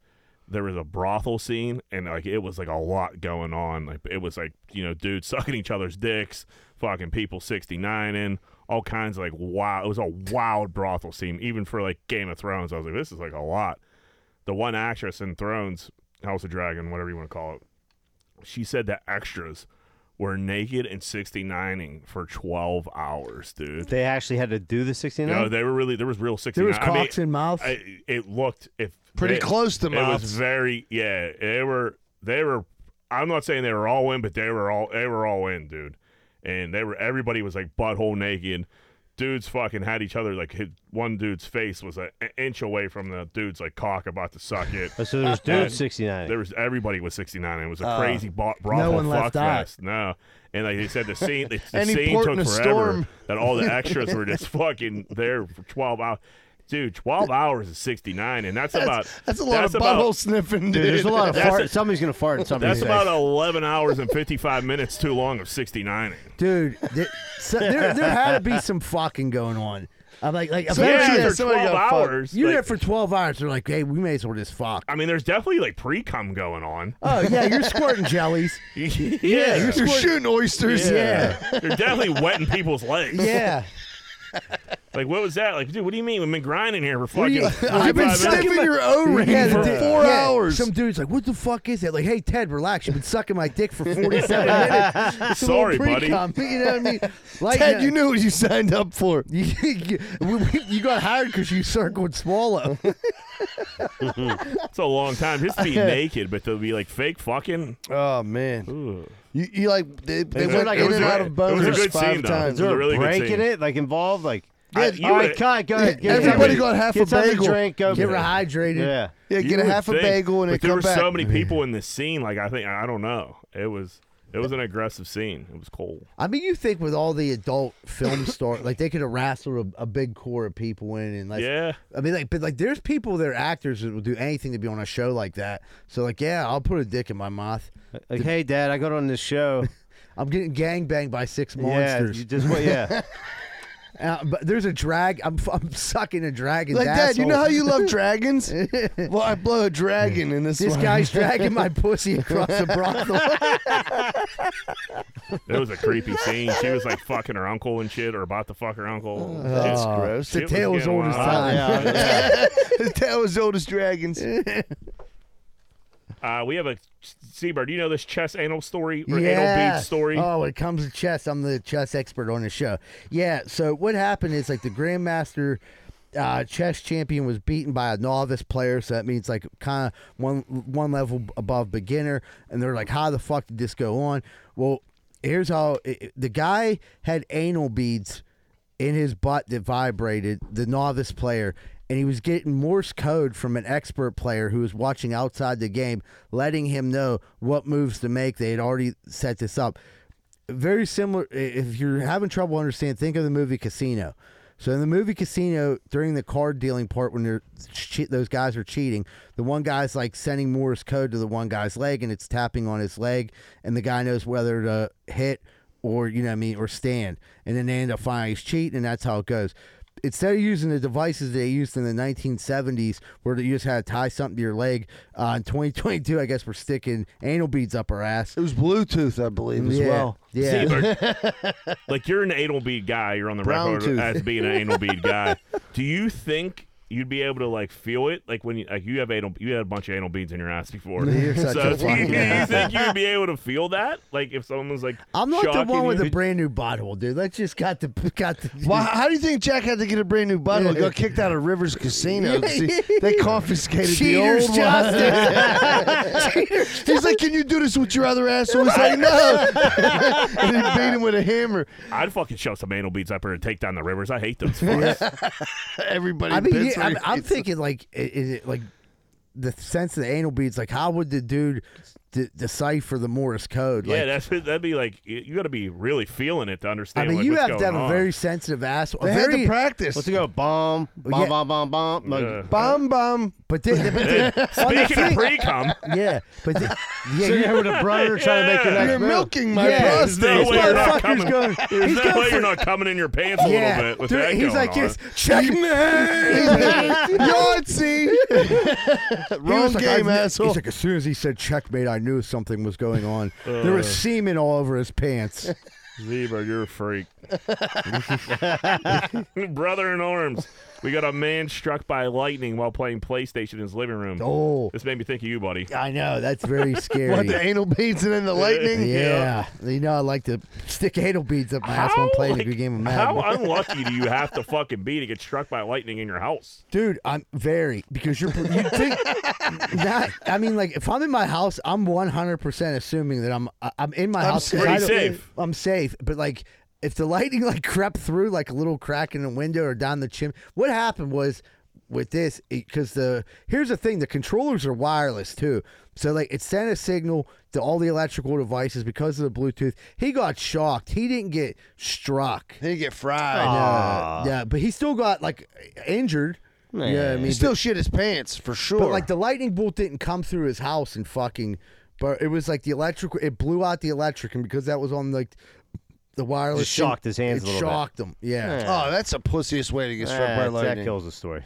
Speaker 4: there was a brothel scene, and like it was like a lot going on. Like it was like you know dudes <laughs> sucking each other's dicks, fucking people sixty nine in all kinds of like wow. It was a wild brothel scene, even for like Game of Thrones. I was like, this is like a lot. The one actress in Thrones, House of Dragon, whatever you want to call it, she said the extras were naked and 69ing for 12 hours, dude.
Speaker 2: They actually had to do the 69.
Speaker 4: No, they were really there was real sixty.
Speaker 1: There was
Speaker 4: I mean,
Speaker 1: cocks and mouths.
Speaker 4: I, it looked if
Speaker 3: Pretty
Speaker 4: they-
Speaker 3: close to
Speaker 4: It was
Speaker 3: mouths.
Speaker 4: very yeah. They were they were. I'm not saying they were all in, but they were all they were all in, dude. And they were everybody was like butthole naked. Dudes fucking had each other like hit, one dude's face was a- an inch away from the dude's like cock about to suck it.
Speaker 2: Oh, so there's dudes 69.
Speaker 4: There was everybody was 69. And it was
Speaker 3: Uh,
Speaker 4: a crazy bo- brothel
Speaker 1: one
Speaker 4: fuck
Speaker 1: left out.
Speaker 4: fest. No, and like they said, the scene the, the
Speaker 3: <laughs> Any
Speaker 4: scene
Speaker 3: port
Speaker 4: took
Speaker 3: in a
Speaker 4: forever.
Speaker 3: storm.
Speaker 4: That all the extras
Speaker 3: <laughs>
Speaker 4: were just <laughs> fucking there for 12 hours. Dude, 12 hours is 69, and that's, about
Speaker 3: That's a lot of
Speaker 4: about-
Speaker 3: butthole sniffing, dude.
Speaker 2: Dude, there's a lot of
Speaker 4: That's
Speaker 2: fart.
Speaker 4: a-
Speaker 2: Somebody's gonna fart in somebody's
Speaker 4: That's
Speaker 2: face.
Speaker 4: about 11 hours and 55 minutes too long of 69.
Speaker 3: <laughs>
Speaker 1: Dude, there, so, there, there had to be some fucking going on. I'm like, like
Speaker 3: Yeah,
Speaker 1: eventually
Speaker 4: yeah,
Speaker 1: there's-
Speaker 4: for
Speaker 3: somebody
Speaker 4: 12
Speaker 3: got fucked.
Speaker 4: hours.
Speaker 1: you're
Speaker 4: like-
Speaker 1: there for 12 hours. They're like, hey, we may as well just fuck.
Speaker 4: I mean, there's definitely like pre cum going on.
Speaker 1: Oh yeah, you're
Speaker 3: <laughs>
Speaker 1: squirting jellies.
Speaker 4: <laughs> yeah,
Speaker 3: You're shooting oysters.
Speaker 4: yeah. You're definitely wetting people's legs.
Speaker 1: Yeah,
Speaker 4: <laughs> Like, what was that? Like, dude, what do you mean? We've been grinding here for fucking.
Speaker 1: you- <laughs>
Speaker 3: You've
Speaker 4: 45
Speaker 3: been
Speaker 4: minutes.
Speaker 3: sniffing your O ring
Speaker 1: Yeah,
Speaker 3: for
Speaker 1: the-
Speaker 3: four
Speaker 1: yeah.
Speaker 3: hours.
Speaker 1: Some dude's like, "What the fuck is that?" Like, "Hey Ted, relax. You've been sucking my dick
Speaker 3: <laughs>
Speaker 1: for 47 minutes. It's a little
Speaker 4: Sorry, buddy.
Speaker 1: pre-cum." You know what I mean? <laughs> Like,
Speaker 3: Ted, you knew what you signed up for.
Speaker 1: <laughs> You, you, we- we- you got hired because you circled swallow. <laughs>
Speaker 4: It's a long time. Just
Speaker 3: <laughs>
Speaker 4: to be naked, but to be like fake fucking.
Speaker 3: Oh man,
Speaker 4: Ooh.
Speaker 3: you, you like they, they
Speaker 4: It was
Speaker 3: went
Speaker 4: like- it
Speaker 3: in
Speaker 4: was
Speaker 3: and
Speaker 4: a-
Speaker 3: out
Speaker 4: it
Speaker 3: of
Speaker 4: was
Speaker 3: <laughs>
Speaker 4: a
Speaker 3: boners
Speaker 4: good
Speaker 3: five
Speaker 4: scene, though.
Speaker 3: times.
Speaker 4: It's a really good
Speaker 2: breaking
Speaker 4: scene.
Speaker 2: it, like involved, like.
Speaker 4: I-
Speaker 2: All
Speaker 4: you
Speaker 2: right,
Speaker 4: would,
Speaker 2: cut, go ahead. Get
Speaker 3: everybody
Speaker 2: get-
Speaker 3: got half a
Speaker 2: get something to
Speaker 3: bagel.
Speaker 2: drink. Go
Speaker 1: Get
Speaker 2: for it.
Speaker 1: rehydrated.
Speaker 2: Yeah.
Speaker 3: Yeah,
Speaker 4: you
Speaker 3: get a
Speaker 4: would
Speaker 3: half a
Speaker 4: think,
Speaker 3: bagel and
Speaker 4: but
Speaker 3: it
Speaker 4: there
Speaker 3: come
Speaker 4: were
Speaker 3: back.
Speaker 4: so many people
Speaker 3: <laughs>
Speaker 4: in this scene. Like I think I don't know. It was it was an aggressive scene. It was cold.
Speaker 1: I mean, you think with all the adult film star, like they could have wrestled a, a big core of people in, and like,
Speaker 4: Yeah.
Speaker 1: I mean, like, but like, there's people that are actors that will do anything to be on a show like that. So like, yeah, I'll put a dick in my mouth.
Speaker 2: Like, hey,
Speaker 1: <laughs>
Speaker 2: Dad, I got on this show.
Speaker 1: I'm getting gang banged by six
Speaker 2: yeah, you
Speaker 1: monsters.
Speaker 2: just what? Yeah.
Speaker 1: <laughs> Uh, but there's a drag. I'm, I'm sucking a dragon.
Speaker 3: Like, Dad, you know how you
Speaker 1: <laughs>
Speaker 3: love dragons?
Speaker 1: well,
Speaker 3: well, I blow a dragon in this.
Speaker 1: this
Speaker 3: one.
Speaker 1: guy's
Speaker 3: <laughs>
Speaker 1: dragging my pussy across the brothel.
Speaker 4: It was a
Speaker 3: <laughs>
Speaker 4: creepy scene. She was like fucking her uncle and shit, or about to fuck her uncle.
Speaker 3: That's Oh, gross.
Speaker 1: Oh, The
Speaker 4: Shit was
Speaker 1: tale is
Speaker 4: getting
Speaker 1: old as
Speaker 4: wild.
Speaker 1: time.
Speaker 3: <laughs>
Speaker 1: <laughs>
Speaker 3: His tail was old as dragons.
Speaker 4: Uh, we have a Seabird. You know this chess anal story or anal
Speaker 1: yeah.
Speaker 4: bead story?
Speaker 1: Oh, when it comes to chess, I'm the chess expert on the show. Yeah. So what happened is like the grandmaster uh, chess champion was beaten by a novice player, so that means like kind of one one level above beginner, and they're like, how the fuck did this go on? Well, here's how it, it- the guy had anal beads in his butt that vibrated. The novice player. And he was getting Morse code from an expert player who was watching outside the game, letting him know what moves to make. They had already set this up very similar. i- If you're having trouble understanding, think of the movie Casino. So in the movie Casino, during the card dealing part, when they're che- those guys are cheating, the one guy's like sending Morse code to the one guy's leg, and it's tapping on his leg, and the guy knows whether to hit or you know what I mean or stand, and then they end up finding he's cheating, and that's how it goes. Instead of using the devices they used in the 1970s, where you just had to tie something to your leg, uh, in 2022, I guess we're sticking anal beads up our ass
Speaker 3: It was Bluetooth, I believe, as
Speaker 1: yeah.
Speaker 3: well.
Speaker 1: Yeah.
Speaker 4: Seabird, like you're an anal bead guy. You're on the
Speaker 3: Brown
Speaker 4: record
Speaker 3: tooth.
Speaker 4: as
Speaker 1: <laughs>
Speaker 4: being an anal bead guy. Do you think you'd be able to like feel it? Like when you like you have anal, you had a bunch of anal beads in your ass before.
Speaker 1: You're such
Speaker 4: so
Speaker 1: a
Speaker 4: do you,
Speaker 1: fucking
Speaker 4: do you
Speaker 1: asshole.
Speaker 4: think you'd be able to feel that? Like if someone was like,
Speaker 1: <laughs> I'm not the
Speaker 4: shocking
Speaker 1: one with
Speaker 4: you?
Speaker 1: a <laughs> brand new butthole, dude. Let's just got <laughs> the got the.
Speaker 3: Well, how how do you think Jack had to get a brand new bottle? He
Speaker 1: Yeah.
Speaker 3: got kicked out of Rivers Casino.
Speaker 1: Yeah.
Speaker 3: 'cause
Speaker 1: <laughs>
Speaker 3: he- they confiscated
Speaker 1: Cheaters
Speaker 3: the old one. <laughs>
Speaker 1: justice. Cheaters
Speaker 3: He's like, "Can you do this with your other asshole?" He's like,
Speaker 2: <laughs>
Speaker 3: "No." and he beat him with a hammer.
Speaker 4: I'd fucking shove some anal beads up her and take down the rivers. I hate those fucks. <laughs>
Speaker 1: <laughs>
Speaker 3: Everybody.
Speaker 1: I mean,
Speaker 3: bits
Speaker 1: yeah, I'm,
Speaker 3: her
Speaker 1: I'm
Speaker 3: face.
Speaker 1: thinking like, i- is it like the sense of the anal beads? Like, how would the dude de- decipher the Morse code?
Speaker 4: yeah,
Speaker 1: Like,
Speaker 4: that's that'd be like you you got to be really feeling it to
Speaker 1: I
Speaker 4: understand.
Speaker 1: mean,
Speaker 4: like,
Speaker 1: you
Speaker 4: what's
Speaker 1: have to
Speaker 4: going
Speaker 1: have a
Speaker 4: on.
Speaker 1: very sensitive asshole. a
Speaker 3: They had
Speaker 1: very-
Speaker 3: to practice.
Speaker 2: Let's go. Bomb, bomb,
Speaker 1: Yeah.
Speaker 2: bomb, bomb, bomb. Like,
Speaker 4: Yeah.
Speaker 3: Bomb, bomb.
Speaker 1: but they, but
Speaker 4: Hey,
Speaker 1: they,
Speaker 4: Speaking of pre cum,
Speaker 1: yeah, but they, yeah,
Speaker 2: Sitting
Speaker 1: you-
Speaker 2: here with a brother trying to make your
Speaker 4: Yeah.
Speaker 2: next
Speaker 3: You're
Speaker 2: move.
Speaker 3: milking my
Speaker 1: Yeah.
Speaker 4: there's no
Speaker 3: prostate.
Speaker 1: This
Speaker 4: way you're not
Speaker 1: motherfucker's
Speaker 4: coming.
Speaker 1: going-
Speaker 4: There's
Speaker 1: he's
Speaker 4: no
Speaker 1: going
Speaker 4: way
Speaker 1: for-
Speaker 4: you're not coming in your pants a
Speaker 1: yeah.
Speaker 4: little bit with
Speaker 1: Dude,
Speaker 4: that
Speaker 1: he's
Speaker 4: going
Speaker 1: like
Speaker 4: on.
Speaker 1: this. Checkmate.
Speaker 3: Yahtzee.
Speaker 1: He
Speaker 3: Wrong
Speaker 1: was like,
Speaker 3: game,
Speaker 1: I've ne-
Speaker 3: asshole.
Speaker 1: He's like, as soon as he said checkmate, I knew something was going on. there was semen all over his pants.
Speaker 4: <laughs> Zebra, you're a freak. <laughs> Brother in arms. We got a man struck by lightning while playing PlayStation in his living room.
Speaker 1: Oh,
Speaker 4: This made me think of you, buddy.
Speaker 1: I know. That's
Speaker 3: <laughs>
Speaker 1: very
Speaker 3: What
Speaker 1: scary.
Speaker 3: the anal beads and then
Speaker 4: Uh,
Speaker 3: the lightning?
Speaker 1: yeah. You know, I like to stick anal beads up my ass when playing a
Speaker 4: like,
Speaker 1: good game of Madden.
Speaker 4: how unlucky do you have to fucking be to get struck by lightning in your house?
Speaker 1: Dude, I'm very because you're. You think that? I mean, like if I'm in my house, I'm 100 percent assuming that I'm I- I'm in my
Speaker 3: I'm
Speaker 1: house. 'cause
Speaker 3: pretty
Speaker 1: I don't-
Speaker 4: safe.
Speaker 1: I'm safe, but like if the lightning like crept through like a little crack in the window or down the chimney, what happened was with this because the here's the thing: the controllers are wireless too, so like it sent a signal to all the electrical devices because of the Bluetooth. He got shocked. He didn't get struck.
Speaker 3: He get fried.
Speaker 1: Uh, yeah, but he still got like injured. Yeah, I mean,
Speaker 3: He still shit his pants for sure.
Speaker 1: but like the lightning bolt didn't come through his house and fucking, but it was like the electric. It blew out the electric, and because that was on like the wireless,
Speaker 2: Just shocked
Speaker 1: thing,
Speaker 2: his hands
Speaker 1: It
Speaker 2: a little bit.
Speaker 1: shocked him. Yeah.
Speaker 3: oh, that's the pussiest way to get struck by
Speaker 2: Yeah, that
Speaker 3: lightning.
Speaker 2: kills the story.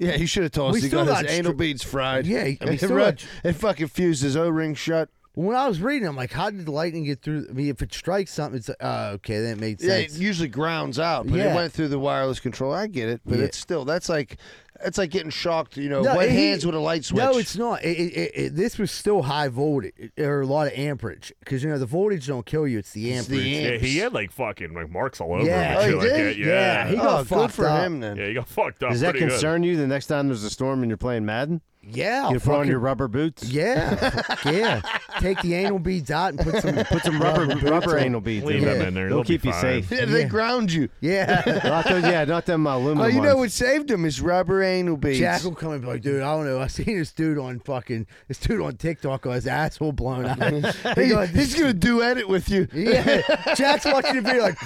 Speaker 3: Yeah, he should have told
Speaker 1: We
Speaker 3: us he
Speaker 1: still
Speaker 3: got
Speaker 1: got
Speaker 3: his
Speaker 1: stri-
Speaker 3: anal beads fried. <laughs>
Speaker 1: Yeah, he-
Speaker 3: I mean,
Speaker 1: we
Speaker 3: it,
Speaker 1: still
Speaker 3: ru-
Speaker 1: got-
Speaker 3: it fucking fused his O-ring shut.
Speaker 1: When I was reading, I'm like, how did the lightning get through? I mean, if it strikes something, it's like, oh, okay, that made
Speaker 3: Yeah, it
Speaker 1: sense.
Speaker 3: usually grounds out, but
Speaker 1: Yeah.
Speaker 3: it went through the wireless control. I get it, but
Speaker 1: Yeah.
Speaker 3: it's still that's like it's like getting shocked. You know,
Speaker 1: No,
Speaker 3: wet
Speaker 1: he-
Speaker 3: hands with a light switch.
Speaker 1: No, it's not. It, it, it, it- this was still high voltage or a lot of amperage because you know the voltage don't kill you; it's the
Speaker 3: It's
Speaker 1: amperage.
Speaker 3: the
Speaker 4: Yeah,
Speaker 3: amps.
Speaker 4: he had like fucking like marks all over
Speaker 1: Yeah.
Speaker 4: him. and
Speaker 3: Oh, he
Speaker 4: shit like
Speaker 3: did?
Speaker 4: that. Yeah.
Speaker 1: he got
Speaker 3: oh, good
Speaker 1: fucked
Speaker 3: for
Speaker 1: up.
Speaker 3: him then.
Speaker 4: Yeah, he got fucked up.
Speaker 2: Does that
Speaker 4: pretty good.
Speaker 2: concern you the next time there's a storm and you're playing Madden?
Speaker 1: yeah,
Speaker 2: you put on
Speaker 1: fucking-
Speaker 2: your rubber boots. <laughs>
Speaker 1: Yeah, yeah. <laughs> Take the anal beads out and put some put some
Speaker 2: Rubber,
Speaker 1: boots
Speaker 2: rubber
Speaker 1: on.
Speaker 2: anal beads.
Speaker 4: Leave
Speaker 2: in
Speaker 1: them
Speaker 2: there.
Speaker 4: in there.
Speaker 2: They'll
Speaker 4: They'll be
Speaker 2: keep you
Speaker 4: fine.
Speaker 2: safe.
Speaker 3: Yeah, they ground you. <laughs>
Speaker 1: Yeah.
Speaker 2: not those, yeah, not them uh, aluminum
Speaker 3: Oh, you know what
Speaker 2: ones.
Speaker 3: saved him is rubber anal beads.
Speaker 1: Jack
Speaker 3: <laughs>
Speaker 1: will <laughs> come and be like, dude, I don't know. I seen this dude on fucking this dude on TikTok got his asshole
Speaker 3: <laughs>
Speaker 1: blown out. He
Speaker 3: He-
Speaker 1: got-
Speaker 3: he's gonna duet it with you. <laughs>
Speaker 1: yeah. Jack's watching the video like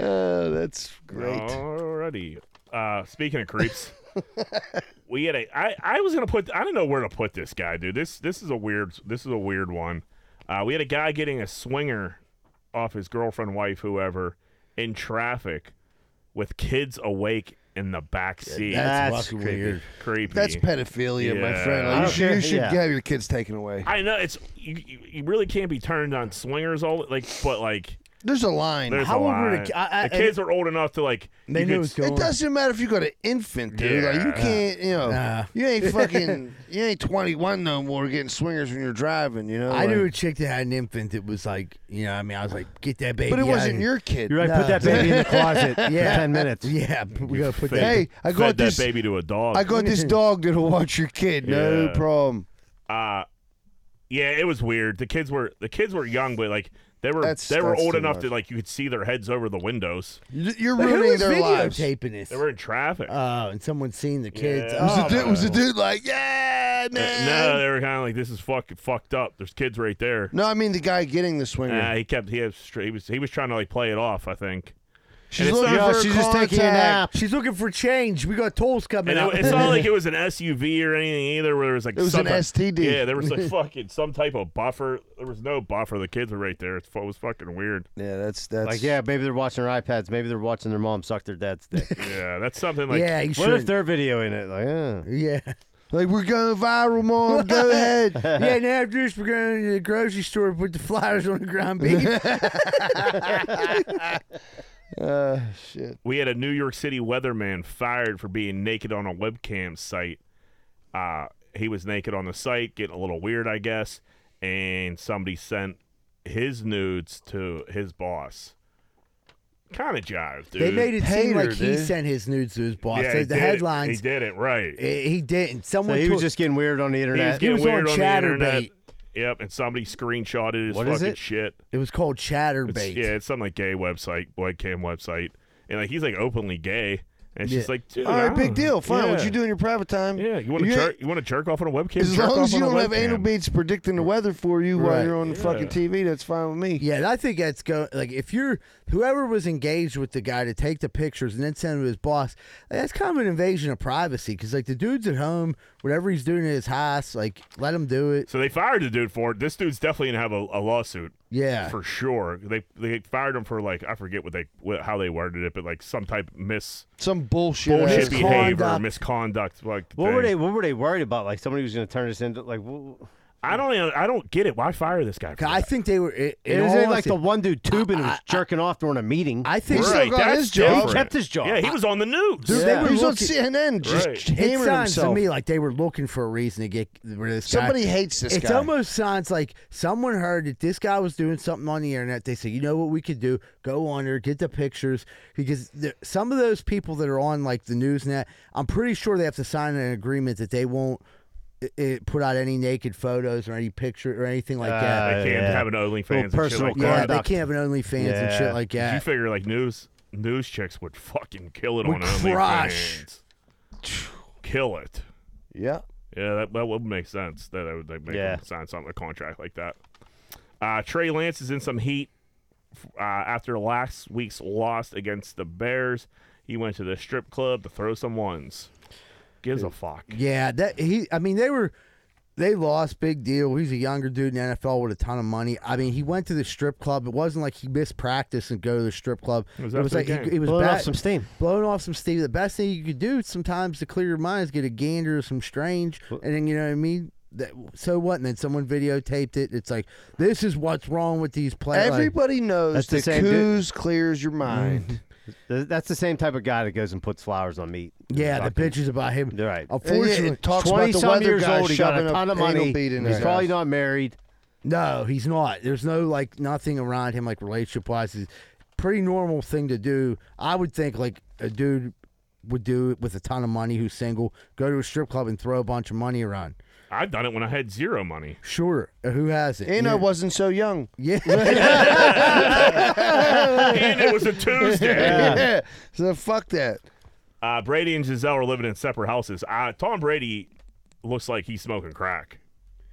Speaker 3: Oh, that's great.
Speaker 4: Uh, Alrighty. Uh, speaking of creeps, <laughs> we had a. I I was gonna put. I don't know where to put this guy, dude. This this is a weird. This is a weird one. Uh, we had a guy getting a swinger off his girlfriend, wife, whoever, in traffic, with kids awake in the back seat.
Speaker 3: that's fucking weird.
Speaker 4: Creepy.
Speaker 3: That's pedophilia, my
Speaker 4: Yeah.
Speaker 3: friend. Like,
Speaker 4: I
Speaker 3: you
Speaker 4: don't
Speaker 3: should, you
Speaker 2: care.
Speaker 3: should
Speaker 2: Yeah.
Speaker 3: have your kids taken away.
Speaker 4: I know it's you, you. you really can't be turned on swingers all like, but like.
Speaker 3: There's a line.
Speaker 4: There's
Speaker 1: How
Speaker 4: a
Speaker 1: old
Speaker 4: line.
Speaker 1: were the ki- I- I-
Speaker 4: the kids were old enough to like.
Speaker 1: They
Speaker 4: you
Speaker 1: knew
Speaker 4: could
Speaker 1: it was
Speaker 4: s-
Speaker 1: going.
Speaker 3: It doesn't matter if you got an infant, dude. Like you
Speaker 4: Yeah.
Speaker 3: can't, you know,
Speaker 1: Nah.
Speaker 3: you ain't
Speaker 1: <laughs>
Speaker 3: fucking, you ain't 21 no more getting swingers when you're driving, you know.
Speaker 1: I
Speaker 3: like-
Speaker 1: knew a chick that had an infant that was like, you know, I mean, I was like, get that baby.
Speaker 3: but it
Speaker 1: outta
Speaker 3: wasn't
Speaker 1: here.
Speaker 3: your kid.
Speaker 2: You're right.
Speaker 1: No.
Speaker 2: Put that baby in
Speaker 3: <laughs>
Speaker 1: <laughs>
Speaker 2: the closet
Speaker 1: Yeah.
Speaker 2: for ten minutes.
Speaker 1: Yeah, we gotta put that.
Speaker 3: Hey, I
Speaker 4: fed
Speaker 3: got
Speaker 4: that
Speaker 3: this.
Speaker 4: baby to a dog.
Speaker 3: I got
Speaker 1: <laughs>
Speaker 3: this dog that'll watch your kid. No
Speaker 4: Yeah.
Speaker 3: problem.
Speaker 4: uh yeah it was weird the kids were the kids were young but like they were
Speaker 3: That's-
Speaker 4: they were
Speaker 3: that's
Speaker 4: old
Speaker 3: too
Speaker 4: enough
Speaker 3: much.
Speaker 4: that like you could see their heads over the windows <laughs>
Speaker 3: You- You're
Speaker 1: Like, who
Speaker 3: ruining
Speaker 1: was
Speaker 3: their lives. It
Speaker 1: videotaping this?
Speaker 4: they were in traffic
Speaker 1: Oh, and someone's seen the kids.
Speaker 4: Yeah.
Speaker 1: Oh,
Speaker 3: was, the dude,
Speaker 1: my
Speaker 3: was the
Speaker 1: God.
Speaker 3: dude like, yeah,
Speaker 4: Uh,
Speaker 3: man?
Speaker 4: no they were kind of like this is fuck, fucked up there's kids right there
Speaker 3: No, I mean the guy getting the swinger.
Speaker 4: uh, he kept he, had, str- he was he was trying to like play it off i think
Speaker 3: she's
Speaker 4: it's
Speaker 3: looking
Speaker 4: not-
Speaker 3: for
Speaker 2: she's just taking a
Speaker 3: contact.
Speaker 2: nap.
Speaker 1: She's looking for change. We got tolls coming
Speaker 4: and
Speaker 1: up.
Speaker 4: it, it's not
Speaker 3: <laughs>
Speaker 4: like it was an suv or anything either where there was like
Speaker 3: It was
Speaker 4: some
Speaker 3: an
Speaker 4: type-
Speaker 3: STD.
Speaker 4: yeah there was like
Speaker 3: <laughs>
Speaker 4: fucking some type of buffer there was no buffer the kids were right there it was fucking weird
Speaker 3: Yeah, that's that's.
Speaker 2: Like, yeah, maybe they're watching their iPads. Maybe they're watching their mom suck their dad's dick.
Speaker 4: <laughs> yeah that's something like
Speaker 1: yeah, you
Speaker 2: what if
Speaker 1: should.
Speaker 2: they're videoing it? Like, yeah.
Speaker 1: Yeah.
Speaker 3: Like we're going viral, mom.
Speaker 1: <laughs>
Speaker 3: Go ahead.
Speaker 1: yeah, and after this, we're going to the grocery store and put the flowers on the ground beef.
Speaker 3: <laughs> Uh, shit.
Speaker 4: we had a New York City weatherman fired for being naked on a webcam site. Uh, he was naked on the site, getting a little weird, I guess, and somebody sent his nudes to his boss. Kind of jive, dude.
Speaker 1: they made it
Speaker 3: Hater,
Speaker 1: seem like he
Speaker 3: dude.
Speaker 1: sent his nudes to his boss.
Speaker 4: yeah,
Speaker 1: So
Speaker 4: he
Speaker 1: the
Speaker 4: did it.
Speaker 1: headlines,
Speaker 4: He did it right.
Speaker 1: i- he, didn't.
Speaker 2: So
Speaker 1: Someone
Speaker 2: he
Speaker 1: took,
Speaker 2: was just getting weird on the
Speaker 4: he was
Speaker 2: internet.
Speaker 4: getting
Speaker 1: was on
Speaker 4: weird on, the internet.
Speaker 1: Chatterbait.
Speaker 4: Yep, and somebody screenshotted his
Speaker 2: What
Speaker 4: fucking
Speaker 2: is it?
Speaker 4: shit.
Speaker 1: it was called
Speaker 4: It's-
Speaker 1: chatterbait.
Speaker 4: yeah, it's some like gay website, webcam website, and like he's like openly gay, and it's
Speaker 1: Yeah.
Speaker 4: just like, dude,
Speaker 3: All
Speaker 4: I
Speaker 3: right,
Speaker 4: don't
Speaker 3: big
Speaker 4: know.
Speaker 3: deal. Fine. What
Speaker 4: Yeah.
Speaker 3: you do in your private time?
Speaker 4: Yeah, you want to
Speaker 3: You
Speaker 4: jerk? You want to jerk off on a webcam?
Speaker 3: As
Speaker 4: Jerk
Speaker 3: long
Speaker 4: off
Speaker 3: as you
Speaker 4: on a
Speaker 3: don't have
Speaker 4: webcam.
Speaker 3: anal beads predicting the weather for you while
Speaker 1: Right.
Speaker 3: you're on the
Speaker 4: Yeah.
Speaker 3: fucking TV, that's fine with me.
Speaker 1: Yeah, and I think that's go like if you're whoever was engaged with the guy to take the pictures and then send them to his boss, like, that's kind of an invasion of privacy because like the dude's at home, whatever he's doing at his house, like let him do it.
Speaker 4: So they fired the dude for it. This dude's definitely gonna have a, a lawsuit
Speaker 1: Yeah,
Speaker 4: for sure. They they fired him for like I forget what they what, how they worded it, but like some type of mis
Speaker 3: Some bullshit.
Speaker 4: bullshit
Speaker 3: ass-
Speaker 1: be-
Speaker 4: behavior,
Speaker 1: Misconduct.
Speaker 4: misconduct. Like
Speaker 2: What
Speaker 4: thing.
Speaker 2: were they? What were they worried about? Like somebody was going to turn this into like. wh-
Speaker 4: I don't even- I don't get it. Why fire this guy? For
Speaker 1: 'Cause I
Speaker 4: that?
Speaker 1: think they were. It,
Speaker 2: It
Speaker 1: it
Speaker 2: was like the one dude tubing
Speaker 1: I-
Speaker 2: was jerking off during a meeting.
Speaker 1: I think
Speaker 3: He's
Speaker 1: so.
Speaker 3: still
Speaker 4: right,
Speaker 3: got
Speaker 4: that's
Speaker 3: his job.
Speaker 4: different.
Speaker 2: He kept his job.
Speaker 4: Yeah, he was on the news.
Speaker 1: Dude,
Speaker 3: Yeah.
Speaker 1: they were
Speaker 3: He was on
Speaker 1: looking-
Speaker 3: CNN just
Speaker 4: Right.
Speaker 1: It
Speaker 3: hammering
Speaker 1: sounds to
Speaker 3: himself.
Speaker 1: me like they were looking for a reason to get rid of this guy.
Speaker 3: Somebody hates this
Speaker 1: it
Speaker 3: guy.
Speaker 1: almost sounds like someone heard that this guy was doing something on the internet. They said, you know what we could do? Go on there, get the pictures. Because the, some of those people that are on like the news net, I'm pretty sure they have to sign an agreement that they won't i i- put out any naked photos or any picture or anything like
Speaker 4: Uh, they
Speaker 1: that.
Speaker 4: can't
Speaker 2: yeah.
Speaker 4: have an
Speaker 2: Little
Speaker 4: OnlyFans. and shit
Speaker 2: personal
Speaker 4: like that.
Speaker 1: Yeah,
Speaker 2: conduct.
Speaker 1: they can't have an OnlyFans and
Speaker 2: Yeah.
Speaker 1: shit like
Speaker 4: Did you
Speaker 1: that.
Speaker 4: figure like news news chicks would fucking kill it
Speaker 1: Would
Speaker 4: on
Speaker 1: crush.
Speaker 4: OnlyFans? Kill it.
Speaker 3: Yeah.
Speaker 4: Yeah, that, that would make sense. That that would like, make
Speaker 2: Yeah.
Speaker 4: him sign something a contract like that. Uh, Trey Lance is in some heat f- uh, after last week's loss against the Bears. He went to the strip club to throw some ones. Gives a fuck.
Speaker 1: Yeah, that he. I mean, they were. They lost, big deal. He's a younger dude in the NFL with a ton of money. I mean, he went to the strip club. It wasn't like he missed practice and go to the strip club. It
Speaker 4: was
Speaker 1: it was
Speaker 4: after
Speaker 1: like
Speaker 4: the
Speaker 1: he,
Speaker 4: game.
Speaker 1: he was
Speaker 2: blowing
Speaker 1: back,
Speaker 2: off some steam.
Speaker 1: blowing off some steam. The best thing you could do sometimes to clear your mind is get a gander to some strange, and then you know what I mean. That, so what? And then someone videotaped it. It's like this is what's wrong with these players.
Speaker 3: Everybody knows
Speaker 2: That's the
Speaker 3: that
Speaker 2: same dude. Mm-hmm.
Speaker 3: coos clears your mind.
Speaker 2: Th- That's the same type of guy that goes and puts flowers on meat.
Speaker 1: yeah, the
Speaker 2: Fucking-
Speaker 1: bitches about him.
Speaker 2: You're right.
Speaker 3: And yeah,
Speaker 1: Unfortunately,
Speaker 3: it talks about
Speaker 2: Twenty
Speaker 3: the
Speaker 2: some
Speaker 3: weather
Speaker 2: years
Speaker 3: guy
Speaker 2: old, he got a
Speaker 3: shoving
Speaker 2: ton of
Speaker 3: anal
Speaker 2: money.
Speaker 3: bead in
Speaker 2: He's
Speaker 3: his
Speaker 2: probably
Speaker 3: ass.
Speaker 2: not married.
Speaker 1: No, he's not. There's no like nothing around him like relationship wise. It's pretty normal thing to do. I would think like a dude would do it with a ton of money who's single, go to a strip club and throw a bunch of money around.
Speaker 4: I've done it when I had zero money.
Speaker 2: <laughs>
Speaker 1: Sure. Who has it?
Speaker 3: And I wasn't so young.
Speaker 1: yeah.
Speaker 4: <laughs>
Speaker 3: <laughs>
Speaker 4: and it was a Tuesday.
Speaker 3: <laughs> yeah. So fuck that.
Speaker 4: Uh, Brady and Giselle are living in separate houses. Uh, Tom Brady looks like he's smoking crack.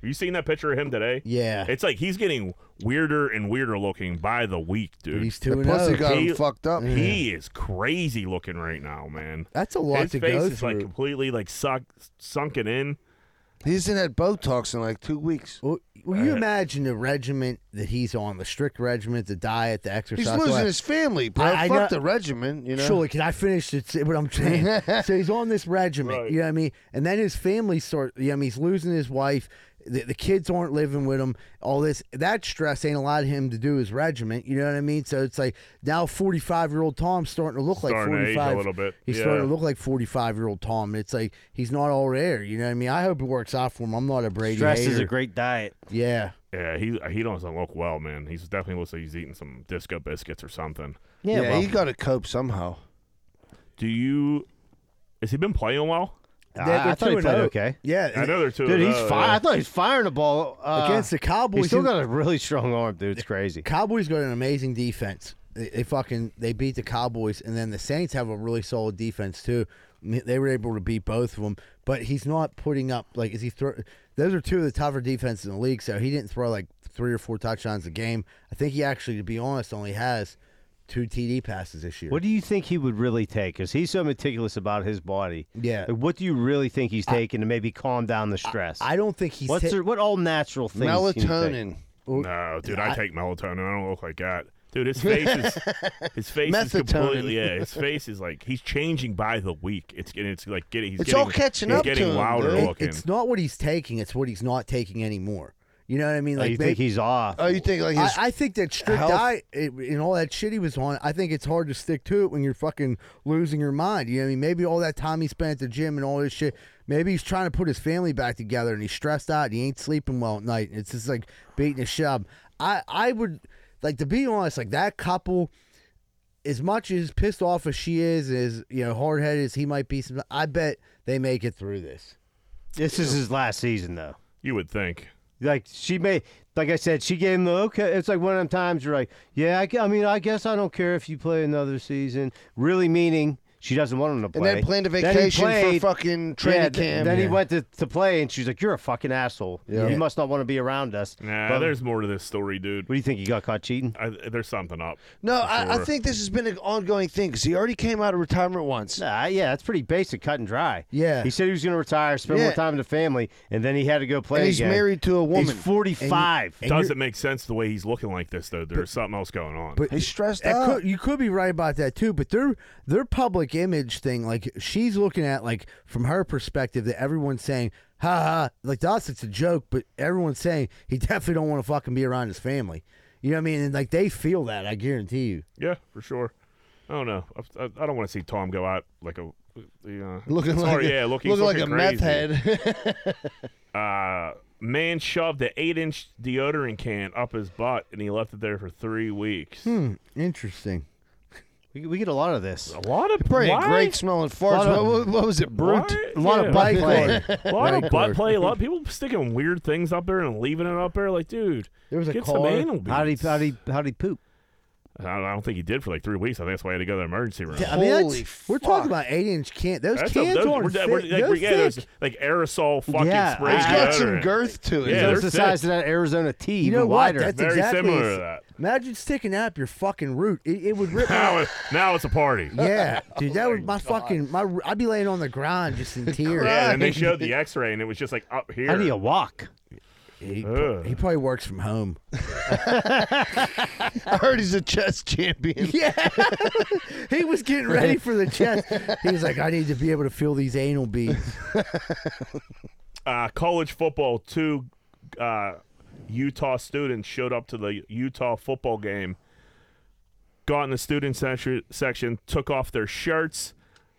Speaker 4: Have you seen that picture of him today?
Speaker 1: Yeah.
Speaker 4: It's like he's getting weirder and weirder looking by the week, dude.
Speaker 1: He's two
Speaker 3: The
Speaker 1: and
Speaker 3: pussy
Speaker 1: oh.
Speaker 3: got
Speaker 4: He-
Speaker 3: him fucked up.
Speaker 4: He is crazy looking right now, man.
Speaker 1: That's a lot
Speaker 4: His
Speaker 1: to
Speaker 4: face
Speaker 1: go
Speaker 4: is like
Speaker 1: through.
Speaker 4: completely like suck, sunken in.
Speaker 1: <laughs>
Speaker 3: He's in that Botox in like two weeks.
Speaker 1: Well, will you
Speaker 4: Uh,
Speaker 1: imagine the regiment that he's on, the strict regiment, the diet, the exercise?
Speaker 3: He's
Speaker 1: all
Speaker 3: losing
Speaker 1: that?
Speaker 3: his family, bro.
Speaker 1: I- I
Speaker 3: Fuck
Speaker 1: know-
Speaker 3: the regimen, you know.
Speaker 1: Surely, can I finish it, what I'm saying?
Speaker 4: <laughs>
Speaker 1: so he's on this regiment,
Speaker 4: Right.
Speaker 1: you know what I mean? And then his family sort, you know what I mean? He's losing his wife. The, the kids aren't living with him. All this, that stress ain't allowed him to do his regiment, you know what I mean? So it's like now 45 year old Tom's starting to look like
Speaker 4: Starting to age a
Speaker 1: 45.
Speaker 4: little bit,
Speaker 1: He's
Speaker 4: yeah.
Speaker 1: starting to look like 45 year old Tom. And it's like, he's not all there, you know what I mean? I hope it works out for him. I'm not a Brady.
Speaker 2: Stress is a
Speaker 1: hater.
Speaker 2: great diet.
Speaker 1: Yeah.
Speaker 4: Yeah, he he doesn't look well, man. He's definitely looks like he's eating some disco biscuits or something.
Speaker 3: yeah,
Speaker 2: well,
Speaker 3: he got to cope somehow.
Speaker 4: Do you? Has he been playing well?
Speaker 2: I-
Speaker 1: They're-
Speaker 2: Ah, I,
Speaker 1: they're
Speaker 2: thought he
Speaker 1: two and
Speaker 2: played
Speaker 1: oh.
Speaker 2: okay.
Speaker 1: Yeah.
Speaker 4: I know they're two.
Speaker 2: Dude,
Speaker 4: and
Speaker 2: he's
Speaker 4: oh,
Speaker 2: fire.
Speaker 4: yeah.
Speaker 2: I thought he's firing the ball uh,
Speaker 1: Against the Cowboys.
Speaker 2: He's still
Speaker 1: in-
Speaker 2: got a really strong arm, dude. It's crazy.
Speaker 1: Cowboys got an amazing defense. They, they fucking they beat the Cowboys, and then the Saints have a really solid defense too. N- They were able to beat both of them, but he's not putting up like is he throw? Those are two of the tougher defenses in the league, so he didn't throw like three or four touchdowns a game. I think he actually, to be honest, only has two TD passes this year.
Speaker 2: What do you think he would really take? Because he's so meticulous about his body.
Speaker 1: Yeah.
Speaker 2: Like, what do you really think he's taking to maybe calm down the stress?
Speaker 1: I don't think he's.
Speaker 2: What's
Speaker 1: ta-
Speaker 2: your- what all natural things? can you take?
Speaker 3: Melatonin.
Speaker 4: No, dude, I, take <laughs> melatonin. I don't look like that. Dude, his face
Speaker 3: <laughs>
Speaker 4: is his face is
Speaker 3: Methotonin.
Speaker 4: completely yeah. His face is like he's changing by the week. It's and it's like getting he's
Speaker 3: It's
Speaker 4: getting,
Speaker 3: all catching
Speaker 4: he's
Speaker 3: up to
Speaker 4: getting
Speaker 3: him,
Speaker 4: louder
Speaker 3: dude.
Speaker 4: looking.
Speaker 1: it's not what he's taking; it's what he's not taking anymore. You know what I mean?
Speaker 2: Oh,
Speaker 1: Like
Speaker 2: you
Speaker 1: they-
Speaker 2: think he's off?
Speaker 3: Oh, you think like his?
Speaker 1: I, I think that strict
Speaker 3: health-
Speaker 1: diet it, and all that shit he was on, I think it's hard to stick to it when you're fucking losing your mind. You know what I mean? Maybe all that time he spent at the gym and all this shit, maybe he's trying to put his family back together and he's stressed out and he ain't sleeping well at night. It's just like beating a shub. I, I would, like, to be honest, like that couple, as much as pissed off as she is, as, you know, hard headed as he might be, some- I bet they make it through this.
Speaker 2: this is his last season, though.
Speaker 4: you would think.
Speaker 2: Like she made, like I said, she gave him the okay. It's like one of them times you're like, yeah, I, gu- I mean, I guess I don't care if you play another season. Really meaning she doesn't want him to
Speaker 3: and
Speaker 2: play.
Speaker 3: then planned a
Speaker 2: Then he
Speaker 3: vacation
Speaker 2: played.
Speaker 3: for fucking
Speaker 2: Yeah,
Speaker 3: training
Speaker 2: th-
Speaker 3: camp.
Speaker 2: Then he went to, to play, and she's like, "You're a fucking asshole.
Speaker 3: Yeah.
Speaker 2: You must not want to be around us."
Speaker 4: Nah,
Speaker 2: But
Speaker 4: there's more to this story, dude.
Speaker 2: What do you think? He got caught cheating?
Speaker 4: I, there's something up.
Speaker 3: No, I, I
Speaker 4: Sure.
Speaker 3: think this has been an ongoing thing because he already came out of retirement once.
Speaker 2: Nah, yeah, that's pretty basic, cut and dry.
Speaker 1: Yeah.
Speaker 2: He said he was going to retire, spend
Speaker 3: Yeah.
Speaker 2: more time with the family, and then he had to go play
Speaker 3: and he's
Speaker 2: again.
Speaker 3: married to a
Speaker 2: He's
Speaker 3: woman.
Speaker 2: 45.
Speaker 1: And you're-
Speaker 4: Doesn't make sense the way he's looking like this though. There's something else going on.
Speaker 1: but-
Speaker 3: he's stressed
Speaker 1: That
Speaker 3: out.
Speaker 1: could, you could be right about that too, but their their public image thing, like she's looking at like from her perspective that everyone's saying, ha ha, like to us it's a joke, but everyone's saying he definitely don't want to fucking be around his family. You know what I mean? And like they feel that, I guarantee you.
Speaker 4: yeah, for sure. I don't know. I, I, I don't want to see Tom go out like a. Yeah,
Speaker 3: looking like
Speaker 4: Sorry,
Speaker 3: a,
Speaker 4: yeah, looking,
Speaker 3: looking like a
Speaker 4: fucking
Speaker 3: meth
Speaker 4: crazy.
Speaker 3: head.
Speaker 4: <laughs> uh, man shoved an eight inch deodorant can up his butt and he left it there for three weeks.
Speaker 1: Hmm, interesting.
Speaker 2: We, we get a lot of this.
Speaker 4: A lot of
Speaker 3: Probably a
Speaker 4: why?
Speaker 3: great smelling farts.
Speaker 2: Lot of-
Speaker 3: What, what- what was it,
Speaker 4: Why?
Speaker 3: brute?
Speaker 2: A lot
Speaker 4: Yeah.
Speaker 2: of butt
Speaker 1: Bike
Speaker 2: play.
Speaker 3: <laughs>
Speaker 1: cord.
Speaker 4: A lot of
Speaker 1: Bike
Speaker 4: butt
Speaker 1: cord.
Speaker 4: play. A lot of people sticking weird things up there and leaving it up there. Like, dude,
Speaker 1: There was a
Speaker 4: get some
Speaker 1: car.
Speaker 4: anal
Speaker 2: How did
Speaker 4: beads.
Speaker 2: he, how did he, how did he poop?
Speaker 4: I don't, I don't think he did for like three weeks. I think that's why he had to go to the emergency room.
Speaker 1: I mean, that's-
Speaker 3: Holy
Speaker 1: we're talking about eight inch cans. Those
Speaker 4: That's a-
Speaker 1: cans
Speaker 4: those-
Speaker 1: are
Speaker 4: we're,
Speaker 1: thick.
Speaker 4: we're- like,
Speaker 1: they're
Speaker 4: we- yeah, those,
Speaker 1: thick.
Speaker 4: like aerosol fucking
Speaker 2: Yeah,
Speaker 4: spray.
Speaker 2: I-
Speaker 3: He's got
Speaker 4: deodorant.
Speaker 3: some girth to it.
Speaker 4: Yeah,
Speaker 2: Those
Speaker 4: they're
Speaker 2: the
Speaker 4: thick.
Speaker 2: size of that Arizona T.
Speaker 1: You know
Speaker 2: even
Speaker 1: what?
Speaker 2: wider.
Speaker 1: That's
Speaker 4: Very
Speaker 1: exactly
Speaker 4: similar
Speaker 1: as-
Speaker 4: to that.
Speaker 1: Imagine sticking up your fucking root. It, it would
Speaker 4: <laughs>
Speaker 1: rip.
Speaker 4: Now, it- now it's a party.
Speaker 1: <laughs>
Speaker 2: <laughs>
Speaker 1: yeah,
Speaker 2: Oh
Speaker 1: dude, that was my fucking my. I'd be laying on the ground just
Speaker 2: <laughs>
Speaker 1: in tears.
Speaker 4: Yeah,
Speaker 1: <laughs>
Speaker 4: and they showed the X-ray, and it was just like up here.
Speaker 2: How do you walk?
Speaker 1: He,
Speaker 4: Ugh.
Speaker 1: he probably works from
Speaker 2: <laughs>
Speaker 1: home. <laughs>
Speaker 3: I heard he's a chess <laughs> champion.
Speaker 1: Yeah. <laughs> he was getting ready for the
Speaker 2: <laughs>
Speaker 1: chest. He was like, I need to be able to feel these anal beads.
Speaker 4: uh, college football, two uh, Utah students showed up to the Utah football game, got in the student section, section took off their shirts.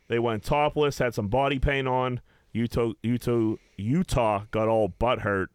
Speaker 4: They went topless, had some body paint on. Utah, Utah, Utah got all butthurt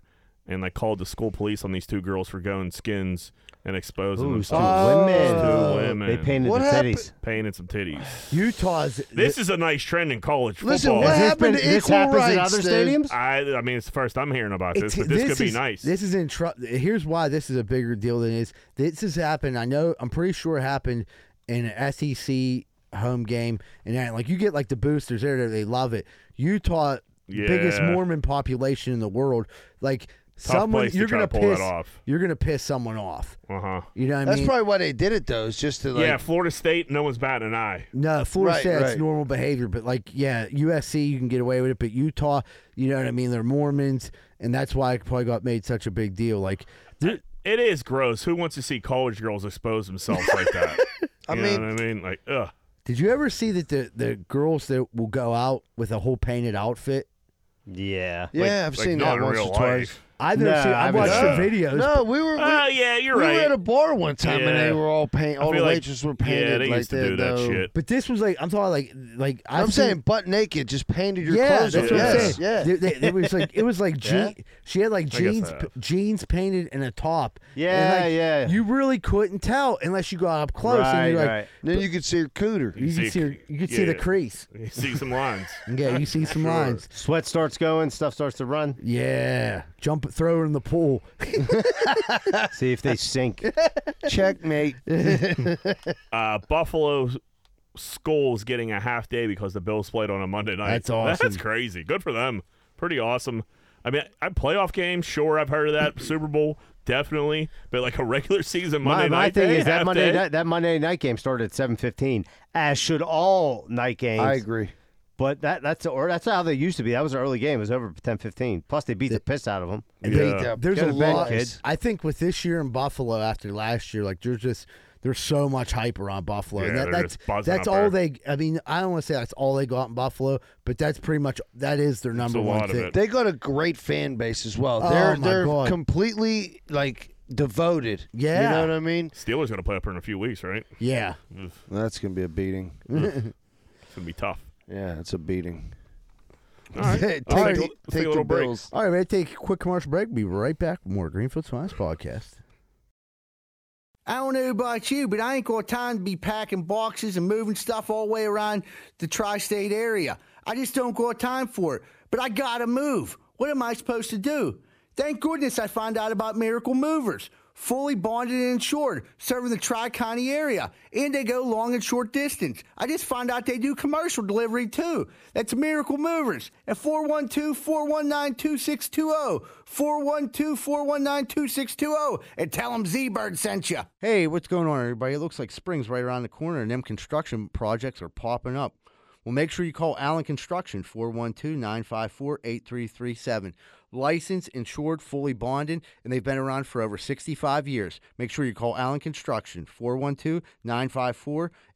Speaker 4: and they called the school police on these two girls for going skins and exposing
Speaker 2: Ooh, it's two
Speaker 4: themselves.
Speaker 2: women.
Speaker 4: Two women.
Speaker 2: They painted
Speaker 3: What
Speaker 2: the
Speaker 3: happened?
Speaker 2: titties.
Speaker 4: painting some titties.
Speaker 1: Utah's.
Speaker 4: This is a nice trend in college football.
Speaker 3: Listen, what
Speaker 2: Has this
Speaker 3: happened
Speaker 2: been-
Speaker 3: to
Speaker 2: this
Speaker 3: equal
Speaker 2: happens in
Speaker 3: rights,
Speaker 2: other
Speaker 3: dude?
Speaker 2: stadiums?
Speaker 4: I, I mean, it's the first I'm hearing about Uh, this,
Speaker 1: it's-
Speaker 4: but this, could be
Speaker 1: is-
Speaker 4: nice.
Speaker 1: This is in tru- Here's why this is a bigger deal than it is. This has happened. I know. I'm pretty sure it happened in an SEC home game, and that, like you get like the boosters there. They love it. Utah, biggest
Speaker 4: Yeah.
Speaker 1: Mormon population in the world. Like someone
Speaker 4: place to
Speaker 1: you're
Speaker 4: try
Speaker 1: gonna
Speaker 4: to pull
Speaker 1: piss
Speaker 4: that off.
Speaker 1: you're gonna piss someone off.
Speaker 4: Uh huh.
Speaker 1: You know what I
Speaker 3: That's
Speaker 1: mean?
Speaker 3: probably why they did it though. Is just to like
Speaker 4: yeah, Florida State, no one's batting an eye.
Speaker 1: No, Florida
Speaker 3: Right,
Speaker 1: State, it's
Speaker 3: right.
Speaker 1: normal behavior, but like, yeah, USC, you can get away with it, but Utah, you know what I mean? They're Mormons, and that's why it probably got made such a big deal. Like,
Speaker 4: It- it is gross. Who wants to see college girls expose themselves like
Speaker 2: <laughs>
Speaker 4: that?
Speaker 3: <laughs> I
Speaker 4: You know
Speaker 3: mean-
Speaker 4: what I mean, like, ugh.
Speaker 1: did you ever see that the, the girls that will go out with a whole painted outfit?
Speaker 2: Yeah.
Speaker 3: yeah,
Speaker 4: Like-
Speaker 3: I've
Speaker 4: like
Speaker 3: seen
Speaker 4: not
Speaker 3: that
Speaker 4: in
Speaker 3: once
Speaker 4: real
Speaker 3: or twice.
Speaker 4: life.
Speaker 1: I've never
Speaker 2: No,
Speaker 1: seen.
Speaker 2: I
Speaker 1: I
Speaker 2: haven't
Speaker 1: watched
Speaker 4: <laughs>
Speaker 2: seen
Speaker 1: the videos.
Speaker 3: No, we were.
Speaker 4: Oh yeah, you're
Speaker 3: we
Speaker 4: right.
Speaker 3: were at a bar one time and
Speaker 4: Yeah.
Speaker 3: they were all paint.
Speaker 4: I
Speaker 3: All the
Speaker 4: feel like-
Speaker 3: waitresses were painted
Speaker 4: yeah, they
Speaker 3: like
Speaker 4: used to
Speaker 3: that.
Speaker 4: do that
Speaker 3: though.
Speaker 4: shit.
Speaker 1: But this was like I'm talking like like
Speaker 3: I'm
Speaker 1: I've seen-
Speaker 3: saying butt naked, just painted your
Speaker 1: yeah,
Speaker 3: clothes.
Speaker 1: that's
Speaker 3: up.
Speaker 1: what I'm
Speaker 3: yes,
Speaker 1: saying.
Speaker 3: yeah.
Speaker 1: They- they- it was like it was like
Speaker 3: <laughs> Yeah.
Speaker 1: jean, she had like
Speaker 4: guess
Speaker 1: jeans
Speaker 4: I
Speaker 1: p-
Speaker 4: have.
Speaker 1: jeans painted and a top. And,
Speaker 2: Yeah,
Speaker 1: like,
Speaker 2: yeah.
Speaker 1: You really couldn't tell unless you got up close and
Speaker 2: Right,
Speaker 1: you're like
Speaker 2: right.
Speaker 3: Then you could see her cooter.
Speaker 1: you
Speaker 4: See-
Speaker 1: can see her, you can see the
Speaker 4: yeah.
Speaker 1: crease.
Speaker 4: You see some
Speaker 1: <laughs>
Speaker 4: lines.
Speaker 1: Yeah, you see some lines.
Speaker 2: Sweat starts going, stuff starts to run.
Speaker 1: Yeah, jump, throw her in the pool.
Speaker 3: <laughs>
Speaker 2: See if they sink.
Speaker 1: <laughs>
Speaker 3: Checkmate.
Speaker 4: Uh, Buffalo Skulls getting a half day because the Bills played on a Monday night.
Speaker 1: That's
Speaker 4: <laughs>
Speaker 1: awesome.
Speaker 4: That's crazy. Good for them. Pretty awesome. I mean, I playoff game. Sure, I've heard of that. Super Bowl, definitely. But like a regular season Monday
Speaker 2: my my
Speaker 4: night
Speaker 2: thing
Speaker 4: day,
Speaker 2: is that
Speaker 4: half
Speaker 2: Monday
Speaker 4: day?
Speaker 2: night, that Monday night game started at seven fifteen, as should all night games.
Speaker 3: I agree.
Speaker 2: But that that's or that's how they used to be. That was an early game. It was over 10-15. Plus they beat the piss out of them.
Speaker 1: They-
Speaker 3: Yeah.
Speaker 1: there's
Speaker 2: Go
Speaker 1: a
Speaker 2: to bed,
Speaker 1: lot.
Speaker 2: kid.
Speaker 1: I think with this year in Buffalo after last year, like there's just there's so much hype around Buffalo. and
Speaker 4: Yeah,
Speaker 1: that,
Speaker 4: they're
Speaker 1: that's
Speaker 4: just buzzing
Speaker 1: that's
Speaker 4: up
Speaker 1: all
Speaker 4: there.
Speaker 1: they. I mean, I don't want to say that's all they got in Buffalo, but that's pretty much that is their number
Speaker 4: a
Speaker 1: one
Speaker 4: lot of
Speaker 1: thing.
Speaker 4: it.
Speaker 3: They got a great fan base as well.
Speaker 1: Oh,
Speaker 3: they're
Speaker 1: my
Speaker 3: they're
Speaker 1: God.
Speaker 3: completely like devoted.
Speaker 1: Yeah.
Speaker 3: You know what I mean?
Speaker 4: Steelers gonna play up here in a few weeks, right?
Speaker 1: Yeah,
Speaker 3: That's gonna be a beating.
Speaker 1: <laughs>
Speaker 4: It's gonna be tough.
Speaker 3: Yeah, it's a beating.
Speaker 4: All
Speaker 1: <laughs>
Speaker 4: right,
Speaker 3: <laughs> take
Speaker 4: All right,
Speaker 3: the-
Speaker 4: let's take a
Speaker 3: take
Speaker 4: little
Speaker 3: the
Speaker 4: break.
Speaker 3: Bills.
Speaker 1: All right, man. Take a quick commercial break. Be right back. with More Greenfield's Finest Podcast. I don't know about you, but I ain't got time to be packing boxes and moving stuff all the way around the tri-state area. I just don't got time for it. But I gotta move. What am I supposed to do? Thank goodness I found out about Miracle Movers, fully bonded and insured, serving the Tri-County area, and they go long and short distance. I just found out they do commercial delivery too. That's Miracle Movers at 412-419-2620, 412-419-2620, oh. and tell them Z-Bird sent you. Hey, what's going on, everybody? It looks like spring's right around the corner, and them construction projects are popping up. Well, make sure you call Allen Construction 412 954 8337. Licensed, insured, fully bonded, and they've been around for over 65 years. Make sure you call Allen Construction 412 954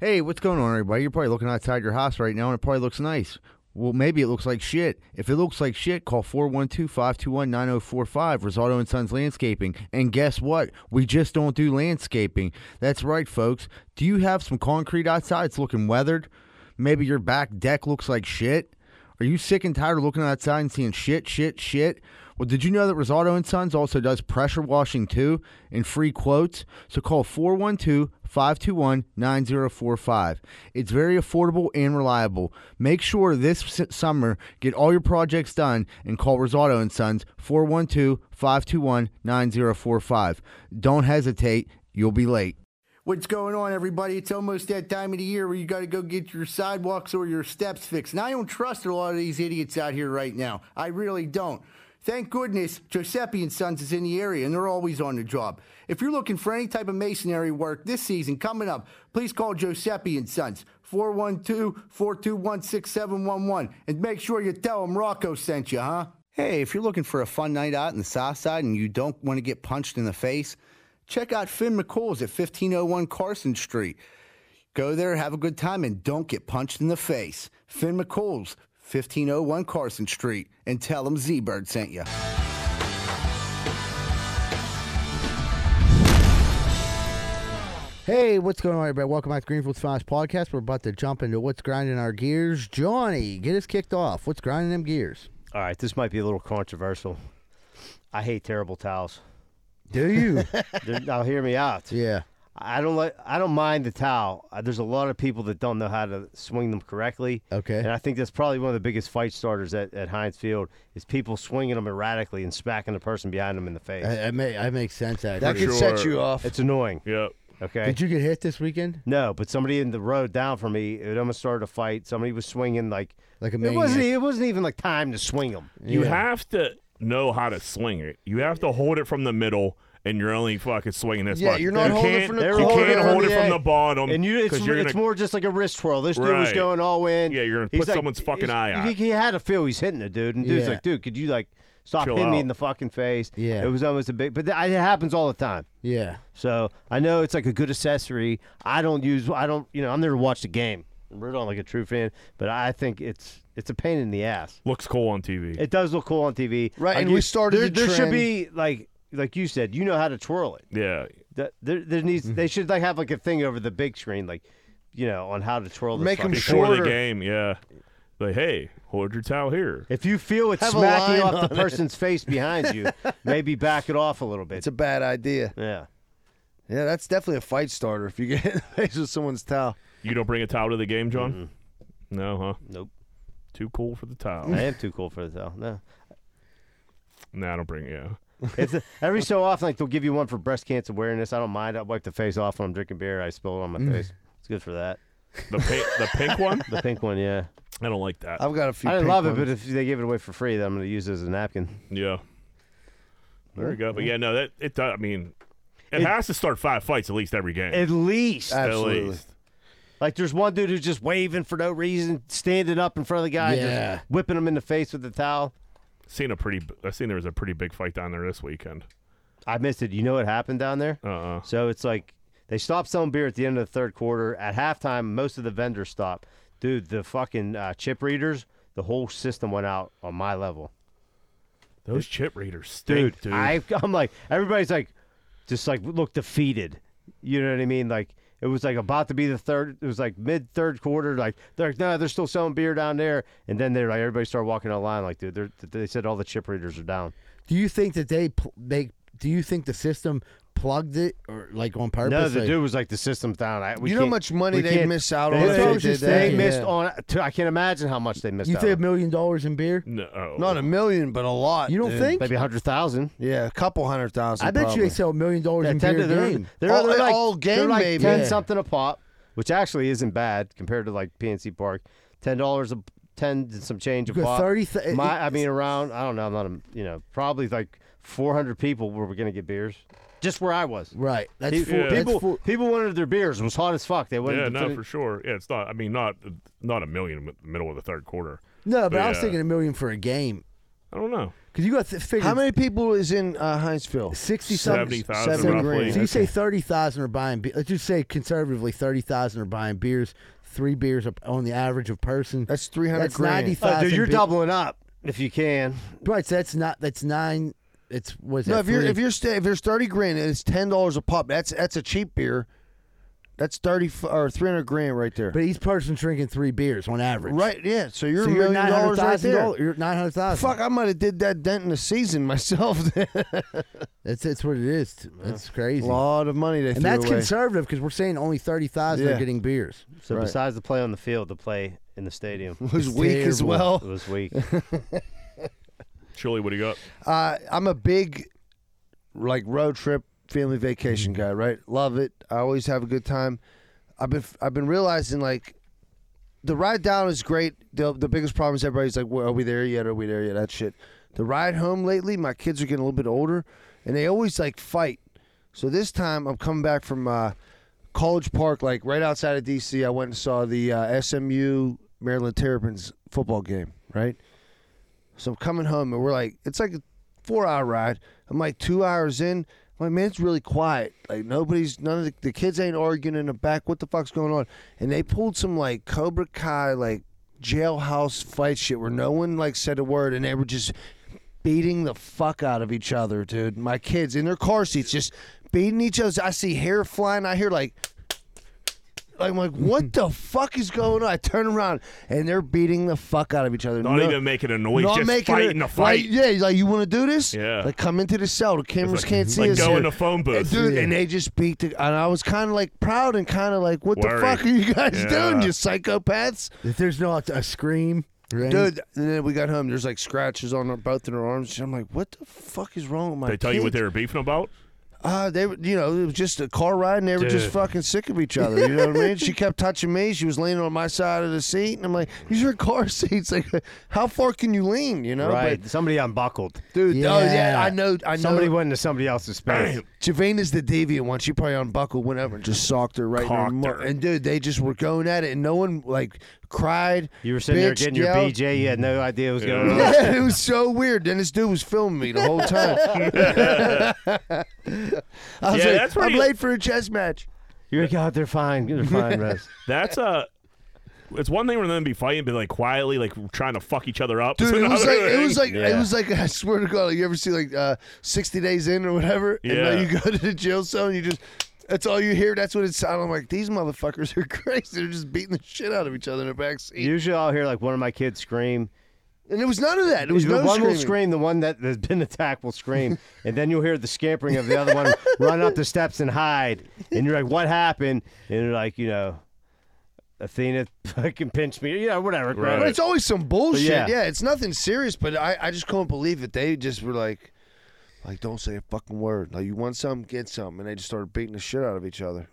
Speaker 1: Hey, what's going on, everybody? You're probably looking outside your house right now and it probably looks nice. Well, maybe it looks like shit. If it looks like shit, call 412-521-9045, Rosato & Sons Landscaping. And guess what? We just don't do landscaping. That's right, folks. Do you have some concrete outside? It's looking weathered. Maybe your back deck looks like shit. Are you sick and tired of looking outside and seeing shit, shit, shit? Well, did you know that Rosato and Sons also does pressure washing too and free quotes? So call 412 521 9045. It's very affordable and reliable. Make sure this s- summer get all your projects done and call Rosato and Sons 412 521 9045. Don't hesitate, you'll be late. What's going on, everybody? It's almost that time of the year where you got to go get your sidewalks or your steps fixed. And I don't trust a lot of these idiots out here right now. I really don't. Thank goodness Giuseppe and Sons is in the area and they're always on the job. If you're looking for any type of masonry work this season coming up, please call Giuseppe and Sons 412-421-6711 and make sure you tell them Rocco sent you, huh? Hey, if you're looking for a fun night out in the South Side and you don't want to get punched in the face, Check out Finn McCool's at 1501 Carson Street. Go there, have a good time, and don't get punched in the face. Finn McCool's, 1501 Carson Street, and tell them Z Bird sent you. Hey, what's going on, everybody? Welcome back to Greenfield's Finest Podcast. We're about to jump into what's grinding our gears. Johnny, get us kicked off. What's grinding them gears?
Speaker 2: All right, this might be a little controversial. I hate terrible towels.
Speaker 1: Do you?
Speaker 2: <laughs> They're- now hear me out.
Speaker 1: yeah.
Speaker 2: I don't like. I don't mind the towel. Uh, There's a lot of people that don't know how to swing them correctly,
Speaker 1: Okay.
Speaker 2: and I think that's probably one of the biggest fight starters at, at Heinz Field is people swinging them erratically and smacking the person behind them in the face.
Speaker 1: I, I may I make sense actually.
Speaker 3: That
Speaker 4: For
Speaker 3: could set
Speaker 4: sure.
Speaker 3: you off.
Speaker 2: It's annoying.
Speaker 4: Yep.
Speaker 2: Okay.
Speaker 1: Did you get hit this weekend?
Speaker 2: No, but somebody in the road down from me, it almost started a fight. Somebody was swinging like
Speaker 1: Like a
Speaker 2: it wasn't. e,
Speaker 1: maniac.
Speaker 2: It wasn't even like time to swing them.
Speaker 4: You have to know how to swing it. You have to hold it from the middle, and you're only fucking swinging this
Speaker 3: Yeah,
Speaker 4: much.
Speaker 3: you're not
Speaker 4: you
Speaker 3: holding it
Speaker 4: can't,
Speaker 3: from the
Speaker 4: You
Speaker 2: corner
Speaker 4: can't
Speaker 2: or
Speaker 4: hold
Speaker 2: the
Speaker 4: it from
Speaker 2: end.
Speaker 4: the bottom.
Speaker 2: And you, it's,
Speaker 4: 'cause you're
Speaker 2: it's
Speaker 4: gonna-
Speaker 2: more just like a wrist twirl. This dude was
Speaker 4: Right.
Speaker 2: going all in.
Speaker 4: Yeah, you're gonna
Speaker 2: He's
Speaker 4: put
Speaker 2: like-
Speaker 4: someone's fucking
Speaker 2: he's-
Speaker 4: eye out.
Speaker 2: He, he had a feel he's hitting the dude, and dude's
Speaker 1: Yeah.
Speaker 2: like, "Dude, could you like stop
Speaker 4: Chill
Speaker 2: hitting me
Speaker 4: out.
Speaker 2: in the fucking face?"
Speaker 1: Yeah.
Speaker 2: it was almost a big, but th- it happens all the time.
Speaker 1: Yeah.
Speaker 2: So I know it's like a good accessory. I don't use. I don't. You know, I'm there to watch the game. I'm root on like a true fan, but I think it's it's a pain in the ass.
Speaker 4: looks cool on TV.
Speaker 2: It does look cool on TV,
Speaker 3: Right,
Speaker 2: I
Speaker 3: and
Speaker 2: do-
Speaker 3: we started
Speaker 2: There,
Speaker 3: the
Speaker 2: there should
Speaker 3: trend-
Speaker 2: be like like you said, you know how to twirl it.
Speaker 4: yeah,
Speaker 2: That there, there needs
Speaker 3: <laughs>
Speaker 2: they should like have like a thing over the big screen, like you know, on how to twirl. This
Speaker 3: Make 'em
Speaker 2: fucking-
Speaker 4: before
Speaker 3: Shorter.
Speaker 4: the game. Yeah, like hey, hold your towel here.
Speaker 2: If you feel it's
Speaker 3: Have a
Speaker 2: smacking
Speaker 3: line
Speaker 2: off
Speaker 3: on
Speaker 2: the
Speaker 3: it.
Speaker 2: person's face <laughs> behind you, maybe back it off a little bit.
Speaker 3: It's a bad idea.
Speaker 2: yeah,
Speaker 3: Yeah, that's definitely a fight starter if you get <laughs> in the face with someone's towel.
Speaker 4: You don't bring a towel to the game, John? No, huh?
Speaker 2: Nope.
Speaker 4: Too cool for the towel.
Speaker 2: I am too cool for this though. No,
Speaker 4: no, I don't bring. Yeah,
Speaker 2: it's every so often like they'll give you one for breast cancer awareness. I don't mind. I wipe the face off when I'm drinking beer. I spill it on my
Speaker 3: Mm.
Speaker 2: face. It's good for that.
Speaker 4: the pink, the pink one.
Speaker 2: <laughs> The pink one, yeah.
Speaker 4: I don't like that.
Speaker 3: <laughs> I've got a few.
Speaker 2: I didn't
Speaker 3: pink
Speaker 2: love
Speaker 3: ones.
Speaker 2: it, but if they give it away for free, then I'm going to use it as a napkin.
Speaker 4: Yeah. There we go. But yeah, no, that it. does- I mean, it,
Speaker 2: It-
Speaker 4: has to start five fights at least every game.
Speaker 2: At least.
Speaker 4: at
Speaker 3: absolutely.
Speaker 4: least.
Speaker 2: Like there's one dude who's just waving for no reason, standing up in front of the guy,
Speaker 1: Yeah.
Speaker 2: just whipping him in the face with the towel.
Speaker 4: Seen a pretty. b- I seen there was a pretty big fight down there this weekend.
Speaker 2: I missed it. You know what happened down there?
Speaker 4: Uh. uh
Speaker 2: So it's like they stopped selling beer at the end of the third quarter. At halftime, most of the vendors stopped. Dude, the fucking uh, chip readers, the whole system went out on my level.
Speaker 4: Those chip readers stink, dude. <laughs>
Speaker 2: I, I'm like, everybody's like, just like look defeated. You know what I mean? Like it was like about to be the third. It was like mid third quarter. Like they're like, no, they're still selling beer down there. And then they're like, everybody started walking online. Like, dude, they're, they said all the chip readers are down.
Speaker 1: Do you think that they pl- they do you think the system plugged it or like on purpose?
Speaker 2: No, the
Speaker 1: Like-
Speaker 2: dude was like, the system's down. I, we
Speaker 3: You know how
Speaker 2: can't-
Speaker 3: much money
Speaker 2: we
Speaker 3: they'd
Speaker 2: can't-
Speaker 3: miss out
Speaker 2: they-
Speaker 3: on
Speaker 1: if
Speaker 2: that's what
Speaker 1: they
Speaker 2: I was
Speaker 1: did
Speaker 2: just
Speaker 1: that.
Speaker 2: saying. They
Speaker 1: Yeah.
Speaker 2: missed on. t- I can't imagine how much they missed.
Speaker 1: you
Speaker 2: out
Speaker 1: think a
Speaker 2: on.
Speaker 1: million dollars in beer?
Speaker 4: no.
Speaker 3: Not a million, but a lot.
Speaker 1: You don't
Speaker 3: dude.
Speaker 1: think?
Speaker 2: maybe a hundred thousand.
Speaker 3: Yeah, a couple hundred thousand.
Speaker 1: I bet you
Speaker 3: probably.
Speaker 1: they sell a million dollars
Speaker 2: Yeah,
Speaker 1: in
Speaker 2: ten
Speaker 1: beer
Speaker 2: to
Speaker 1: a
Speaker 2: they're,
Speaker 1: game.
Speaker 2: they're,
Speaker 3: All-
Speaker 2: they're like,
Speaker 3: all
Speaker 2: they're
Speaker 3: game,
Speaker 2: like
Speaker 3: maybe.
Speaker 2: ten
Speaker 1: Yeah.
Speaker 2: something a pop, which actually isn't bad compared to like PNC Park. Ten dollars a ten and some change a
Speaker 1: You got
Speaker 2: pop.
Speaker 1: 30 th-
Speaker 2: My, I mean, around I don't know. I'm not a you know probably like four hundred people were gonna get beers. Just where I was,
Speaker 1: Right. That's
Speaker 2: Pe-
Speaker 1: four,
Speaker 4: Yeah.
Speaker 1: that's
Speaker 2: people
Speaker 1: four-
Speaker 2: people wanted their beers. It was hot as fuck. They wanted
Speaker 4: Yeah,
Speaker 2: to
Speaker 4: no,
Speaker 2: finish-
Speaker 4: for sure. Yeah, it's not. I mean, not not a million in the middle of the third quarter.
Speaker 1: No, but, I was
Speaker 4: yeah.
Speaker 1: thinking a million for a game
Speaker 4: I don't know.
Speaker 1: because you got to figure
Speaker 3: How many people is in uh, Hinesville?
Speaker 1: sixty something.
Speaker 4: Seventy thousand
Speaker 3: seven
Speaker 4: roughly.
Speaker 3: grand.
Speaker 1: So you say thirty thousand are buying. Be- let's just say conservatively thirty thousand are buying beers. Three beers up- on the average of person.
Speaker 3: That's three hundred
Speaker 1: That's
Speaker 3: grand.
Speaker 1: 90,000.
Speaker 2: Oh, dude, you're
Speaker 1: be-
Speaker 2: doubling up if you can.
Speaker 1: right. So that's not. That's nine. It's was
Speaker 3: No,
Speaker 1: that
Speaker 3: if you're
Speaker 1: three?
Speaker 3: if you're sta- if there's thirty grand and it's ten dollars a pop, that's that's a cheap beer. That's thirty f- or three hundred grand right there.
Speaker 1: but each person's drinking three beers on average.
Speaker 3: right, yeah. So you're
Speaker 1: So
Speaker 3: a
Speaker 1: you're
Speaker 3: million
Speaker 1: nine hundred
Speaker 3: dollars right
Speaker 1: thousand
Speaker 3: there.
Speaker 1: dollars. You're nine hundred thousand.
Speaker 3: Fuck, I might have did that dent in the season <laughs> myself. A
Speaker 1: That's that's what it is. That's crazy.
Speaker 3: lot of money they
Speaker 1: and
Speaker 3: threw
Speaker 1: that's
Speaker 3: away.
Speaker 1: conservative because we're saying only thirty thousand
Speaker 3: Yeah.
Speaker 1: are getting beers.
Speaker 2: So
Speaker 3: Right.
Speaker 2: besides the play on the field, the play in the stadium
Speaker 3: was
Speaker 1: It's
Speaker 3: weak as
Speaker 1: terrible.
Speaker 3: well.
Speaker 2: it was weak.
Speaker 4: Chili, what do you got?
Speaker 2: <laughs>
Speaker 3: Uh, I'm a big like road trip family vacation guy, right? Love it. I always have a good time. I've been I've been realizing like the ride down is great. The the biggest problem is everybody's like, well, are we there yet? Are we there yet? That shit. The ride home lately, my kids are getting a little bit older, and they always like fight. So this time I'm coming back from uh, College Park, like right outside of DC. I went and saw the uh, SMU Maryland Terrapins football game, right? So I'm coming home and we're like, it's like a four hour ride. I'm like two hours in. I'm like, man, it's really quiet. Like nobody's none of the, the kids ain't arguing in the back. What the fuck's going on? And they pulled some like Cobra Kai like jailhouse fight shit where no one like said a word and they were just beating the fuck out of each other, dude. My kids in their car seats just beating each other. I see hair flying. I hear like
Speaker 4: <laughs>
Speaker 3: I'm like, what the fuck is going on? I turn around and they're beating the fuck out of each other.
Speaker 4: Not even making a noise,
Speaker 3: not
Speaker 4: just
Speaker 3: making a-
Speaker 4: fighting a fight.
Speaker 3: Like, yeah, he's like, you want to do this?
Speaker 4: Yeah.
Speaker 3: Like, come into the cell. The cameras
Speaker 4: like-
Speaker 3: can't see
Speaker 4: like
Speaker 3: us.
Speaker 4: go in the
Speaker 3: here.
Speaker 4: phone booth.
Speaker 3: And dude, and they just beat the. And I was kind of like proud and kind of like, what
Speaker 4: Worried.
Speaker 3: the fuck are you guys
Speaker 4: Yeah.
Speaker 3: doing, you psychopaths?
Speaker 1: If there's not a scream, right?
Speaker 3: Dude, and then we got home. There's like scratches on our, both in her arms. I'm like, what the fuck is wrong with my?
Speaker 4: They tell you what
Speaker 3: kids?
Speaker 4: they were beefing about.
Speaker 3: Uh, they were, you know, it was just a car ride, and they were just
Speaker 2: Dude.
Speaker 3: fucking sick of each other. You know what I mean? She kept touching me. She was leaning on my side of the seat, and I'm like, "These are car seats. Like, <laughs> how far can you lean? You know?"
Speaker 2: Right. somebody unbuckled.
Speaker 3: But, dude. Oh yeah,
Speaker 1: Yeah.
Speaker 3: I know. I know.
Speaker 2: Somebody went into somebody else's
Speaker 3: <clears throat>
Speaker 2: space.
Speaker 4: Bam.
Speaker 3: Javaina's the deviant one. She probably unbuckled, went over, and just socked her right in her.
Speaker 4: Cocked
Speaker 3: mu-
Speaker 4: her.
Speaker 3: And dude, they just were going at it, and no one like cried.
Speaker 2: You were sitting there
Speaker 3: bitched,
Speaker 2: getting
Speaker 3: yelled.
Speaker 2: your BJ. You had no idea what was going on.
Speaker 3: Yeah, <laughs> it was so weird. Then this dude was filming me the whole time. <laughs> I was
Speaker 4: Yeah,
Speaker 3: like,
Speaker 4: that's where
Speaker 3: I'm
Speaker 4: you-
Speaker 3: late for a chess match.
Speaker 2: You're like, God, they're fine.
Speaker 4: <laughs>
Speaker 2: They're fine, Russ.
Speaker 4: That's a. It's one thing for them to be fighting, but like quietly, like trying to fuck each other up.
Speaker 3: Dude,
Speaker 4: It's
Speaker 3: it was like
Speaker 4: another
Speaker 3: it was
Speaker 4: thing.
Speaker 3: like it was like I swear to God, like, you ever see like uh, sixty days in or whatever, and
Speaker 4: Yeah.
Speaker 3: then you go <laughs> to the jail cell and you just that's all you hear. That's what it sounded like. These motherfuckers are <laughs> crazy. They're just beating the shit out of each other in the back seat.
Speaker 2: Usually, I'll hear like one of my kids scream.
Speaker 3: And it was none of that. It was
Speaker 2: the
Speaker 3: no
Speaker 2: one
Speaker 3: screaming.
Speaker 2: will scream. The one that has been attacked
Speaker 3: <laughs>
Speaker 2: will scream, and then you'll hear the scampering of the other one run up the steps and hide. And you're like, "What happened?" And you're like, "You know, Athena fucking pinched me. You know, whatever."
Speaker 4: Right.
Speaker 3: But it's always some bullshit.
Speaker 2: yeah.
Speaker 3: Yeah. it's nothing serious. But I I just couldn't believe it. They just were like. Like, don't say a fucking word. Like, you want something, get something. And they just started beating the shit out of each other.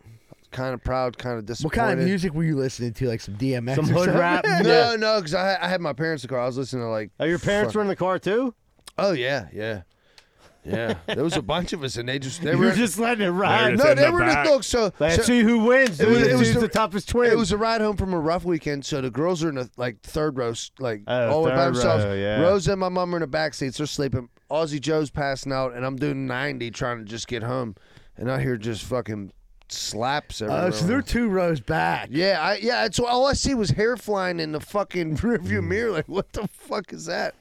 Speaker 3: Kind of proud, kind of
Speaker 1: what
Speaker 3: disappointed.
Speaker 1: kind of music were you listening to? Like some DMX
Speaker 2: Some
Speaker 1: or
Speaker 2: hood
Speaker 1: something? <laughs>
Speaker 2: rap.
Speaker 3: <laughs> No,
Speaker 2: Yeah.
Speaker 3: no, because I, I had my parents in the car. I was listening to like.
Speaker 2: Oh, your parents
Speaker 3: fuck-
Speaker 2: were in the car too.
Speaker 3: Oh yeah, yeah, yeah. there was a bunch of us, and they just they
Speaker 2: You were
Speaker 3: were.
Speaker 2: just letting
Speaker 4: They're
Speaker 2: it ride.
Speaker 4: just
Speaker 3: no,
Speaker 4: in
Speaker 3: they
Speaker 4: the
Speaker 3: were just
Speaker 4: back.
Speaker 3: look. So,
Speaker 2: Let's
Speaker 3: so-
Speaker 2: see who wins. It was,
Speaker 3: was- it was
Speaker 2: the,
Speaker 3: the-
Speaker 2: toughest twin.
Speaker 3: it was a ride home from a rough weekend. So the girls are in the like third row, s- like
Speaker 2: Oh,
Speaker 3: all by
Speaker 2: third
Speaker 3: themselves.
Speaker 2: row, yeah.
Speaker 3: Rose and my mom are in the back seats. They're sleeping. Aussie Joe's passing out, and I'm doing ninety trying to just get home, and I hear just fucking slaps everywhere.
Speaker 1: Oh, so they're two rows back.
Speaker 3: yeah, I, yeah. It's all I see was hair flying in the fucking <laughs> rearview
Speaker 1: Mm.
Speaker 3: mirror. Like, what the fuck is that?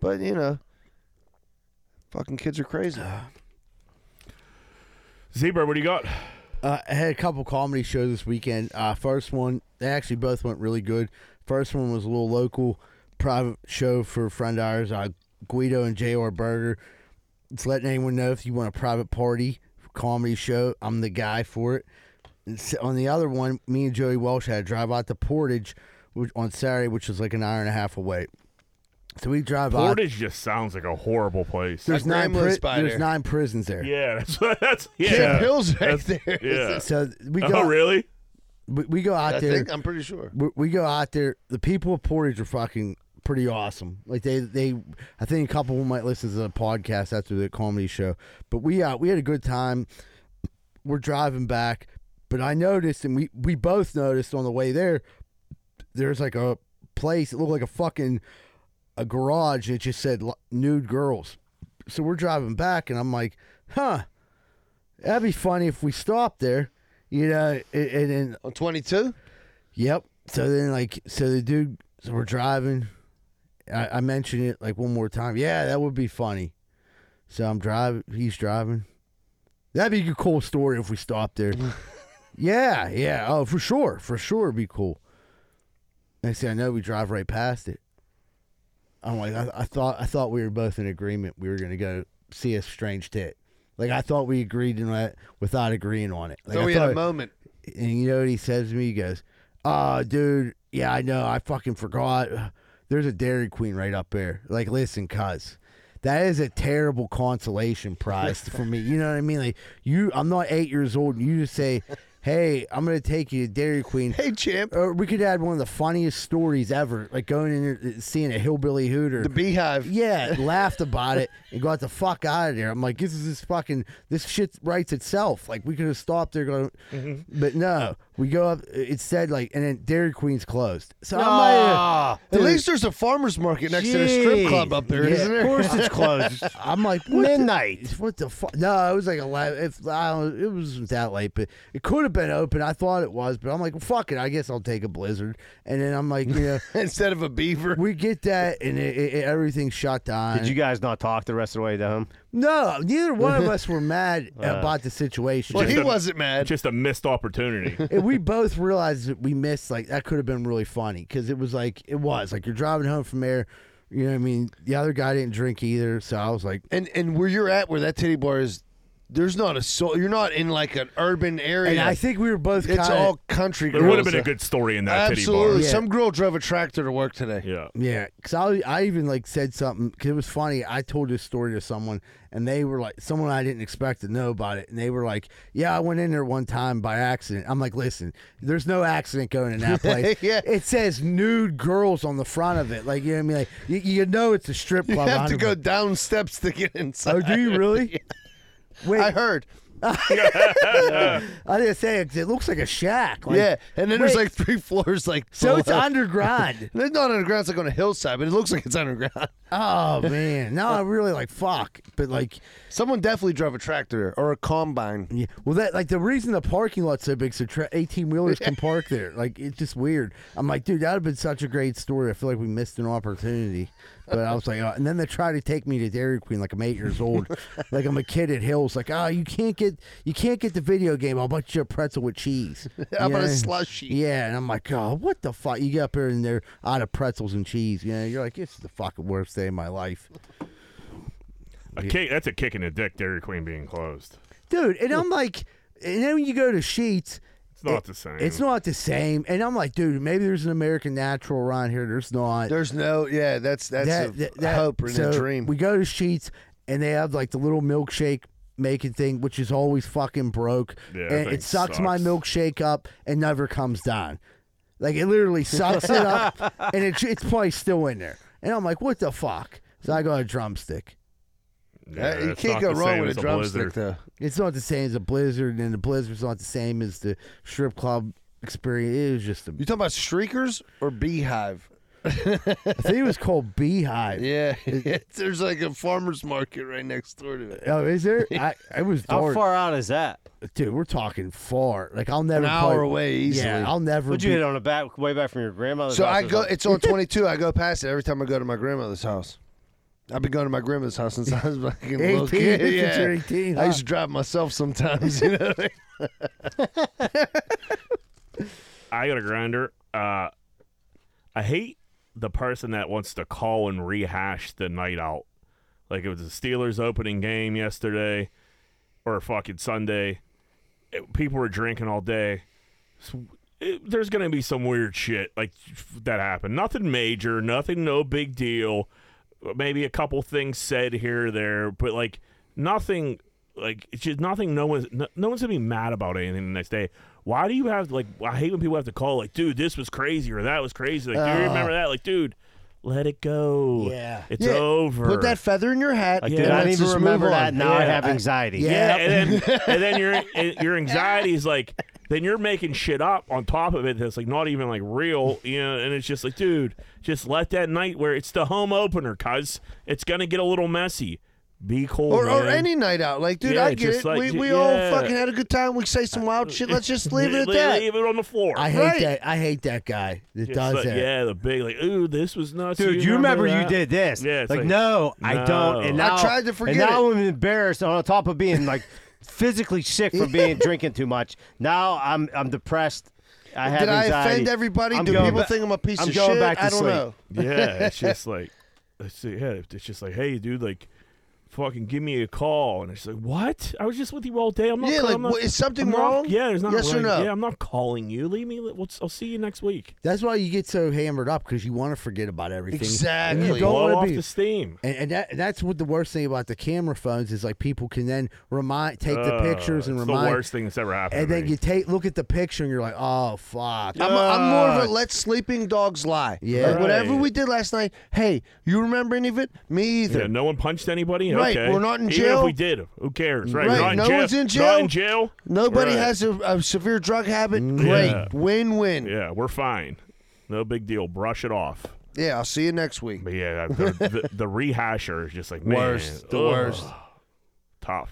Speaker 3: But you know, fucking kids are crazy.
Speaker 4: zebra. What do you got?
Speaker 1: Uh, I had a couple comedy shows this weekend. Uh, first one, they actually both went really good. First one was a little local private show for a friend of ours, uh, Guido and J.R. Berger. It's letting anyone know if you want a private party comedy show, I'm the guy for it. And s- on the other one, me and Joey Welsh had to drive out to Portage which, on Saturday, which was like an hour and a half away. So we drive out.
Speaker 4: Portage just sounds like a horrible place.
Speaker 1: There's
Speaker 3: A
Speaker 1: nine,
Speaker 3: gremlin spider.
Speaker 1: there's
Speaker 3: <laughs>
Speaker 1: nine prisons there.
Speaker 4: yeah, that's <laughs> that's yeah.
Speaker 3: Camp Hill's right
Speaker 4: That's-
Speaker 3: there. <laughs>
Speaker 4: yeah.
Speaker 1: <laughs> So we go.
Speaker 4: Oh really?
Speaker 1: we, we go out
Speaker 3: I
Speaker 1: there.
Speaker 3: think I'm pretty sure.
Speaker 1: we, we go out there. The people of Portage are fucking pretty awesome. Like they, they, I think a couple of them might listen to the podcast after the comedy show. But we uh, we had a good time. We're driving back, but I noticed, and we we both noticed on the way there, there's like a place. It looked like a fucking a garage, and it just said l- nude girls. So we're driving back, and I'm like, huh, that'd be funny if we stopped there. You know, and, and, and
Speaker 3: On 22?
Speaker 1: Yep. So then, like, so the dude, so we're driving. I, I mentioned it like one more time. Yeah, that would be funny. So I'm driving. He's driving. That'd be a cool story if we stopped there. yeah, yeah. Oh, for sure, for sure, it'd be cool. Next thing I know, we drive right past it. I'm like, I, I thought, I thought we were both in agreement. We were gonna go see a strange tit. Like I thought we agreed on that without agreeing on it. Like,
Speaker 3: so
Speaker 1: I
Speaker 3: we had a
Speaker 1: thought-
Speaker 3: moment.
Speaker 1: and you know what he says to me? He goes, Oh, dude, yeah, I know. I fucking forgot. There's a Dairy Queen right up there. Like, listen, cuz. That is a terrible consolation prize for me. You know what I mean? Like you I'm not eight years old and you just say, Hey, I'm gonna take you to Dairy Queen.
Speaker 3: Hey, champ.
Speaker 1: Or we could add one of the funniest stories ever, like going in there uh, seeing a hillbilly hooter.
Speaker 3: The beehive. <laughs>
Speaker 1: Yeah, laughed about it and got the fuck out of there. I'm like, this is this fucking this shit writes itself. Like we could have stopped there going,
Speaker 3: Mm-hmm.
Speaker 1: but no, we go up. It said like, and then Dairy Queen's closed. So I'm like,
Speaker 2: Ah,
Speaker 3: At least there's a farmer's market next to the strip
Speaker 2: Jeez.
Speaker 3: club up there,
Speaker 1: Yeah.
Speaker 3: not
Speaker 2: of
Speaker 3: there?
Speaker 2: course
Speaker 3: <laughs>
Speaker 2: it's closed.
Speaker 1: I'm like, what the-
Speaker 2: Midnight.
Speaker 1: what the fuck? No, it was like eleven. If I don't, it wasn't that late, but it could have been open. I thought it was, but I'm like, fuck it. I guess I'll take a blizzard. And then I'm like, you know,
Speaker 3: <laughs> instead of a beaver.
Speaker 1: we get that, and it, it, it- everything shut down.
Speaker 2: Did you guys not talk the rest of the way down?
Speaker 1: No, neither one
Speaker 2: <laughs>
Speaker 1: of us were mad
Speaker 2: Uh.
Speaker 1: about the situation.
Speaker 3: Well, he
Speaker 4: Just a-
Speaker 3: wasn't mad.
Speaker 4: Just a missed opportunity.
Speaker 1: <laughs> and we both realized that we missed like that could have been really funny because it was like it was like you're driving home from there you know what i mean the other guy didn't drink either so i was like
Speaker 3: And and where you're at, where that titty bar is, there's not a soul. You're not in like an urban area.
Speaker 1: and i think we were both
Speaker 3: it's
Speaker 1: kinda,
Speaker 3: all country.
Speaker 4: There would have
Speaker 3: girls. uh,
Speaker 4: been a good story in that
Speaker 3: Absolutely.
Speaker 1: Yeah.
Speaker 3: Some <laughs> girl drove a tractor to work today.
Speaker 4: titty bar. Yeah.
Speaker 1: yeah because I, I even like said something because it was funny i told this story to someone and they were like someone i didn't expect to know about it and they were like yeah i went in there one time by accident i'm like listen there's no accident going
Speaker 3: <laughs>
Speaker 1: in that place
Speaker 3: Yeah.
Speaker 1: it says nude girls on the front of it like you know what i mean like you, you know it's a strip
Speaker 3: You
Speaker 1: club
Speaker 3: have to
Speaker 1: 100%.
Speaker 3: go down steps to get inside.
Speaker 1: Oh, do
Speaker 3: <laughs>
Speaker 1: you really? Wait,
Speaker 3: I
Speaker 1: I, <laughs>
Speaker 3: heard.
Speaker 1: didn't say it. 'cause It looks like a shack. Like,
Speaker 3: yeah, and then there's
Speaker 1: wait.
Speaker 3: like three floors. Like
Speaker 1: <laughs> So it's
Speaker 3: below.
Speaker 1: underground.
Speaker 3: <laughs> It's not underground. It's like on a hillside, but it looks like it's underground. <laughs>
Speaker 1: oh man. No, I really like fuck. But like,
Speaker 3: Someone definitely drove a tractor or a combine.
Speaker 1: yeah. Well, that like the reason the parking lot's so big, so tra- eighteen wheelers can
Speaker 3: <laughs>
Speaker 1: park there. Like it's just weird. I'm like, dude, that'd have been such a great story. I feel like we missed an opportunity. But I was like, oh. and then they try to take me to Dairy Queen like I'm eight
Speaker 3: <laughs>
Speaker 1: years old, like I'm a kid at Hills. Like, oh, you can't get you can't get the video game. I'll bet you a pretzel with cheese.
Speaker 3: <laughs> How about a
Speaker 1: Yeah.
Speaker 3: slushy?
Speaker 1: Yeah, and I'm like, oh, what the fuck? You get up here and they're out of pretzels and cheese. You know, you're like, this is the fucking worst day of my life,
Speaker 3: <laughs>
Speaker 4: A kick, that's a kick in the dick, Dairy Queen being closed.
Speaker 1: dude. And I'm like, and then when you go to Sheets,
Speaker 4: It's not the same.
Speaker 1: it's not the same. And I'm like, dude, maybe there's an American Natural around here. There's not.
Speaker 3: There's no. Yeah, that's that's
Speaker 1: That-
Speaker 3: a
Speaker 1: that- that-
Speaker 3: hope and
Speaker 1: so
Speaker 3: a dream.
Speaker 1: We go to Sheets and they have like the little milkshake making thing, which is always fucking broke.
Speaker 4: Yeah, that
Speaker 1: and
Speaker 4: thing
Speaker 1: it sucks, my
Speaker 4: sucks.
Speaker 1: milkshake up and never comes down. Like it literally sucks
Speaker 4: <laughs>
Speaker 1: it up and it, it's probably still in there. And I'm like, what the fuck? So I got a drumstick.
Speaker 4: Yeah,
Speaker 3: Uh, you
Speaker 4: it's
Speaker 3: can't
Speaker 4: not
Speaker 3: go
Speaker 4: the
Speaker 3: wrong
Speaker 4: same
Speaker 3: with
Speaker 4: as
Speaker 3: a
Speaker 4: a
Speaker 3: drumstick,
Speaker 4: blizzard.
Speaker 3: though.
Speaker 1: It's not the same as a blizzard, and the blizzard's not the same as the strip club experience. It was just a,
Speaker 3: You talking about shriekers or beehive?
Speaker 1: I think it was called
Speaker 3: <laughs>
Speaker 1: Beehive.
Speaker 3: Yeah, there's like a farmer's market right next door to it.
Speaker 1: Oh,
Speaker 4: <laughs>
Speaker 1: is there? I, it was
Speaker 2: How
Speaker 1: dark.
Speaker 2: far out is that?
Speaker 1: Dude, we're talking far. Like I'll
Speaker 3: An
Speaker 1: never
Speaker 3: hour
Speaker 1: probably-
Speaker 3: away easily.
Speaker 1: Yeah, I'll never.
Speaker 2: What'd you
Speaker 1: be-
Speaker 2: hit on the back way back from your grandmother's?
Speaker 3: So
Speaker 2: house
Speaker 3: I
Speaker 2: or
Speaker 3: go.
Speaker 2: something?
Speaker 3: It's <laughs>
Speaker 2: <laughs>
Speaker 3: on 22. I go past it every time I go to my grandmother's house. I've been going to my grandmother's house since I was like a little
Speaker 1: 18,
Speaker 3: kid.
Speaker 1: since
Speaker 3: Yeah.
Speaker 1: you're 18,
Speaker 3: I
Speaker 1: huh?
Speaker 3: used to drive myself sometimes. <laughs> You know. what I mean?
Speaker 4: I got a grinder. Uh, I hate the person that wants to call and rehash the night out. Like it was the Steelers opening game yesterday, or fucking Sunday. It- people were drinking all day. So, it- there's gonna be some weird shit like that happened. Nothing major. Nothing. No big deal. Maybe a couple things said here or there, but like nothing. Like it's just nothing. No one's no, no one's gonna be mad about anything the next day. Why do you have like? I hate when people have to call like, dude, this was crazy or that was crazy. Like, do you remember that? Like, dude, let it go.
Speaker 1: Yeah.
Speaker 4: it's
Speaker 3: Yeah,
Speaker 4: over.
Speaker 3: Put that feather in your hat.
Speaker 2: Like,
Speaker 3: and
Speaker 2: did I
Speaker 3: let's
Speaker 2: didn't even
Speaker 3: just move
Speaker 2: remember
Speaker 3: on.
Speaker 2: that. Now I
Speaker 1: Yeah,
Speaker 2: have
Speaker 1: I-
Speaker 2: anxiety.
Speaker 4: Yeah, and then and then
Speaker 3: <laughs>
Speaker 4: your and your anxiety is like then you're making shit up on top of it that's like not even like real, you know. And it's just like, dude, just let that night where it's the home opener, cuz it's gonna get a little messy. Be cool,
Speaker 3: Or, or
Speaker 4: man.
Speaker 3: any night out, like dude,
Speaker 4: Yeah,
Speaker 3: I get
Speaker 4: just
Speaker 3: it.
Speaker 4: like-
Speaker 3: we
Speaker 4: ju-
Speaker 3: we all
Speaker 4: yeah.
Speaker 3: fucking had a good time. We say some wild shit. Let's just leave it at
Speaker 4: Leave-
Speaker 3: that.
Speaker 4: Leave it on the floor.
Speaker 1: I hate
Speaker 3: Right.
Speaker 1: that. I hate that guy that
Speaker 4: Just
Speaker 1: does
Speaker 4: like,
Speaker 1: that.
Speaker 4: Yeah, the big like, ooh, this was nuts.
Speaker 2: Dude, you remember, you
Speaker 4: that?
Speaker 2: did this?
Speaker 4: Yeah, it's
Speaker 2: Like,
Speaker 4: like,
Speaker 2: no, I
Speaker 4: no.
Speaker 2: don't. And
Speaker 3: I
Speaker 2: now
Speaker 3: tried to forget
Speaker 2: And now
Speaker 3: it.
Speaker 2: I'm embarrassed. On top of
Speaker 3: <laughs>
Speaker 2: being like physically sick from being drinking too much, now I'm I'm depressed. I have
Speaker 3: Did I
Speaker 2: anxiety.
Speaker 3: offend everybody?
Speaker 2: I'm
Speaker 3: Do
Speaker 2: going
Speaker 3: people
Speaker 2: ba-
Speaker 3: think I'm a piece
Speaker 2: I'm
Speaker 3: of
Speaker 2: going
Speaker 3: shit?
Speaker 2: back to
Speaker 3: I don't
Speaker 2: sleep.
Speaker 3: know.
Speaker 4: Yeah,
Speaker 2: <laughs>
Speaker 4: it's just like, it's, yeah, it's just like, hey, dude, like, fucking give me a call. And it's like, what? I was just with you all day. I'm not.
Speaker 3: Yeah,
Speaker 4: call-
Speaker 3: like,
Speaker 4: I'm not-
Speaker 3: what- is something
Speaker 4: I'm not-
Speaker 3: wrong?
Speaker 4: yeah, there's not.
Speaker 3: Yes or
Speaker 4: like-
Speaker 3: no?
Speaker 4: Yeah, I'm not calling you. Leave me. We'll, I'll see you next week.
Speaker 1: That's why you get so hammered up because you want to forget about everything.
Speaker 3: Exactly.
Speaker 1: You don't
Speaker 4: Blow
Speaker 1: wanna
Speaker 4: off
Speaker 1: be-
Speaker 4: the steam.
Speaker 1: And, and that, that's what the worst thing about the camera phones is like people can then remind, take the
Speaker 4: Uh,
Speaker 1: pictures and
Speaker 4: it's
Speaker 1: remind,
Speaker 4: The worst thing that's ever happened.
Speaker 1: and
Speaker 4: to
Speaker 1: then
Speaker 4: me.
Speaker 1: you take look at the picture and you're like, oh fuck.
Speaker 3: I'm, I'm more of a let sleeping dogs lie.
Speaker 1: Yeah.
Speaker 3: Like, whatever
Speaker 4: Right.
Speaker 3: we did last night, hey, you remember any of it? Me either.
Speaker 4: Yeah, no one punched anybody.
Speaker 3: Right,
Speaker 4: okay.
Speaker 3: we're not in
Speaker 4: Even
Speaker 3: jail.
Speaker 4: if we did, who cares? Right,
Speaker 3: Right,
Speaker 4: We're not in
Speaker 3: no
Speaker 4: jail.
Speaker 3: one's in
Speaker 4: Not
Speaker 3: jail.
Speaker 4: in jail.
Speaker 3: Nobody
Speaker 4: Right. Mm.
Speaker 3: has a, a severe drug habit.
Speaker 4: Yeah.
Speaker 3: Great. Win win. Yeah.
Speaker 4: Yeah, we're fine. No big deal. Brush it off.
Speaker 3: I'll see you next week.
Speaker 4: But
Speaker 3: <laughs>
Speaker 4: yeah, the, the, the rehasher is just like man,
Speaker 3: Worst. The
Speaker 4: ugh,
Speaker 3: worst.
Speaker 4: Tough.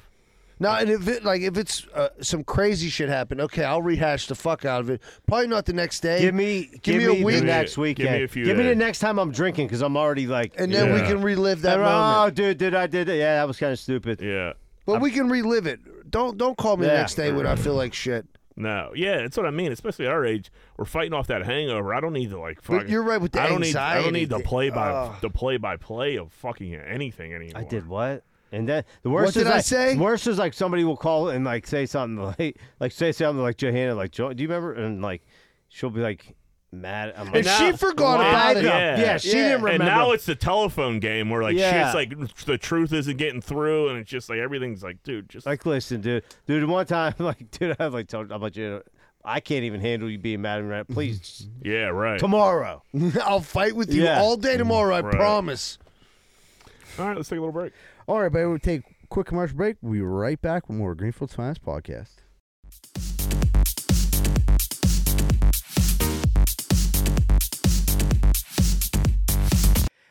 Speaker 3: No, and if it like if it's uh, some crazy shit happened, okay, I'll rehash the fuck out of it. Probably not the next day.
Speaker 2: Give me,
Speaker 3: give, me a week,
Speaker 2: the next
Speaker 4: Give me a
Speaker 2: weekend.
Speaker 4: few
Speaker 2: me the
Speaker 4: days.
Speaker 2: next time I'm drinking because I'm already like.
Speaker 3: and then we
Speaker 4: Yeah.
Speaker 3: can relive that
Speaker 2: oh,
Speaker 3: moment.
Speaker 2: dude, dude, I did it. Yeah, that was kind of stupid.
Speaker 4: Yeah.
Speaker 3: But we can relive it. Don't don't call me the
Speaker 2: Yeah.
Speaker 3: next day when I feel like shit.
Speaker 4: No. Yeah, that's what I mean. Especially at our age, we're fighting off that hangover. I don't need to like fucking.
Speaker 3: But you're right with the
Speaker 4: I don't need.
Speaker 3: anxiety.
Speaker 4: I don't need the
Speaker 3: thing.
Speaker 4: play by
Speaker 3: Ugh.
Speaker 4: the play by play of fucking anything anymore.
Speaker 2: I did what? And then the worst
Speaker 3: did
Speaker 2: is
Speaker 3: I
Speaker 2: like,
Speaker 3: say?
Speaker 2: Worst is like somebody will call and like say something <laughs> like like say something like Johanna like jo- do you remember and like she'll be like mad. I'm like,
Speaker 3: If she forgot
Speaker 2: "Why
Speaker 3: about
Speaker 2: the-
Speaker 3: it,
Speaker 4: Yeah.
Speaker 2: yeah, she
Speaker 3: Yeah.
Speaker 2: didn't remember.
Speaker 4: And now it's the telephone game where like
Speaker 2: Yeah.
Speaker 4: shit's like the truth isn't getting through, and it's just like everything's like, dude, just
Speaker 2: Like, listen, dude, dude. One time, <laughs> like, dude, I was like, told, I'm like, you know, I can't even handle you being mad at me. right now. Please, just-
Speaker 4: yeah, right.
Speaker 2: tomorrow.
Speaker 3: <laughs> I'll fight with you
Speaker 2: Yeah.
Speaker 3: all day tomorrow. I
Speaker 4: Right.
Speaker 3: promise.
Speaker 4: All right, let's take a little break.
Speaker 1: All right, but we'll take a quick commercial break. We'll be right back with more Greenfield's Finest Podcast.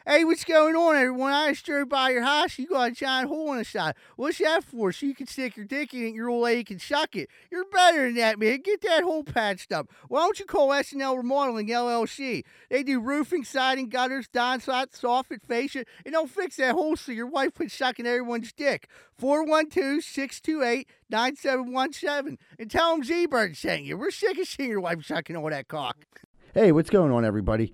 Speaker 1: Hey, what's going on, everyone? I just drove by your house. You got a giant hole in the side. What's that for? So you can stick your dick in it, your old lady can suck it. You're better than that, man. Get that hole patched up. Why don't you call SNL Remodeling LLC? They do roofing, siding, gutters, downspout, soffit, fascia, and they'll fix that hole so your wife quits sucking everyone's dick. 412-628-9717. And tell them Z-Bird sent you. We're sick of seeing your wife sucking all that cock. Hey, what's going on, everybody?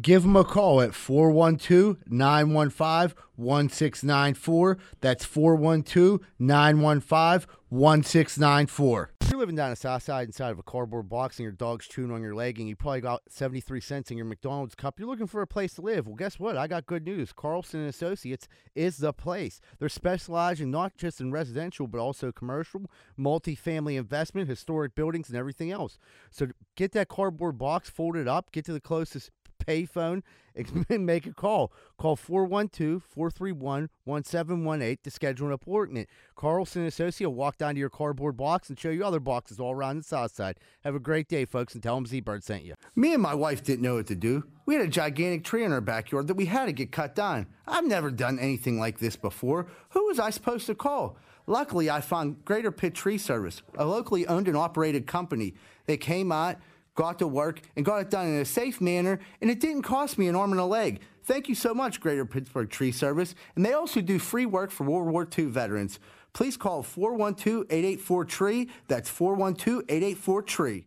Speaker 1: Give them a call at 412 915 1694. That's 412 915 1694. If you're living down the south side inside of a cardboard box and your dog's chewing on your leg and you probably got 73 cents in your McDonald's cup, you're looking for a place to live. Well, guess what? I got good news. Carlson and Associates is the place. They're specializing not just in residential, but also commercial, multifamily investment, historic buildings, and everything else. So get that cardboard box, fold it up, get to the closest payphone <laughs> and make a call. Call 412-431-1718 to schedule an appointment. Carlson Associate will walk down to your cardboard box and show you other boxes all around the south side. Have a great day, folks, and tell them Z-Bird sent you. Me and my wife didn't know what to do. We had a gigantic tree in our backyard that we had to get cut down. I've never done anything like this before. Who was I supposed to call? Luckily, I found Greater Pitt Tree Service, a locally owned and operated company. They came out, got to work, and got it done in a safe manner, and it didn't cost me an arm and a leg. Thank you so much, Greater Pittsburgh Tree Service. And they also do free work for World War II veterans. Please call 412 884 TREE. E That's 412 884 TREE.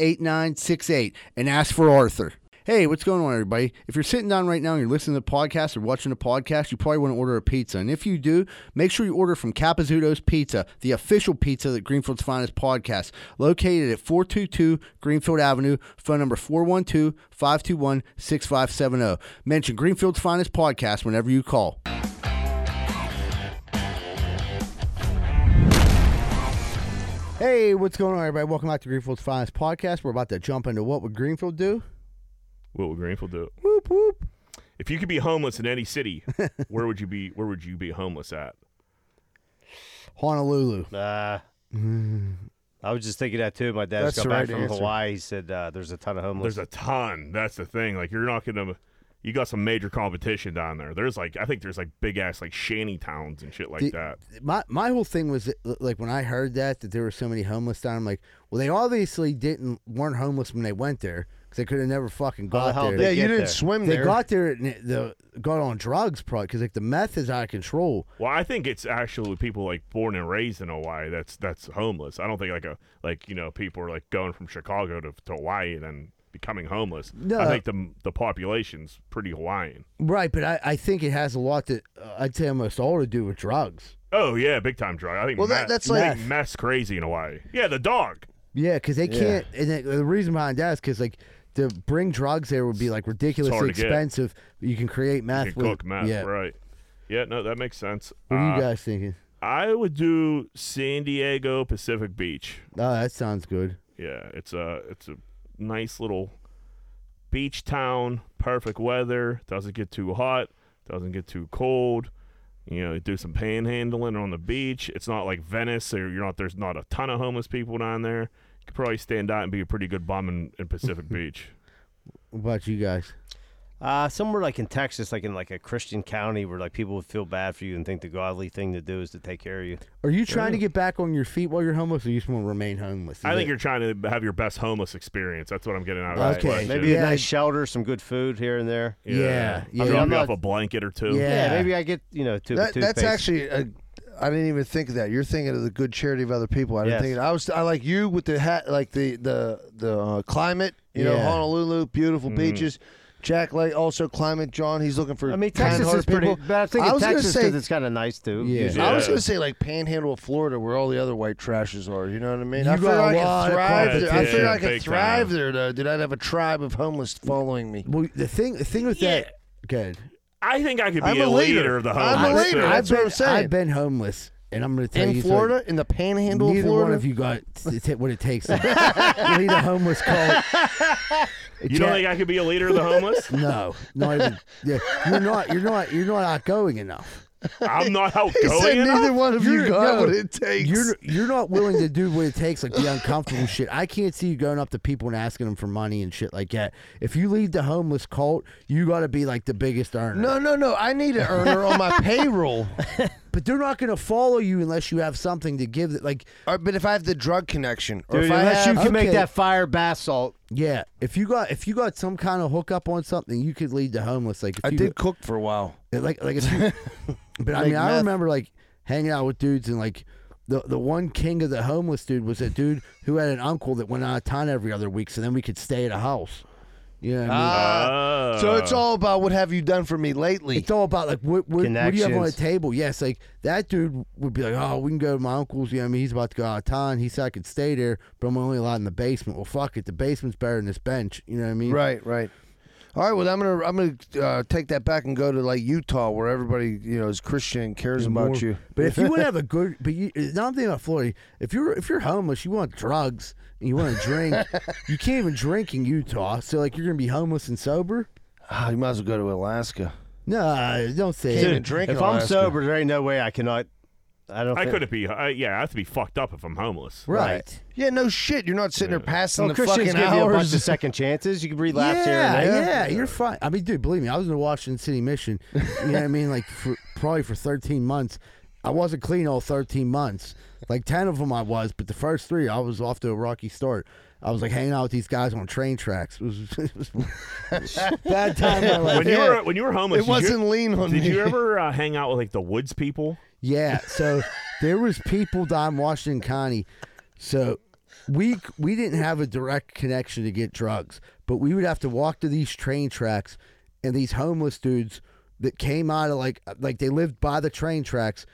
Speaker 1: 8968 and ask for Arthur. Hey, what's going on, everybody? If you're sitting down right now and you're listening to the podcast or watching the podcast, you probably want to order a pizza. And if you do, make sure you order from Capizzuto's Pizza, the official pizza that Greenfield's Finest podcast, located at 422 Greenfield Avenue, phone number 412 521 6570. oh. Mention Greenfield's Finest podcast whenever you call. Hey, what's going on, everybody? Welcome back to Greenfield's Finest podcast. We're about to jump into what would Greenfield do?
Speaker 4: What would Greenfield do?
Speaker 1: Whoop, whoop.
Speaker 4: If you could be homeless in any city, where would you be? Where would you be homeless at?
Speaker 1: Honolulu.
Speaker 2: Uh, I was just thinking that too. My dad
Speaker 3: That's
Speaker 2: just
Speaker 3: the
Speaker 2: got back
Speaker 3: right
Speaker 2: from
Speaker 3: answer.
Speaker 2: Hawaii. He said uh, there's a ton of homeless.
Speaker 4: There's a ton. That's the thing. Like you're not gonna. You got some major competition down there. There's like I think there's like big ass like shanty towns and shit like
Speaker 1: The-
Speaker 4: that.
Speaker 1: my my whole thing was that, l- like when I heard that that there were so many homeless down. I'm like, well, they obviously didn't weren't homeless when they went there because they could have never fucking
Speaker 2: How the
Speaker 1: got
Speaker 2: hell
Speaker 1: there.
Speaker 2: They
Speaker 3: yeah, you
Speaker 2: get
Speaker 3: didn't
Speaker 2: there.
Speaker 3: swim
Speaker 1: they
Speaker 3: there.
Speaker 1: got there and it- the got on drugs probably because like the meth is out of control.
Speaker 4: Well, I think it's actually people like born and raised in Hawaii that's that's homeless. I don't think like a like you know people are like going from Chicago to, to Hawaii and then becoming homeless.
Speaker 1: No.
Speaker 4: I think the the population's pretty Hawaiian.
Speaker 1: Right, but I, I think it has a lot to, uh, I'd say almost all to do with drugs.
Speaker 4: Oh yeah, big time drug. I think
Speaker 1: Well, that-
Speaker 4: meth-
Speaker 1: that's
Speaker 4: I
Speaker 1: like-
Speaker 4: think meth's crazy in Hawaii. Yeah, the dog.
Speaker 1: Yeah, because they
Speaker 4: Yeah.
Speaker 1: can't. And it- the reason behind that is because like to bring drugs there would be like ridiculously
Speaker 4: hard to get.
Speaker 1: expensive. You can create meth.
Speaker 4: You can
Speaker 1: with-
Speaker 4: cook meth,
Speaker 1: Yeah.
Speaker 4: right? Yeah, no, that makes sense.
Speaker 1: What are
Speaker 4: Uh,
Speaker 1: you guys thinking?
Speaker 4: I would do San Diego Pacific Beach.
Speaker 1: Oh, that sounds good.
Speaker 4: Yeah, it's a it's a nice little beach town. Perfect weather. Doesn't get too hot. Doesn't get too cold. You know, do some panhandling on the beach. It's not like Venice, or you're not. There's not a ton of homeless people down there. You could probably stand out and be a pretty good bum in, in
Speaker 1: <laughs>
Speaker 4: Pacific Beach.
Speaker 1: What about you guys?
Speaker 2: Uh, somewhere like in Texas, like in like a Christian county, where like people would feel bad for you and think the godly thing to do is to take care of you.
Speaker 1: Are you trying to get back on your feet while you're homeless, or you just want to remain homeless?
Speaker 4: I
Speaker 1: Is
Speaker 4: think
Speaker 1: it-
Speaker 4: you're trying to have your best homeless experience. That's what I'm getting out of
Speaker 1: Okay.
Speaker 4: this question.
Speaker 2: Maybe a nice shelter, some good food here and there.
Speaker 4: Yeah,
Speaker 2: I mean,
Speaker 4: Drop
Speaker 2: I'm
Speaker 4: you off
Speaker 2: not-
Speaker 4: a blanket or two.
Speaker 2: Yeah, maybe I get you know two.
Speaker 3: That, that's
Speaker 2: toothpaste.
Speaker 3: actually. A, I didn't even think of that. You're thinking of the good charity of other people. I didn't
Speaker 2: Yes.
Speaker 3: think. I was. I like you with the hat, like the the the uh, climate. You know,
Speaker 2: Yeah. Mm-hmm.
Speaker 3: Honolulu, beautiful beaches. Jack Light also climate. John, he's looking for.
Speaker 2: I mean, Texas is
Speaker 3: kind-hearted
Speaker 2: pretty.
Speaker 3: People.
Speaker 2: But I think
Speaker 3: I was
Speaker 2: Texas
Speaker 3: gonna
Speaker 2: because
Speaker 3: say.
Speaker 2: it's kind of nice too. uh,
Speaker 3: I was gonna say like Panhandle of Florida, where all the other white trashes are. You know what I mean?
Speaker 2: You
Speaker 3: I
Speaker 2: got
Speaker 3: figure
Speaker 2: a
Speaker 3: I
Speaker 2: lot
Speaker 3: could
Speaker 2: of
Speaker 3: thrive. There. I
Speaker 2: competition,
Speaker 3: figure I could
Speaker 2: big
Speaker 3: thrive
Speaker 2: time.
Speaker 3: there, though, dude. I'd have a tribe of homeless following me.
Speaker 1: Well, the thing, the thing with that, good.
Speaker 4: I think I could be
Speaker 3: I'm
Speaker 4: a,
Speaker 3: a leader.
Speaker 4: of the homeless.
Speaker 3: I'm a leader.
Speaker 4: so-
Speaker 3: That's what I'm saying.
Speaker 1: I've been homeless, and I'm going to tell
Speaker 3: in
Speaker 1: you
Speaker 3: Florida,
Speaker 1: something.
Speaker 3: in the Panhandle
Speaker 1: Neither
Speaker 3: of Florida.
Speaker 1: one of you got
Speaker 3: <laughs>
Speaker 1: t- t- what it takes to lead a homeless cult.
Speaker 4: <laughs> You don't
Speaker 1: Jack-
Speaker 4: think I could be a leader of the homeless?
Speaker 1: <laughs> No, not even. Yeah, you're not. You're not. You're not outgoing enough.
Speaker 4: I'm
Speaker 1: <laughs>
Speaker 4: not outgoing enough?
Speaker 3: neither one of you
Speaker 1: You're-
Speaker 3: got
Speaker 1: no,
Speaker 3: what it takes.
Speaker 1: You're you're not willing to do what it takes, like the uncomfortable shit. I can't see you going up to people and asking them for money and shit like that. If you lead the homeless cult, you got to be like the biggest earner.
Speaker 3: No, no, no. I need an earner on
Speaker 1: <laughs>
Speaker 3: my payroll.
Speaker 1: But they're not going to follow you unless you have something to give. that- Like,
Speaker 3: Or, Uh, but if I have the drug connection, or
Speaker 2: Dude,
Speaker 3: if I
Speaker 2: unless
Speaker 3: have,
Speaker 2: you can make
Speaker 1: Okay.
Speaker 2: that fire bath salt.
Speaker 1: yeah, if you got if you got some kind of hookup on something, you could lead the homeless. Like, if
Speaker 3: I
Speaker 1: you
Speaker 3: did cook for a while.
Speaker 1: Yeah, like like if
Speaker 3: <laughs>
Speaker 1: you- but I
Speaker 3: Like
Speaker 1: mean I
Speaker 3: meth.
Speaker 1: remember like hanging out with dudes and like the the one king of the homeless dude was a dude who had an uncle that went out of town every other week so then we could stay at a house. You know what I mean?
Speaker 2: uh,
Speaker 4: Ah.
Speaker 3: so it's all about what have you done for me lately?
Speaker 1: it's all about like what what, what do you have on the
Speaker 2: Connections.
Speaker 1: table? Yes, like that dude would be like, oh, we can go to my uncle's. You know, what I mean, he's about to go out of town. He said I could stay there, but I'm only allowed in the basement. Well, fuck it, the basement's better than this bench. You know what I mean?
Speaker 3: Right, right. All right. Well, I'm gonna I'm gonna uh, take that back and go to like Utah, where everybody you know is Christian and cares about
Speaker 1: more-
Speaker 3: you.
Speaker 1: But if you want to
Speaker 3: <laughs>
Speaker 1: have a good, but you, now I'm thinking about Florida. If you're if you're homeless, you want drugs and you want to
Speaker 3: <laughs>
Speaker 1: drink. you can't even drink in Utah, so like you're gonna be homeless and sober.
Speaker 3: Ah, you might as well go to Alaska.
Speaker 1: No, don't say
Speaker 3: Can't
Speaker 1: it.
Speaker 3: even drink. in
Speaker 2: If I'm
Speaker 3: Alaska.
Speaker 2: sober, there ain't no way I cannot. I don't.
Speaker 4: I
Speaker 2: think-
Speaker 4: couldn't be. I, yeah, I have to be fucked up if I'm homeless.
Speaker 1: Right.
Speaker 3: yeah, no shit. You're not sitting there passing the
Speaker 2: Well, Christians
Speaker 3: fucking
Speaker 2: give you a bunch of
Speaker 3: hours.
Speaker 2: second chances. You can
Speaker 1: <laughs>
Speaker 2: relapse
Speaker 1: Yeah,
Speaker 2: here and there.
Speaker 1: yeah, you're fine. I mean, dude, believe me, I was in the Washington City
Speaker 2: <laughs>
Speaker 1: Mission. You know what I mean? Like for, probably for 13 months, I wasn't clean all 13 months. Like 10 of them I was, but the first three I was off to a rocky start. I was like hanging out with these guys on train tracks. It was, <laughs> it was bad time. in my life.
Speaker 4: When you were when you were homeless,
Speaker 3: It
Speaker 4: did you-
Speaker 3: wasn't lean on
Speaker 4: Did
Speaker 3: me.
Speaker 4: you
Speaker 3: <laughs>
Speaker 4: ever uh, hang out with like the woods people?
Speaker 1: Yeah, so there was people down Washington County. So we we didn't have a direct connection to get drugs, but we would have to walk to these train tracks and these homeless dudes that came out of like like they lived by the train tracks,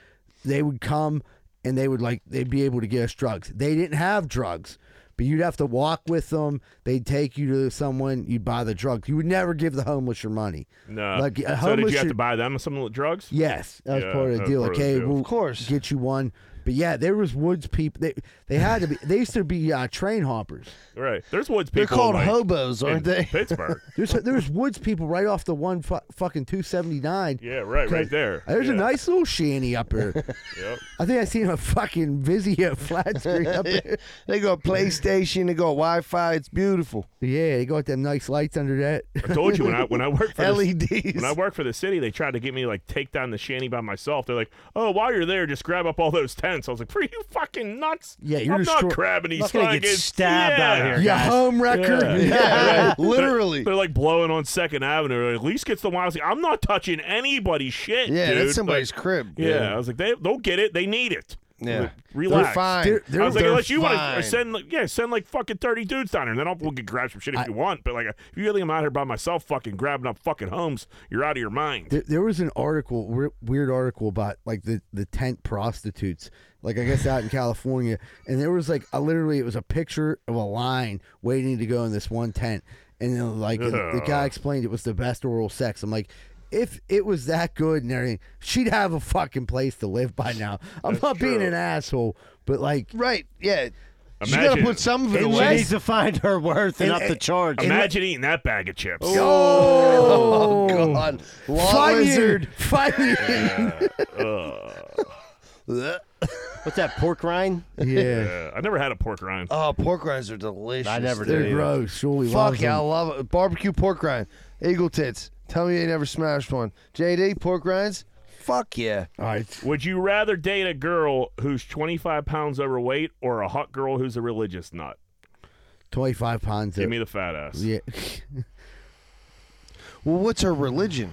Speaker 1: they would come and they would like they'd be able to get us drugs. They didn't have drugs. But you'd have to walk with them. They'd take you to someone. You'd buy the drugs. You would never give the homeless your money.
Speaker 4: No.
Speaker 1: Like, a
Speaker 4: so did
Speaker 1: homeless
Speaker 4: you have
Speaker 1: should-
Speaker 4: to buy them some drugs?
Speaker 1: Yes, that was
Speaker 4: Yeah,
Speaker 1: part of
Speaker 4: that
Speaker 1: the
Speaker 4: was
Speaker 1: deal.
Speaker 4: part
Speaker 1: Like,
Speaker 4: of the
Speaker 1: hey,
Speaker 4: deal.
Speaker 1: we'll
Speaker 3: Of course.
Speaker 1: get you one. But yeah, there was woods people. They they had to be. They used to be uh, train hoppers.
Speaker 4: Right. There's woods people.
Speaker 3: They're called
Speaker 4: like,
Speaker 3: hobos,
Speaker 4: in
Speaker 3: aren't they?
Speaker 1: <laughs>
Speaker 3: <laughs>
Speaker 4: Pittsburgh.
Speaker 1: There's there's woods people right off the one fu- fucking two seventy nine.
Speaker 4: Yeah. Right. Right there.
Speaker 1: There's
Speaker 4: yeah.
Speaker 1: a nice little shanty up
Speaker 3: <laughs>
Speaker 1: here.
Speaker 4: Yep.
Speaker 1: I think I seen a fucking Vizio flat
Speaker 3: <laughs>
Speaker 1: screen up there.
Speaker 3: They got PlayStation. They got Wi-Fi. It's beautiful.
Speaker 1: Yeah, they got them nice lights under that.
Speaker 4: I told you when I when I
Speaker 1: <laughs>
Speaker 4: worked for
Speaker 3: <laughs>
Speaker 4: the-
Speaker 1: E
Speaker 3: LEDs.
Speaker 4: When I worked for the city, they tried to get me to, like take down the shanty by myself. They're like, "Oh, while you're there, just grab up all those tents." I was like, "Are you fucking nuts?
Speaker 1: Yeah, you're
Speaker 4: I'm
Speaker 1: destroy-
Speaker 4: not grabbing these
Speaker 2: not gonna get
Speaker 4: fucking-
Speaker 2: stabbed out
Speaker 4: Yeah.
Speaker 2: here.
Speaker 1: You
Speaker 2: guys.
Speaker 1: home
Speaker 4: <laughs>
Speaker 1: wrecker.
Speaker 4: Yeah.
Speaker 3: Yeah, right.
Speaker 4: They're-
Speaker 3: literally.
Speaker 4: They're, like blowing on Second Avenue. They're like, At least gets the wild. I'm not touching anybody's shit.
Speaker 3: yeah,
Speaker 4: dude.
Speaker 3: that's somebody's
Speaker 4: Like,
Speaker 3: crib.
Speaker 4: yeah. I was like, they don't get it. They need it.
Speaker 3: Yeah.
Speaker 4: Like, relax.
Speaker 3: They're fine. They're-
Speaker 4: I was like,
Speaker 3: they're
Speaker 4: unless you want
Speaker 3: fine.
Speaker 4: to send, like, yeah, send like fucking thirty dudes down there, and then I'll we'll get grab some shit if you want. But like, if you really am out here by myself, fucking grabbing up fucking homes, you're out of your mind.
Speaker 1: There, there was an article, weir- weird article about like the, the tent prostitutes, like I guess out in California, and there was like a, literally it was a picture of a line waiting to go in this one tent, and then, like the, the guy explained it was the best oral sex. I'm like, if it was that good and everything, she'd have a fucking place to live by now. I'm not being an asshole, but like,
Speaker 3: Right. Yeah. She's got to
Speaker 4: Imagine-
Speaker 3: put some of it
Speaker 2: She
Speaker 3: away.
Speaker 2: needs to find her worth and up the charge.
Speaker 4: Imagine eating that bag of chips.
Speaker 3: <laughs> Oh, God. Law
Speaker 1: five
Speaker 3: lizard.
Speaker 1: year, five year,
Speaker 4: Uh,
Speaker 3: Ugh.
Speaker 2: What's that pork rind?
Speaker 1: yeah.
Speaker 2: <laughs>
Speaker 4: Uh, <laughs> I never had a pork rind.
Speaker 3: Oh, pork rinds are delicious.
Speaker 2: I never
Speaker 1: They're
Speaker 2: did. either.
Speaker 1: gross. Surely
Speaker 3: Fuck yeah, I love it. Barbecue pork rind. Eagle tits. Tell me you ain't never smashed one. JD, pork rinds? Fuck yeah.
Speaker 1: All right.
Speaker 4: Would you rather date a girl who's 25 pounds overweight or a hot girl who's a religious nut?
Speaker 1: 25 pounds.
Speaker 4: Give
Speaker 1: of-
Speaker 4: me the fat ass.
Speaker 1: yeah.
Speaker 3: Well, what's her religion?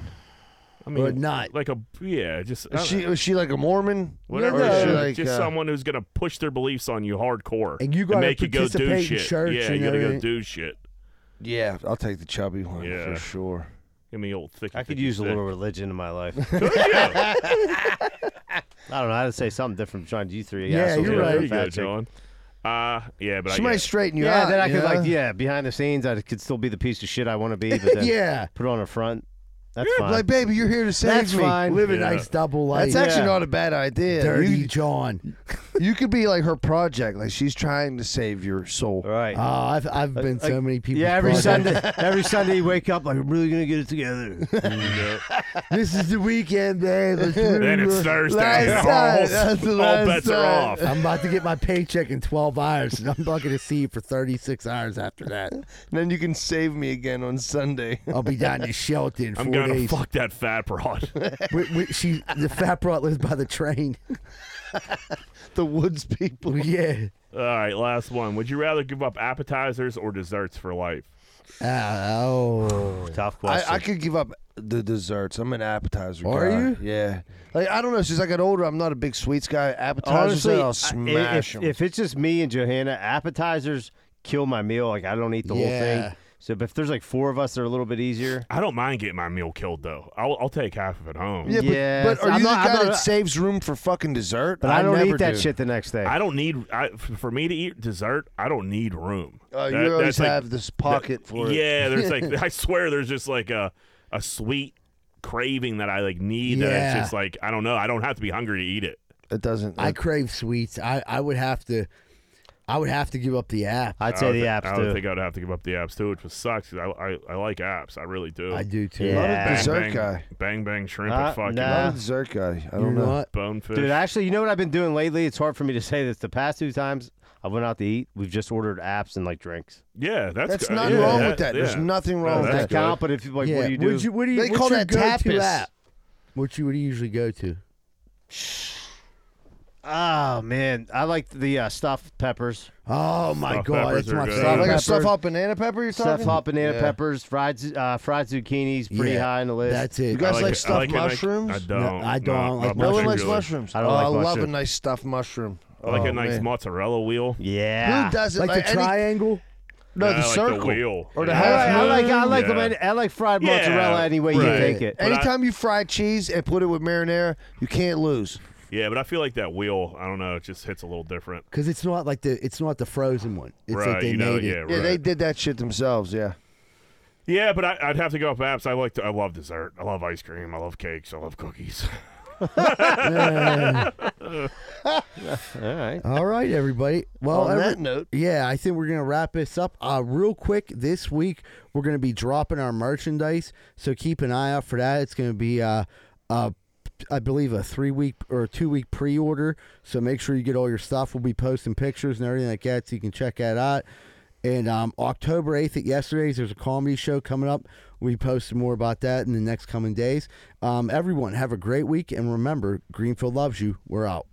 Speaker 4: I mean,
Speaker 1: Or not.
Speaker 4: like a yeah, just I
Speaker 3: Is
Speaker 4: don't
Speaker 3: she
Speaker 4: know.
Speaker 3: is she like a Mormon?
Speaker 4: whatever.
Speaker 3: Or is
Speaker 4: it
Speaker 3: she
Speaker 4: is,
Speaker 3: like,
Speaker 4: just
Speaker 3: uh,
Speaker 4: someone who's gonna push their beliefs on you hardcore
Speaker 1: And you gotta
Speaker 4: make you go
Speaker 1: participate
Speaker 4: do
Speaker 1: in
Speaker 4: shit.
Speaker 1: church
Speaker 4: yeah,
Speaker 1: and
Speaker 4: you gotta go
Speaker 1: everything.
Speaker 4: do shit.
Speaker 3: Yeah, I'll take the chubby one
Speaker 4: Yeah.
Speaker 3: for sure.
Speaker 4: Give me old thick.
Speaker 2: I could use a little religion in
Speaker 4: <laughs>
Speaker 2: my life. I
Speaker 3: <laughs>
Speaker 2: <laughs> don't know. I'd say something different from you three.
Speaker 1: Yeah,
Speaker 2: assholes.
Speaker 1: you're
Speaker 4: Yeah, there
Speaker 1: right.
Speaker 4: you
Speaker 2: Fat
Speaker 4: go,
Speaker 2: chick.
Speaker 4: John. Uh, yeah, but
Speaker 3: She
Speaker 4: I,
Speaker 3: might
Speaker 4: yeah.
Speaker 3: straighten you
Speaker 2: Yeah,
Speaker 3: out.
Speaker 2: then I
Speaker 3: you
Speaker 2: could like
Speaker 3: know?
Speaker 2: yeah, behind the scenes, I could still be the piece of shit I want to be,
Speaker 3: <laughs>
Speaker 2: but then
Speaker 1: Yeah.
Speaker 2: put on a front. That's fine.
Speaker 3: Like, baby, you're here to save
Speaker 2: That's
Speaker 3: me.
Speaker 2: fine.
Speaker 1: Live a
Speaker 4: Yeah.
Speaker 1: nice double life.
Speaker 3: That's actually
Speaker 2: Yeah.
Speaker 3: not a bad idea.
Speaker 1: Dirty
Speaker 3: You,
Speaker 1: John.
Speaker 3: <laughs> you could be like her project. Like she's trying to save your soul.
Speaker 2: right.
Speaker 1: Oh, I've I've been so many people.
Speaker 2: yeah, every
Speaker 1: Sunday. <laughs>
Speaker 2: Sunday,
Speaker 3: <laughs>
Speaker 2: every Sunday you wake up like I'm really gonna get it together.
Speaker 4: <laughs>
Speaker 1: This is the weekend, babe. Let's
Speaker 4: Then it's Thursday.
Speaker 3: Last
Speaker 4: all,
Speaker 3: time, that's the
Speaker 4: all
Speaker 3: last
Speaker 4: bets are
Speaker 3: time.
Speaker 4: off.
Speaker 1: I'm about to get my paycheck in 12 hours, and I'm not going to see you for 36 hours after that.
Speaker 3: <laughs> Then you can save me again on Sunday.
Speaker 1: <laughs> I'll be down in the shelter in 4
Speaker 4: I'm gonna
Speaker 1: days.
Speaker 4: fuck that fat
Speaker 3: <laughs>
Speaker 4: broad.
Speaker 1: We- we- she, the fat brat lives by the train.
Speaker 3: the woods people.
Speaker 1: yeah.
Speaker 4: all right, last one. Would you rather give up appetizers or desserts for life?
Speaker 1: Ah, oh.
Speaker 2: Tough question.
Speaker 3: I, I could give up the desserts. I'm an appetizer
Speaker 2: <laughs>
Speaker 1: Are
Speaker 3: guy.
Speaker 1: you?
Speaker 3: Yeah. Like I don't know. Since I got older, I'm not a big sweets guy. Appetizers,
Speaker 2: Honestly,
Speaker 3: I'll
Speaker 2: I-
Speaker 3: smash
Speaker 2: if,
Speaker 3: 'em.
Speaker 2: if it's just me and Johanna, appetizers kill my meal. Like I don't eat the <laughs> whole
Speaker 1: Yeah.
Speaker 2: thing. So but if there's like four of us, they're a little bit easier.
Speaker 4: I don't mind getting my meal killed though. I'll, I'll take half of it home.
Speaker 3: yeah,
Speaker 2: Yes.
Speaker 3: but, but are
Speaker 2: I'm
Speaker 3: you
Speaker 2: not-
Speaker 3: the
Speaker 2: I'm
Speaker 3: guy
Speaker 2: not-
Speaker 3: that saves room for fucking dessert?
Speaker 2: But I, don't
Speaker 3: never
Speaker 2: eat that
Speaker 3: do.
Speaker 2: shit the next day.
Speaker 4: I don't need I f for me to eat dessert. I don't need room.
Speaker 3: Oh,
Speaker 4: That-
Speaker 3: you always
Speaker 4: that's like-
Speaker 3: have this pocket for it.
Speaker 4: yeah, there's like I swear there's just like a a sweet craving that I like need. That it's
Speaker 1: Yeah.
Speaker 4: just like I don't know. I don't have to be hungry to eat it.
Speaker 3: It doesn't.
Speaker 1: I
Speaker 3: I,
Speaker 1: crave sweets. I, I would have to. I would have to give up the app.
Speaker 2: I'd say
Speaker 4: I would
Speaker 2: the
Speaker 4: thi-
Speaker 2: apps
Speaker 4: I would
Speaker 2: too.
Speaker 4: think I'd have to give up the apps too, which was sucks. 'cause I, I I like apps. I really do.
Speaker 1: I do too.
Speaker 2: Yeah.
Speaker 3: am
Speaker 2: Bang,
Speaker 3: a dessert
Speaker 4: bang,
Speaker 3: guy.
Speaker 4: Bang bang shrimp
Speaker 2: Uh,
Speaker 4: and fucking
Speaker 2: nah.
Speaker 3: I'm a dessert guy. I
Speaker 1: You
Speaker 3: don't
Speaker 1: know
Speaker 3: know.
Speaker 1: what?
Speaker 4: bonefish.
Speaker 2: Dude, actually, you know what I've been doing lately? It's hard for me to say this. The past two times I went out to eat, we've just ordered apps and like drinks.
Speaker 4: yeah, that's
Speaker 3: That's
Speaker 4: good.
Speaker 3: nothing
Speaker 4: Yeah,
Speaker 3: wrong with that. There's
Speaker 4: yeah.
Speaker 3: nothing wrong
Speaker 4: No,
Speaker 3: with
Speaker 2: Does
Speaker 4: that's
Speaker 2: that
Speaker 4: good.
Speaker 2: count? But if like, what do you do?
Speaker 1: Would you, what do you,
Speaker 3: They
Speaker 1: what's
Speaker 3: call
Speaker 1: your
Speaker 3: that
Speaker 1: go-to
Speaker 3: tapas.
Speaker 1: app? What you would usually go to?
Speaker 2: Oh man, I like the uh, stuffed peppers,
Speaker 1: Oh my
Speaker 4: Stuffed
Speaker 1: god,
Speaker 4: peppers
Speaker 1: that's
Speaker 4: are
Speaker 1: my
Speaker 4: good.
Speaker 3: Uh,
Speaker 1: favorite.
Speaker 3: like
Speaker 2: Pepper.
Speaker 3: a stuff hot banana pepper. You're talking.
Speaker 2: stuffed hot banana
Speaker 3: Yeah.
Speaker 2: peppers, fried z- uh, fried zucchinis, pretty
Speaker 1: Yeah,
Speaker 2: high on the list.
Speaker 1: That's it.
Speaker 3: You guys
Speaker 4: I
Speaker 3: like
Speaker 4: it. I
Speaker 3: stuffed
Speaker 4: it. I
Speaker 3: mushrooms?
Speaker 4: I don't.
Speaker 1: No, I don't. I
Speaker 4: Not- not
Speaker 3: No
Speaker 1: like
Speaker 3: one
Speaker 1: Mushroom
Speaker 3: likes
Speaker 4: particularly.
Speaker 3: mushrooms.
Speaker 2: I don't
Speaker 3: oh,
Speaker 2: like
Speaker 3: I love a
Speaker 2: mushroom.
Speaker 3: nice stuffed mushroom.
Speaker 4: I like
Speaker 3: oh,
Speaker 4: a nice
Speaker 3: man.
Speaker 4: mozzarella wheel.
Speaker 2: yeah.
Speaker 3: Who doesn't
Speaker 1: like the
Speaker 3: any-
Speaker 1: triangle.
Speaker 3: <laughs> No,
Speaker 4: Yeah,
Speaker 3: the
Speaker 4: I like
Speaker 3: circle.
Speaker 4: the wheel.
Speaker 3: Or the
Speaker 4: Yeah.
Speaker 2: I like,
Speaker 3: half
Speaker 2: I like I like
Speaker 4: Yeah.
Speaker 2: them. I like fried
Speaker 4: Yeah,
Speaker 2: mozzarella any way you
Speaker 4: right.
Speaker 2: take it.
Speaker 4: But I-
Speaker 3: Anytime you fry cheese and put it with marinara, you can't lose.
Speaker 4: Yeah, but I feel like that wheel. I don't know. It just hits a little different.
Speaker 1: Because it's not like the it's not the frozen one. It's
Speaker 4: right.
Speaker 1: like they
Speaker 4: you know.
Speaker 1: made
Speaker 4: yeah.
Speaker 1: it.
Speaker 3: Yeah,
Speaker 4: right.
Speaker 3: they did that shit themselves. Yeah.
Speaker 4: Yeah, but I, I'd have to go with apps. I like. To, I love dessert. I love ice cream. I love cakes. I love cookies. <laughs>
Speaker 2: <laughs> All right.
Speaker 1: All right, everybody. Well,
Speaker 3: On
Speaker 1: every-
Speaker 3: that note,
Speaker 1: yeah, I think we're gonna wrap this up uh, real quick. This week we're gonna be dropping our merchandise, so keep an eye out for that. It's gonna be uh, uh, I believe a three week or a two week pre order. So make sure you get all your stuff. We'll be posting pictures and everything like that, so you can check that out. And um, October 8th at yesterday's, there's a comedy show coming up. We posted more about that in the next coming days. Um, everyone, have a great week. And remember, Greenfield loves you. We're out.